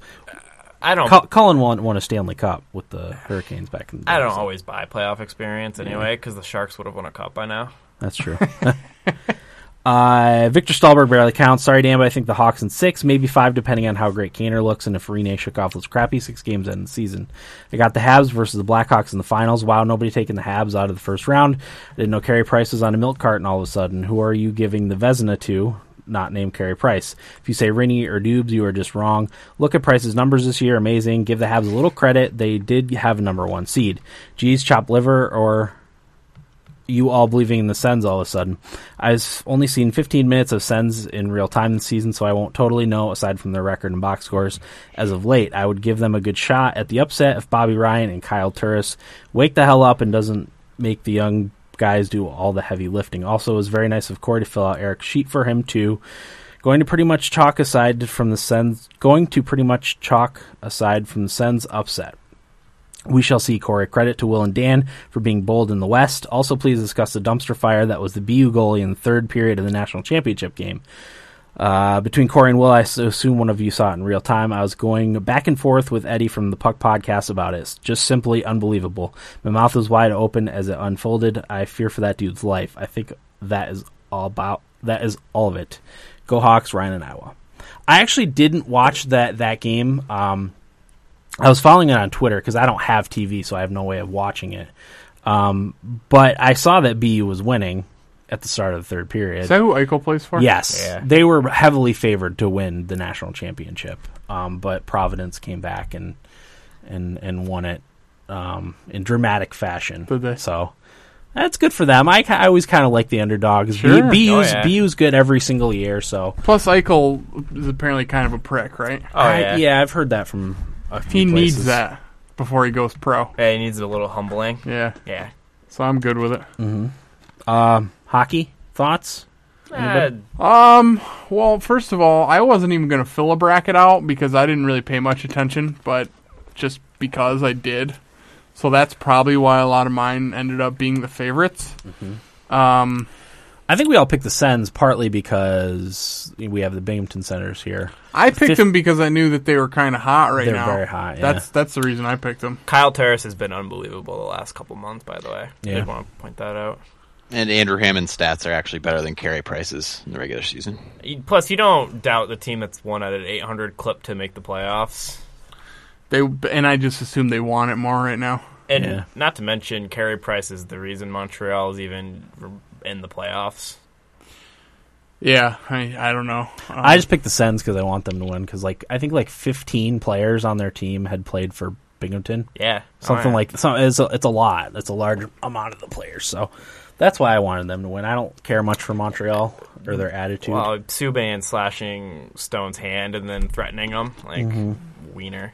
I don't.
Cul- Cullen won won a Stanley Cup with the Hurricanes back in the day.
I don't
so
always buy playoff experience anyway because the Sharks would have won a cup by now.
That's true. Uh, Victor Stahlberg barely counts. Sorry, Dan, but I think the Hawks in six, maybe five, depending on how great Kaner looks and if Rene shook off those crappy six games in the season. I got the Habs versus the Blackhawks in the finals. Wow, nobody taking the Habs out of the first round. I didn't know Carey Price was on a milk carton all of a sudden. Who are you giving the Vezina to? Not named Carey Price. If you say Rennie or Dubes, you are just wrong. Look at Price's numbers this year, amazing. Give the Habs a little credit. They did have a number one seed. Geez, chopped liver or you all believing in the Sens all of a sudden. I've only seen 15 minutes of Sens in real time this season, so I won't totally know aside from their record and box scores as of late. I would give them a good shot at the upset if Bobby Ryan and Kyle Turris wake the hell up and doesn't make the young guys do all the heavy lifting. Also, it was very nice of Corey to fill out Eric's sheet for him too. Going to pretty much chalk aside from the Sens. Going to pretty much chalk aside from the Sens upset. We shall see, Corey. Credit to Will and Dan for being bold in the West. Also, please discuss the dumpster fire that was the BU goalie in the third period of the national championship game. Uh, between Corey and Will, I s- assume one of you saw it in real time. I was going back and forth with Eddie from the Puck podcast about it. It's just simply unbelievable. My mouth was wide open as it unfolded. I fear for that dude's life. I think that is all about that is all of it. Go Hawks, Ryan and Iowa. I actually didn't watch that that game. Um, I was following it on Twitter because I don't have TV, so I have no way of watching it. Um, but I saw that BU was winning at the start of the third period.
Is that who Eichel plays for?
Yes,
Yeah.
they were heavily favored to win the national championship, um, but Providence came back and and and won it um, in dramatic fashion.
Did they?
So that's good for them. I, ki- I always kind of like the underdogs.
Sure.
B, BU's,
Oh, yeah.
BU's good every single year. So
Plus, Eichel is apparently kind of a prick, right?
Oh
I-
yeah.
I've heard that from a few
He needs
places.
that before he goes pro.
Yeah, he needs a little humbling.
Yeah,
Yeah.
so I'm good with it.
Um, hockey thoughts?
Uh,
Um, well, first of all, I wasn't even going to fill a bracket out because I didn't really pay much attention, but just because I did. So that's probably why a lot of mine ended up being the favorites.
Mm-hmm.
Um,
I think we all picked the Sens partly because we have the Binghamton Senators here.
I picked
Fif-
them because I knew that they were kind of hot right
They're
now.
very hot, yeah.
That's that's the reason I picked them.
Kyle Terrace has been unbelievable the last couple months, by the way.
Yeah.
Did want to point that out.
And Andrew Hammond's stats are actually better than Carey Price's in the regular season.
You- Plus, you don't doubt the team that's won at an 800 clip to make the playoffs.
They and I just assume they want it more right now.
And
Yeah.
not to mention, Carey Price is the reason Montreal is even r- in the playoffs.
Yeah, I I don't know. Um,
I just picked the Sens because I want them to win. Because like I think like 15 players on their team had played for Binghamton,
Oh, Yeah.
something
Alright.
like some. It's a, it's a lot. It's a large amount of the players, so that's why I wanted them to win. I don't care much for Montreal or their attitude.
Well, Subban slashing Stone's hand and then threatening him. Like,
Mm-hmm.
wiener.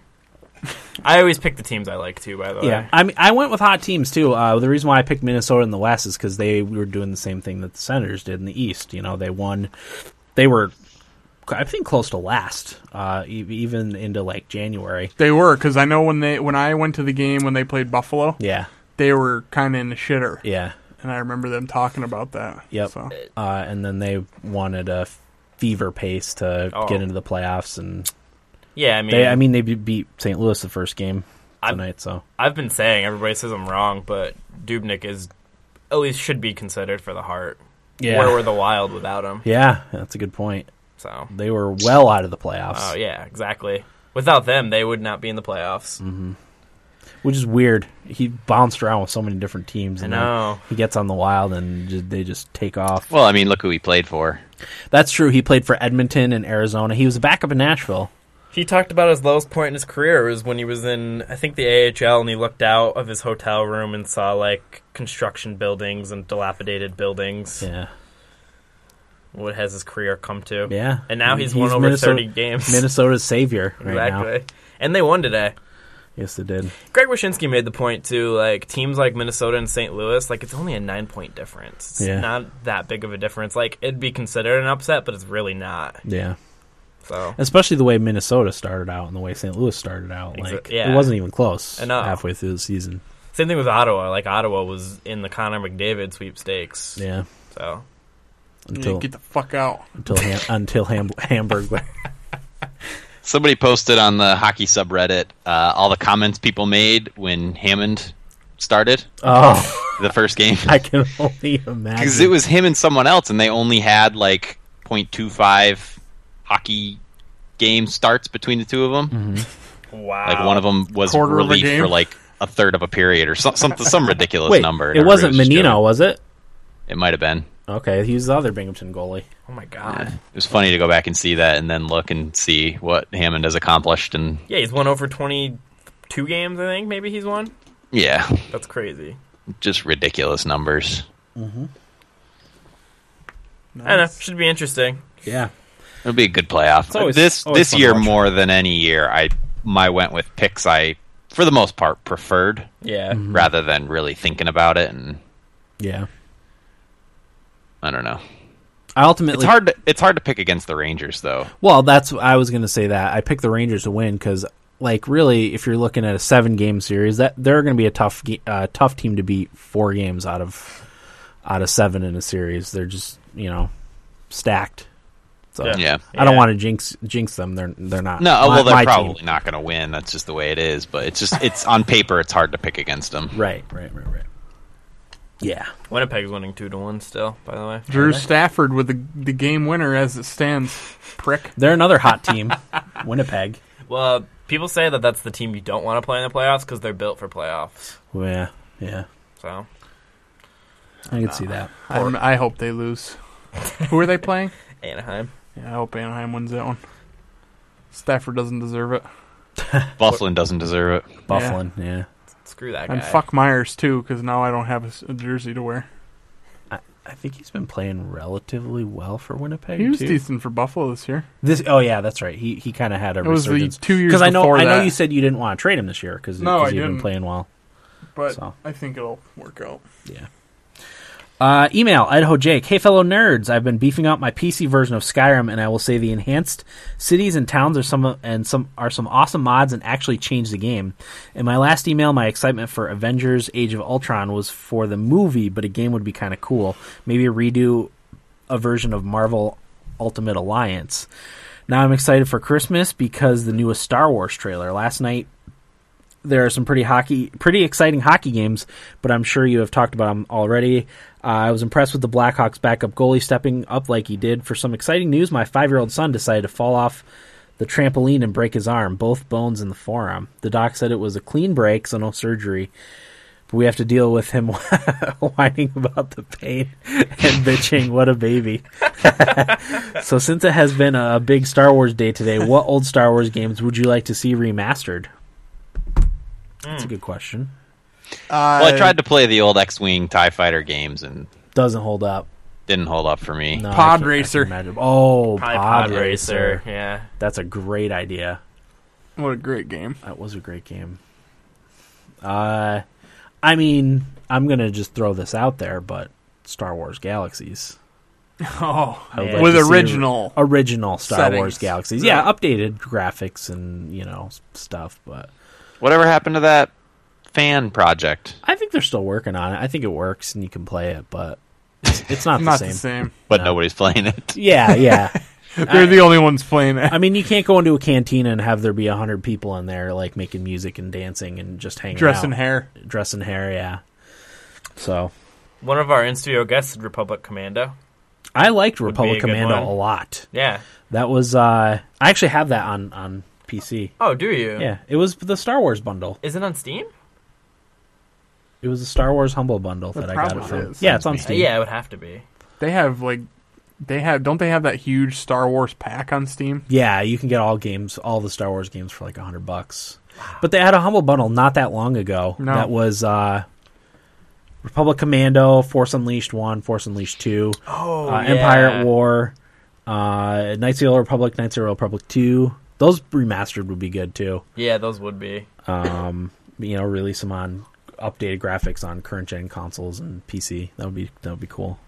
I always pick the teams I like, too, by the way.
yeah, I mean, I went with hot teams too. Uh, the reason why I picked Minnesota in the West is because they were doing the same thing that the Senators did in the East. You know, they won. They were, I think, close to last, uh, e- even into like January.
they were because I know when they when I went to the game when they played Buffalo,
Yeah,
they were kind of in the shitter,
yeah.
and I remember them talking about that.
Yep.
So.
uh, and then they wanted a fever pace to
Oh.
get into the playoffs, and
Yeah, I mean,
they, I mean, they be- beat St. Louis the first game
I'm-
tonight, so
I've been saying everybody says I'm wrong, but Dubnik is at least should be considered for the heart.
yeah,
Where were the Wild without him?
yeah, that's a good point.
So,
They were well out of the playoffs,
oh yeah, exactly. Without them, they would not be in the playoffs.
Mm-hmm. which is weird. He bounced around with so many different teams,
I
and then
know.
he gets on the Wild, and ju- they just take off.
Well, I mean, look who he played for.
That's true. He played for Edmonton and Arizona. He was a backup in Nashville.
He talked about his lowest point in his career was when he was in, I think, the AHL, and he looked out of his hotel room and saw like construction buildings and dilapidated buildings.
Yeah,
What has his career come to?
yeah.
And now he's, won over thirty games.
Minnesota's savior right
exactly.
now.
And they won today.
Yes, they did.
Greg Wyshynski made the point too, like teams like Minnesota and St. Louis, like it's only a nine point difference. It's
Yeah.
not that big of a difference. Like it'd be considered an upset, but it's really not.
Yeah.
So
especially the way Minnesota started out and the way St. Louis started out.
Exa-
Like
yeah. uh,
it wasn't even close
I know.
halfway through the season.
same thing with Ottawa. Like Ottawa was in the Connor McDavid sweepstakes.
Yeah,
So
Yeah,
until
get the fuck out.
until Ham- until Ham- Hamburg.
Somebody posted on the hockey subreddit uh, all the comments people made when Hammond started.
oh,
the first game
I can only imagine.
because it was him and someone else, and they only had like 0.25 hockey game starts between the two of them.
Mm-hmm.
Wow.
Like one of them was
Quarter of a
relief
game?
for like a third of a period or some some, some ridiculous
Wait,
number. and
it wasn't
everybody was
Menino,
just
was it?
joking. It might have been.
Okay, he was the other Binghamton goalie.
Oh my god.
It was funny to go back and see that, and then look and see what Hammond has accomplished. And
Yeah, he's won over 22 games, I think. Maybe he's won.
yeah,
That's crazy.
just ridiculous numbers.
I don't know. Should be interesting.
Yeah.
It'll be a good playoff.
always-
this
always
this
fun
year
watching.
more than any year, I my went with picks I for the most part preferred
Yeah.
Mm-hmm.
rather than really thinking about it. And
Yeah.
I don't know.
I ultimately
It's hard to it's hard to pick against the Rangers though.
Well, that's I was going to say that. I picked the Rangers to win cuz like really if you're looking at a 7 game series, that they're going to be a tough ge- uh, tough team to beat 4 games out of out of 7 in a series. They're just, you know, stacked. So
Yeah.
Yeah.
I don't
Yeah.
want to jinx jinx them. They're they're not.
No, oh,
my,
well they're
my
probably
team.
not going to win. That's just the way it is. But it's just it's on paper it's hard to pick against them.
Right, right, right, right. Yeah.
Winnipeg's winning 2 to 1 still, by the way.
Drew Stafford with the, the game winner as it stands. Prick.
They're another hot team, Winnipeg.
Well, people say that that's the team you don't want to play in the playoffs because they're built for playoffs.
Yeah, yeah.
So
I can see that.
I'm, I hope they lose. Who are they playing?
Anaheim.
Yeah, I hope Anaheim wins that one. Stafford doesn't deserve it.
Bufflin doesn't deserve it.
Bufflin, yeah.
Screw that guy.
And fuck Myers, too, because now I don't have a s- a, jersey to wear.
I think he's been playing relatively well for Winnipeg.
He was
too.
decent for Buffalo this year.
This, oh yeah, that's right. He he kind of had a
It was the
resurgence
two years
because I know
before
I know
that.
you said you didn't want to trade him this year because
No, I
you've been
didn't.
playing well.
But
So.
I think it'll work out.
Yeah. Uh, email Idaho Jake. Hey, fellow nerds. I've been beefing up my PC version of Skyrim, and I will say the enhanced cities and towns are some of- and some are some awesome mods and actually change the game. In my last email, my excitement for Avengers: Age of Ultron was for the movie, but a game would be kind of cool. Maybe a redo a version of Marvel Ultimate Alliance. Now I'm excited for Christmas because the newest Star Wars trailer. Last night there are some pretty hockey, pretty exciting hockey games, but I'm sure you have talked about them already. Uh, I was impressed with the Blackhawks' backup goalie stepping up like he did. For some exciting news, my five-year-old son decided to fall off the trampoline and break his arm, both bones in the forearm. The doc said it was a clean break, so no surgery. But we have to deal with him whining about the pain and bitching. What a baby! so since it has been a big Star Wars day today, what old Star Wars games would you like to see remastered? That's a good question.
Well, I tried to play the old X-wing Tie Fighter games and
Doesn't hold up.
didn't hold up for me.
No,
Pod
I can- I
Racer.
can imagine. Oh,
Probably
Pod,
Pod
Racer.
Yeah.
That's a great idea.
What a great game.
That was a great game. Uh, I mean, I'm gonna just throw this out there, but Star Wars Galaxies
Oh,
I would
Yeah.
like
with
to see
original.
or- original Star Wars
settings.
Galaxies. Yeah, updated graphics and you know s- stuff, but
Whatever happened to that fan project?
I think they're still working on it. I think it works and you can play it, but it's, it's not,
Not
the same.
the same.
But
No.
nobody's playing it.
Yeah, yeah.
They're the only ones playing it.
I mean, you can't go into a cantina and have there be a hundred people in there, like making music and dancing and just hanging
Dress
out.
and hair.
dress and hair. Yeah. So
One of our in studio guests did Republic Commando.
I liked
be a
Republic
good
Commando
one.
a lot.
Yeah.
That was uh, I actually have that on on PC.
Oh, do you?
Yeah, it was the Star Wars bundle.
Is it on Steam?
It was the Star Wars Humble bundle that,
That
I got it
probably
from.
is.
Yeah, it's on
Sounds
Uh,
Steam.
yeah, it would have to be.
They have like they have don't they have that huge Star Wars pack on Steam?
Yeah, you can get all games, all the Star Wars games for like a hundred bucks. But they had a humble bundle not that long ago.
No.
That was uh, Republic Commando, Force Unleashed One, Force Unleashed Two,
Oh,
uh, Empire at War, uh, Knights of the Old Republic, Knights of the Old Republic Two. Those remastered would be good too.
Yeah, those would be.
Um, you know, release them on updated graphics on current gen consoles and PC. That would be that would be cool.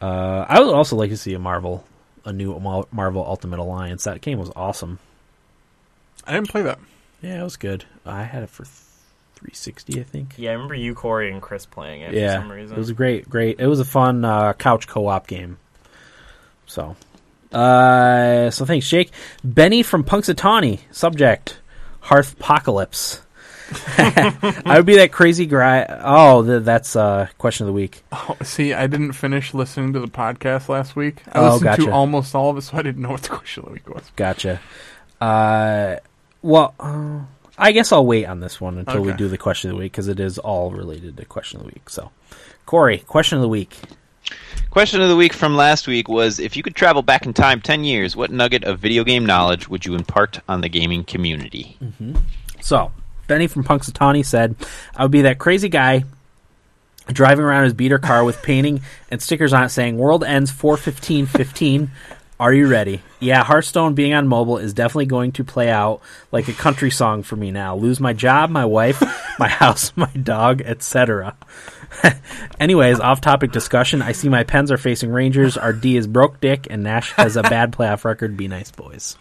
Uh, I would also like to see a Marvel, a new Mar- Marvel Ultimate Alliance. That game was awesome.
I didn't play that.
Yeah, it was good. I had it for 360, I think.
Yeah, I remember you, Corey, and Chris playing it
Yeah,
for some reason.
it was a great, great. It was a fun uh, couch co-op game. So, uh, so thanks, Jake. Benny from Punxsutawney. Subject: Hearth Apocalypse. I would be that crazy guy. Oh, th- that's uh, question of the week.
Oh, see, I didn't finish listening to the podcast last week. I
Oh,
listened
gotcha.
to almost all of it, so I didn't know what the question of the week was.
Gotcha. Uh, well, uh, I guess I'll wait on this one until we
Okay.
do the question of the week because it is all related to question of the week. So, Corey, question of the week.
Question of the week from last week was if you could travel back in time 10 years, what nugget of video game knowledge would you impart on the gaming community?
Hmm. So, Benny from Punxsutawney said, I would be that crazy guy driving around his beater car with painting and stickers on it saying, World ends 41515. Are you ready? Yeah, Hearthstone being on mobile is definitely going to play out like a country song for me now. Lose my job, my wife, my house, my dog, etc. Anyways, off topic discussion. I see my pens are facing Rangers. Our D is broke dick, and Nash has a bad playoff record. Be nice, boys.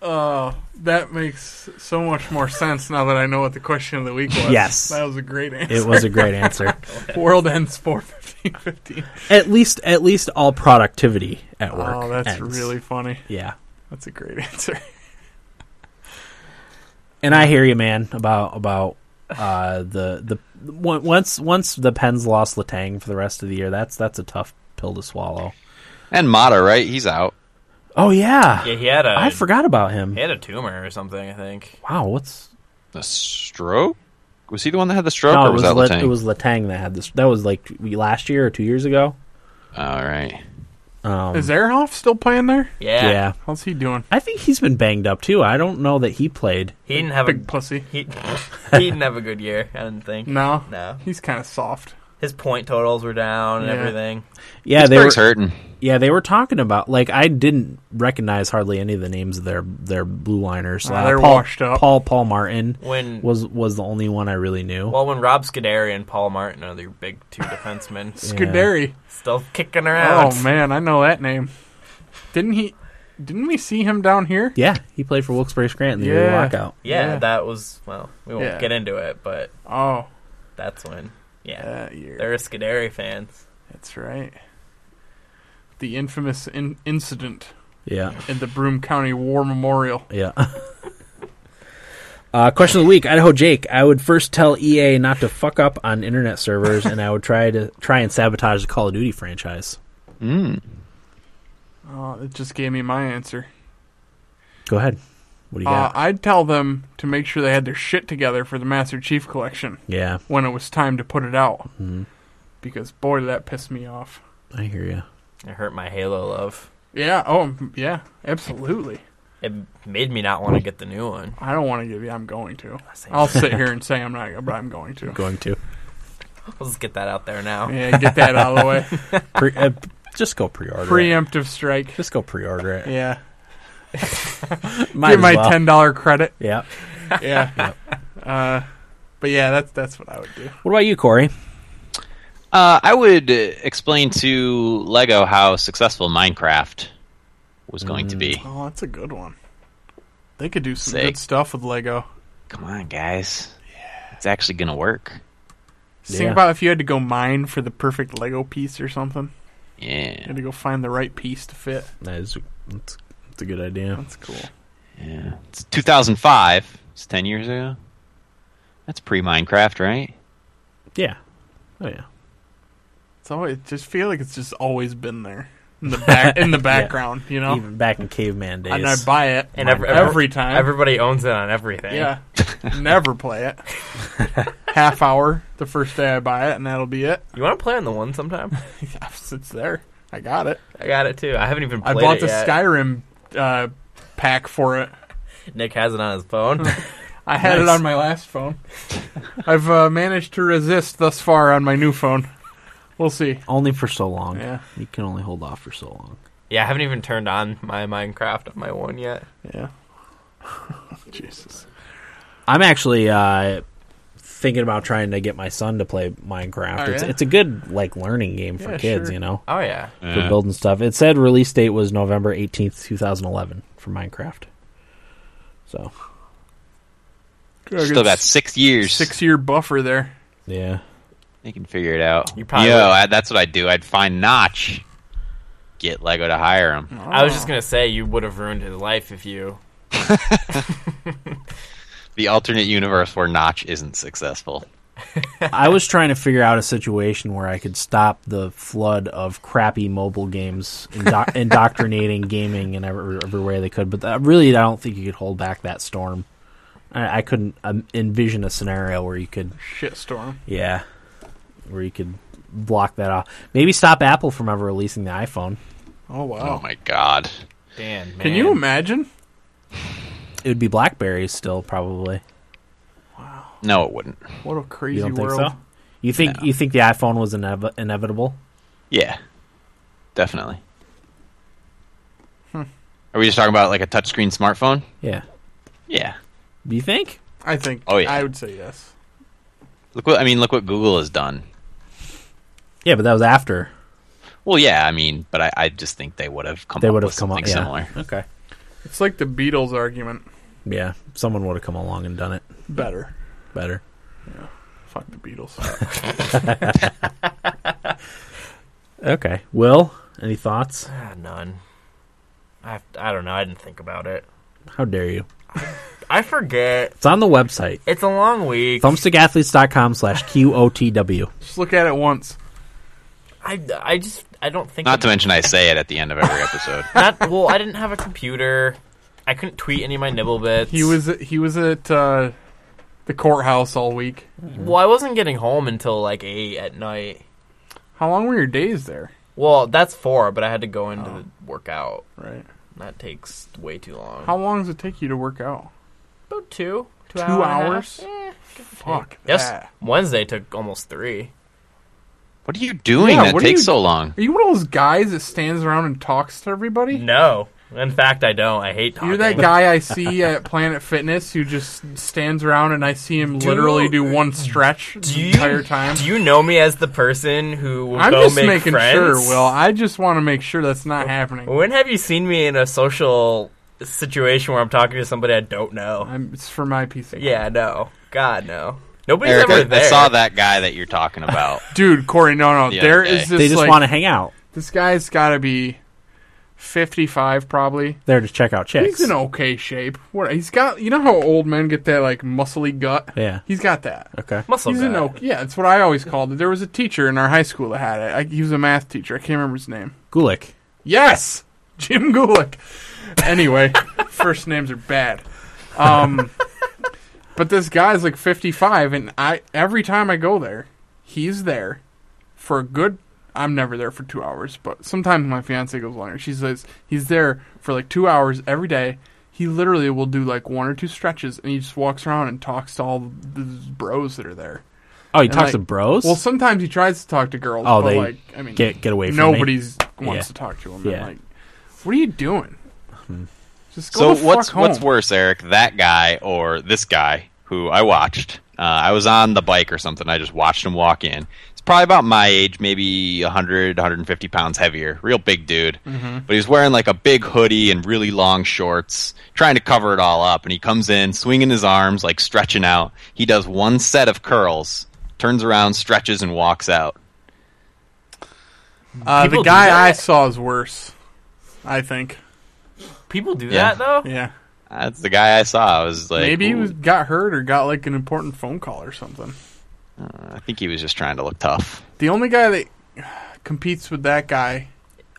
Uh, that makes so much more sense now that I know what the question of the week was.
Yes.
That was a great answer.
It was a great answer.
World ends 41515.
at least at least all productivity at work.
Oh, that's
ends.
really funny.
yeah.
That's a great answer.
And I hear you, man, about about uh, the the on- once once the Pens lost Latang for the rest of the year. That's that's a tough pill to swallow.
And Mata, right? He's out.
Oh yeah,
Yeah, he had a
I forgot about him.
he had a tumor or something. I think.
Wow, what's
The stroke? Was he the one that had the stroke,
no?
or
It was
was that
Lat-
Letang?
it was Latang that had this. That was like t- last year or two years ago.
All right.
Um,
Is Aronoff still playing there?
Yeah.
yeah,
How's he doing?
I think he's been banged up too. I don't know that he played.
He didn't have a
Big pussy.
he, he didn't have a good year. I didn't think.
No.
No.
He's kind of soft.
His point totals were down and
Yeah.
everything.
Yeah, they were
Pittsburgh's hurting.
Yeah, they were talking about like I didn't recognize hardly any of the names of their their blue liners. Uh,
Ah, they're
Paul,
washed up.
Paul Paul Martin
When
was was the only one I really knew.
well, when Rob Scuderi and Paul Martin are their big two defensemen, s-
Scuderi.
still kicking around.
Oh, man. I know that name. Didn't he. Didn't we see him down here?
yeah, he played for Wilkes-Barre Scranton the year of the
Yeah.
lockout.
Yeah,
Yeah.
that was well. We won't
Yeah.
get into it, but
Oh,
that's when. Yeah,
that year.
they're Scuderi fans.
That's right. The infamous in- incident
Yeah,
at the Broome County War Memorial.
yeah. Uh, question of the week: Idaho Jake. I would first tell EA not to fuck up on internet servers, and I would try to try and sabotage the Call of Duty franchise.
Mm.
Oh, it just gave me my answer.
Go ahead. What do you
Uh,
got?
I'd tell them to make sure they had their shit together for the Master Chief Collection
yeah,
when it was time to put it out. Because, boy, did that pissed me off.
I hear you.
It hurt my Halo love.
Yeah, oh, m- yeah, absolutely.
It made me not want to get the new one.
I don't want to give you, I'm going to.
Same.
I'll sit here and say I'm not, but I'm going to.
Going to
Let's get that out there now.
Yeah, get that out of the way.
pre- uh, just go pre-order. it.
Preemptive strike.
Just go pre-order it.
Yeah.
Might
Give
as
my
well.
$10 credit.
Yeah.
Yeah. uh, but yeah, that's that's what I would do.
What about you, Corey?
Uh, I would uh, explain to Lego how successful Minecraft was going to be.
Mm.
Oh, that's a good one. They could do some
Sick.
good stuff with Lego.
Come on, guys. It's actually going to work.
Just Think
Yeah.
about if you had to go mine for the perfect Lego piece or something. You
Yeah.
had to go find the right piece to fit.
That is, that's, that's a good idea.
That's cool.
yeah. It's 2005. It's 10 years ago. That's pre Minecraft, right?
Yeah. Oh yeah.
It's always just feel like it's just always been there in the back in the background, you know.
Even back in caveman days.
and I buy it
And every,
every,
every
time.
everybody owns it on everything.
yeah, never play it. Half hour the first day I buy it, and that'll be it.
You want to play on the one sometime?
it's there. I got it.
I got it too. I haven't even
I
played
bought
it
the
yet.
Skyrim uh, pack for it.
Nick has it on his phone.
I had it
Nice.
on my last phone. I've uh, managed to resist thus far on my new phone. We'll see.
only for so long.
Yeah.
You can only hold off for so long.
yeah, I haven't even turned on my Minecraft on my one yet.
Yeah. Jesus.
I'm actually uh, thinking about trying to get my son to play Minecraft.
Oh,
it's
yeah?
it's a good like learning game for
Yeah,
kids,
sure.
you know,
Oh yeah,
for building stuff. It said release date was November 18th, 2011 for Minecraft. So,
Still got six years.
six year buffer there.
yeah.
They can figure it out.
You probably
Yo,
would.
I, that's what I'd do. I'd find Notch, get Lego to hire him.
Oh. I was just gonna say you would have ruined his life if you
the alternate universe where Notch isn't successful.
I was trying to figure out a situation where I could stop the flood of crappy mobile games indo- indoctrinating gaming in every, every way they could, but that, really, I don't think you could hold back that storm. I, I couldn't um, envision a scenario where you could,
Shitstorm.
yeah, where you could block that off. Maybe stop Apple from ever releasing the iPhone.
Oh wow.
Oh, my god.
Dan, man.
Can you imagine?
It would be BlackBerry still probably.
No, it wouldn't.
What a crazy
You don't think
world.
so? You think you think the iPhone was inev- inevitable?
Yeah, definitely. Are we just talking about like a touchscreen smartphone?
Yeah.
Yeah.
Do you think?
I think
Oh, yeah.
I would say yes.
Look what I mean. Look what Google has done.
Yeah, but that was after
Well, yeah, I mean, but I, I just think they would have come.
they
up
would
with
have come up.
something
Yeah.
similar.
Okay.
It's like the Beatles argument.
Yeah, someone would have come along and done it
Better.
better.
Fuck the Beatles.
Okay. Will, any thoughts?
Ah, none. I, I don't know. I didn't think about it.
How dare you?
I forget.
It's on the website.
It's a long week.
Thumbstickathletes.com slash QOTW.
Just look at it once.
I, I just I don't think
Not to mention, I say it at the end of every episode.
not well. I didn't have a computer. I couldn't tweet any of my nibble bits.
He was he was at uh, the courthouse all week.
well. I wasn't getting home until like eight at night.
How long were your days there?
Well, that's four, but I had to go into
Oh.
the workout.
Right.
That takes way too long.
How long does it take you to work out?
About two. Two,
Two
hour and a half. eh.
hours?
Yeah.
Fuck.
Yes.
that.
Wednesday took almost three.
what are you doing?
Yeah,
that
what are
takes
you-
so long.
Are you one of those guys that stands around and talks to everybody?
No. In fact, I don't. I hate talking.
You're that guy I see at Planet Fitness who just stands around and I see him literally do one stretch
Do
the
you,
entire time.
Do you know me as the person who will
I'm
go
just
make
making
friends?
sure, Will. I just want to make sure that's not happening.
When have you seen me in a social situation where I'm talking to somebody I don't know?
I'm, it's for my piece of
Yeah, no. God, no. Nobody's
Eric,
ever
I, I
there.
saw that guy that you're talking about.
Dude, Corey, no, no.
The other
there
day.
is this
They just
like
want to hang out.
this guy's got to be 55 probably.
They're to check out chicks.
He's in okay shape. What he's got, you know how old men get that like muscly gut.
Yeah.
he's got that.
okay.
Muscle
He's
guy.
an okay. Yeah, that's what I always called it. There was a teacher in our high school that had it. I, he was a math teacher. I can't remember his name.
Gulick.
Yes, Jim Gulick. Anyway, first names are bad. Um, but this guy's like 55, and I every time I go there, he's there for a good. I'm never there for two hours, but sometimes my fiance goes longer. She says he's there for like two hours every day. He literally will do like one or two stretches, and he just walks around and talks to all the bros that are there.
Oh, he
And,
talks
like-
to bros?
Well, sometimes he tries to talk to girls.
Oh,
but,
they
like, I mean,
get, get away from me.
nobody's wants
Yeah.
to talk to him.
Yeah. Hmm.
Yeah. Like, what are you doing? Just
so
go the
what's
fuck home.
what's worse, Eric? That guy or this guy who I watched? Uh, I was on the bike or something. I just watched him walk in. It's probably about my age, maybe 100, 150 pounds heavier. Real big dude.
Mm-hmm.
But he's wearing like a big hoodie and really long shorts, trying to cover it all up. And he comes in swinging his arms, like stretching out. He does one set of curls, turns around, stretches, and walks out.
Uh, the
People do
guy I
that?
saw is worse. I think.
People do
Yeah.
that, though?
Yeah.
That's the guy I saw. I was like,
Maybe he
"Ooh."
was, got hurt or got like an important phone call or something.
I think he was just trying to look tough.
The only guy that competes with that guy.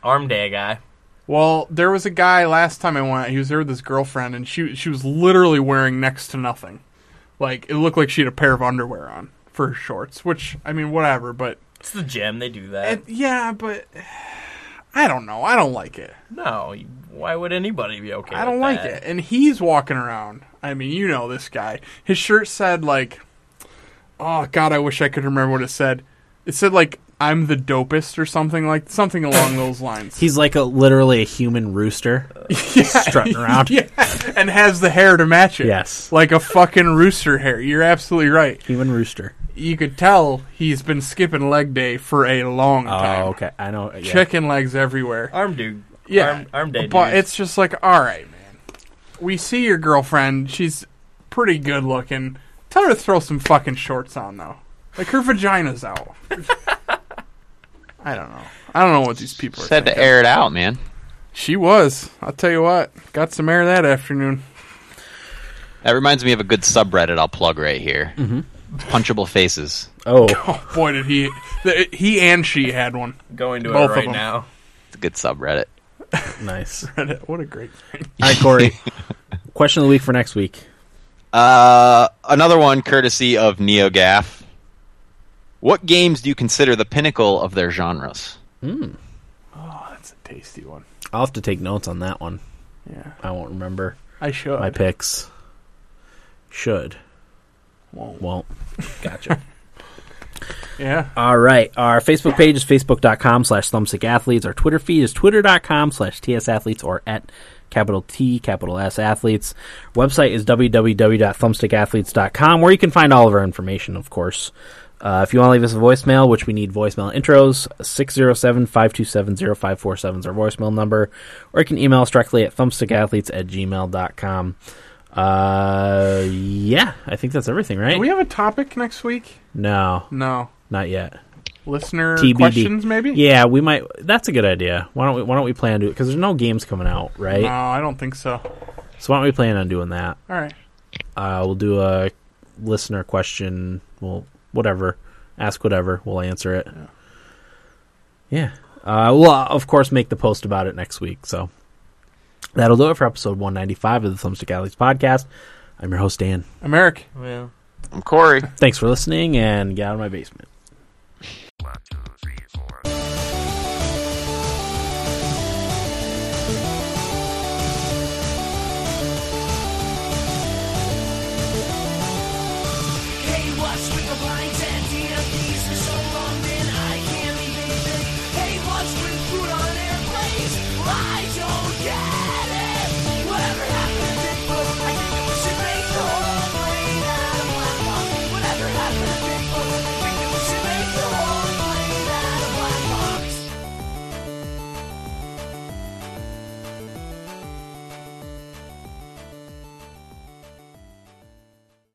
Arm day guy.
Well, there was a guy last time I went. He was there with his girlfriend, and she she was literally wearing next to nothing. Like it looked like she had a pair of underwear on for her shorts. Which I mean, whatever. But
It's the gym. They do that.
it, yeah, but I don't know. I don't like it.
no. you- Why would anybody be okay
I don't
with
like
that?
it. And he's walking around. I mean, you know this guy. His shirt said like, "Oh God, I wish I could remember what it said." It said like, "I'm the dopest" or something like something along those lines.
He's like a literally a human rooster strutting around.
yeah, and has the hair to match it.
Yes.
like a fucking rooster hair. You're absolutely right.
Human rooster.
You could tell he's been skipping leg day for a long time.
Oh, okay. I know. yeah.
Chicken legs everywhere.
Arm dude.
Yeah,
Arm, arm day
But
dudes.
it's just like, all right, man. We see your girlfriend. She's pretty good looking. Tell her to throw some fucking shorts on, though. Like her vagina's out. I don't know. I don't know what these people are.
Just had to
thinking.
air it out, man.
She was. I'll tell you what. Got some air that afternoon.
That reminds me of a good subreddit I'll plug right here. Mm-hmm. Punchable faces.
Oh,
Oh boy, did he! The, he and she had one.
Going to
Both of
it right
them.
now.
It's a good subreddit.
nice. All
What a great thing.
right, Corey. Question of the week for next week.
Uh, another one, courtesy of NeoGaf. What games do you consider the pinnacle of their genres?
Oh, that's a tasty one.
I'll have to take notes on that one.
Yeah,
I won't remember
I should.
my picks. Should
Won't.
won't. Gotcha.
Yeah,
All right. Our Facebook page is facebook.com slash thumbsickathletes. Our Twitter feed is twitter.com slash tsathletes or at capital T, capital S athletes. Website is www.thumbstickathletes.com where you can find all of our information, of course. Uh, if you want to leave us a voicemail, which we need voicemail intros, 607-527-0547 is our voicemail number, or you can email us directly at thumbstickathletes at gmail.com. Uh, yeah, I think that's everything, right?
do we have a topic next week?
no,
No,
not yet.
listener
TBD.
questions maybe.
Yeah, we might. That's a good idea. Why don't we? Why don't we plan to? Because there's no games coming out, right?
No, I don't think so.
So why don't we plan on doing that?
All right.
Uh, we'll do a listener question. We'll whatever, ask whatever. We'll answer it. Yeah. Uh, we'll of course make the post about it next week. So that'll do it for episode 195 of the Thumbstick Alleys podcast. I'm your host Dan.
I'm Eric.
Well.
I'm Corey.
Thanks for listening, and get out of my basement.
One, two,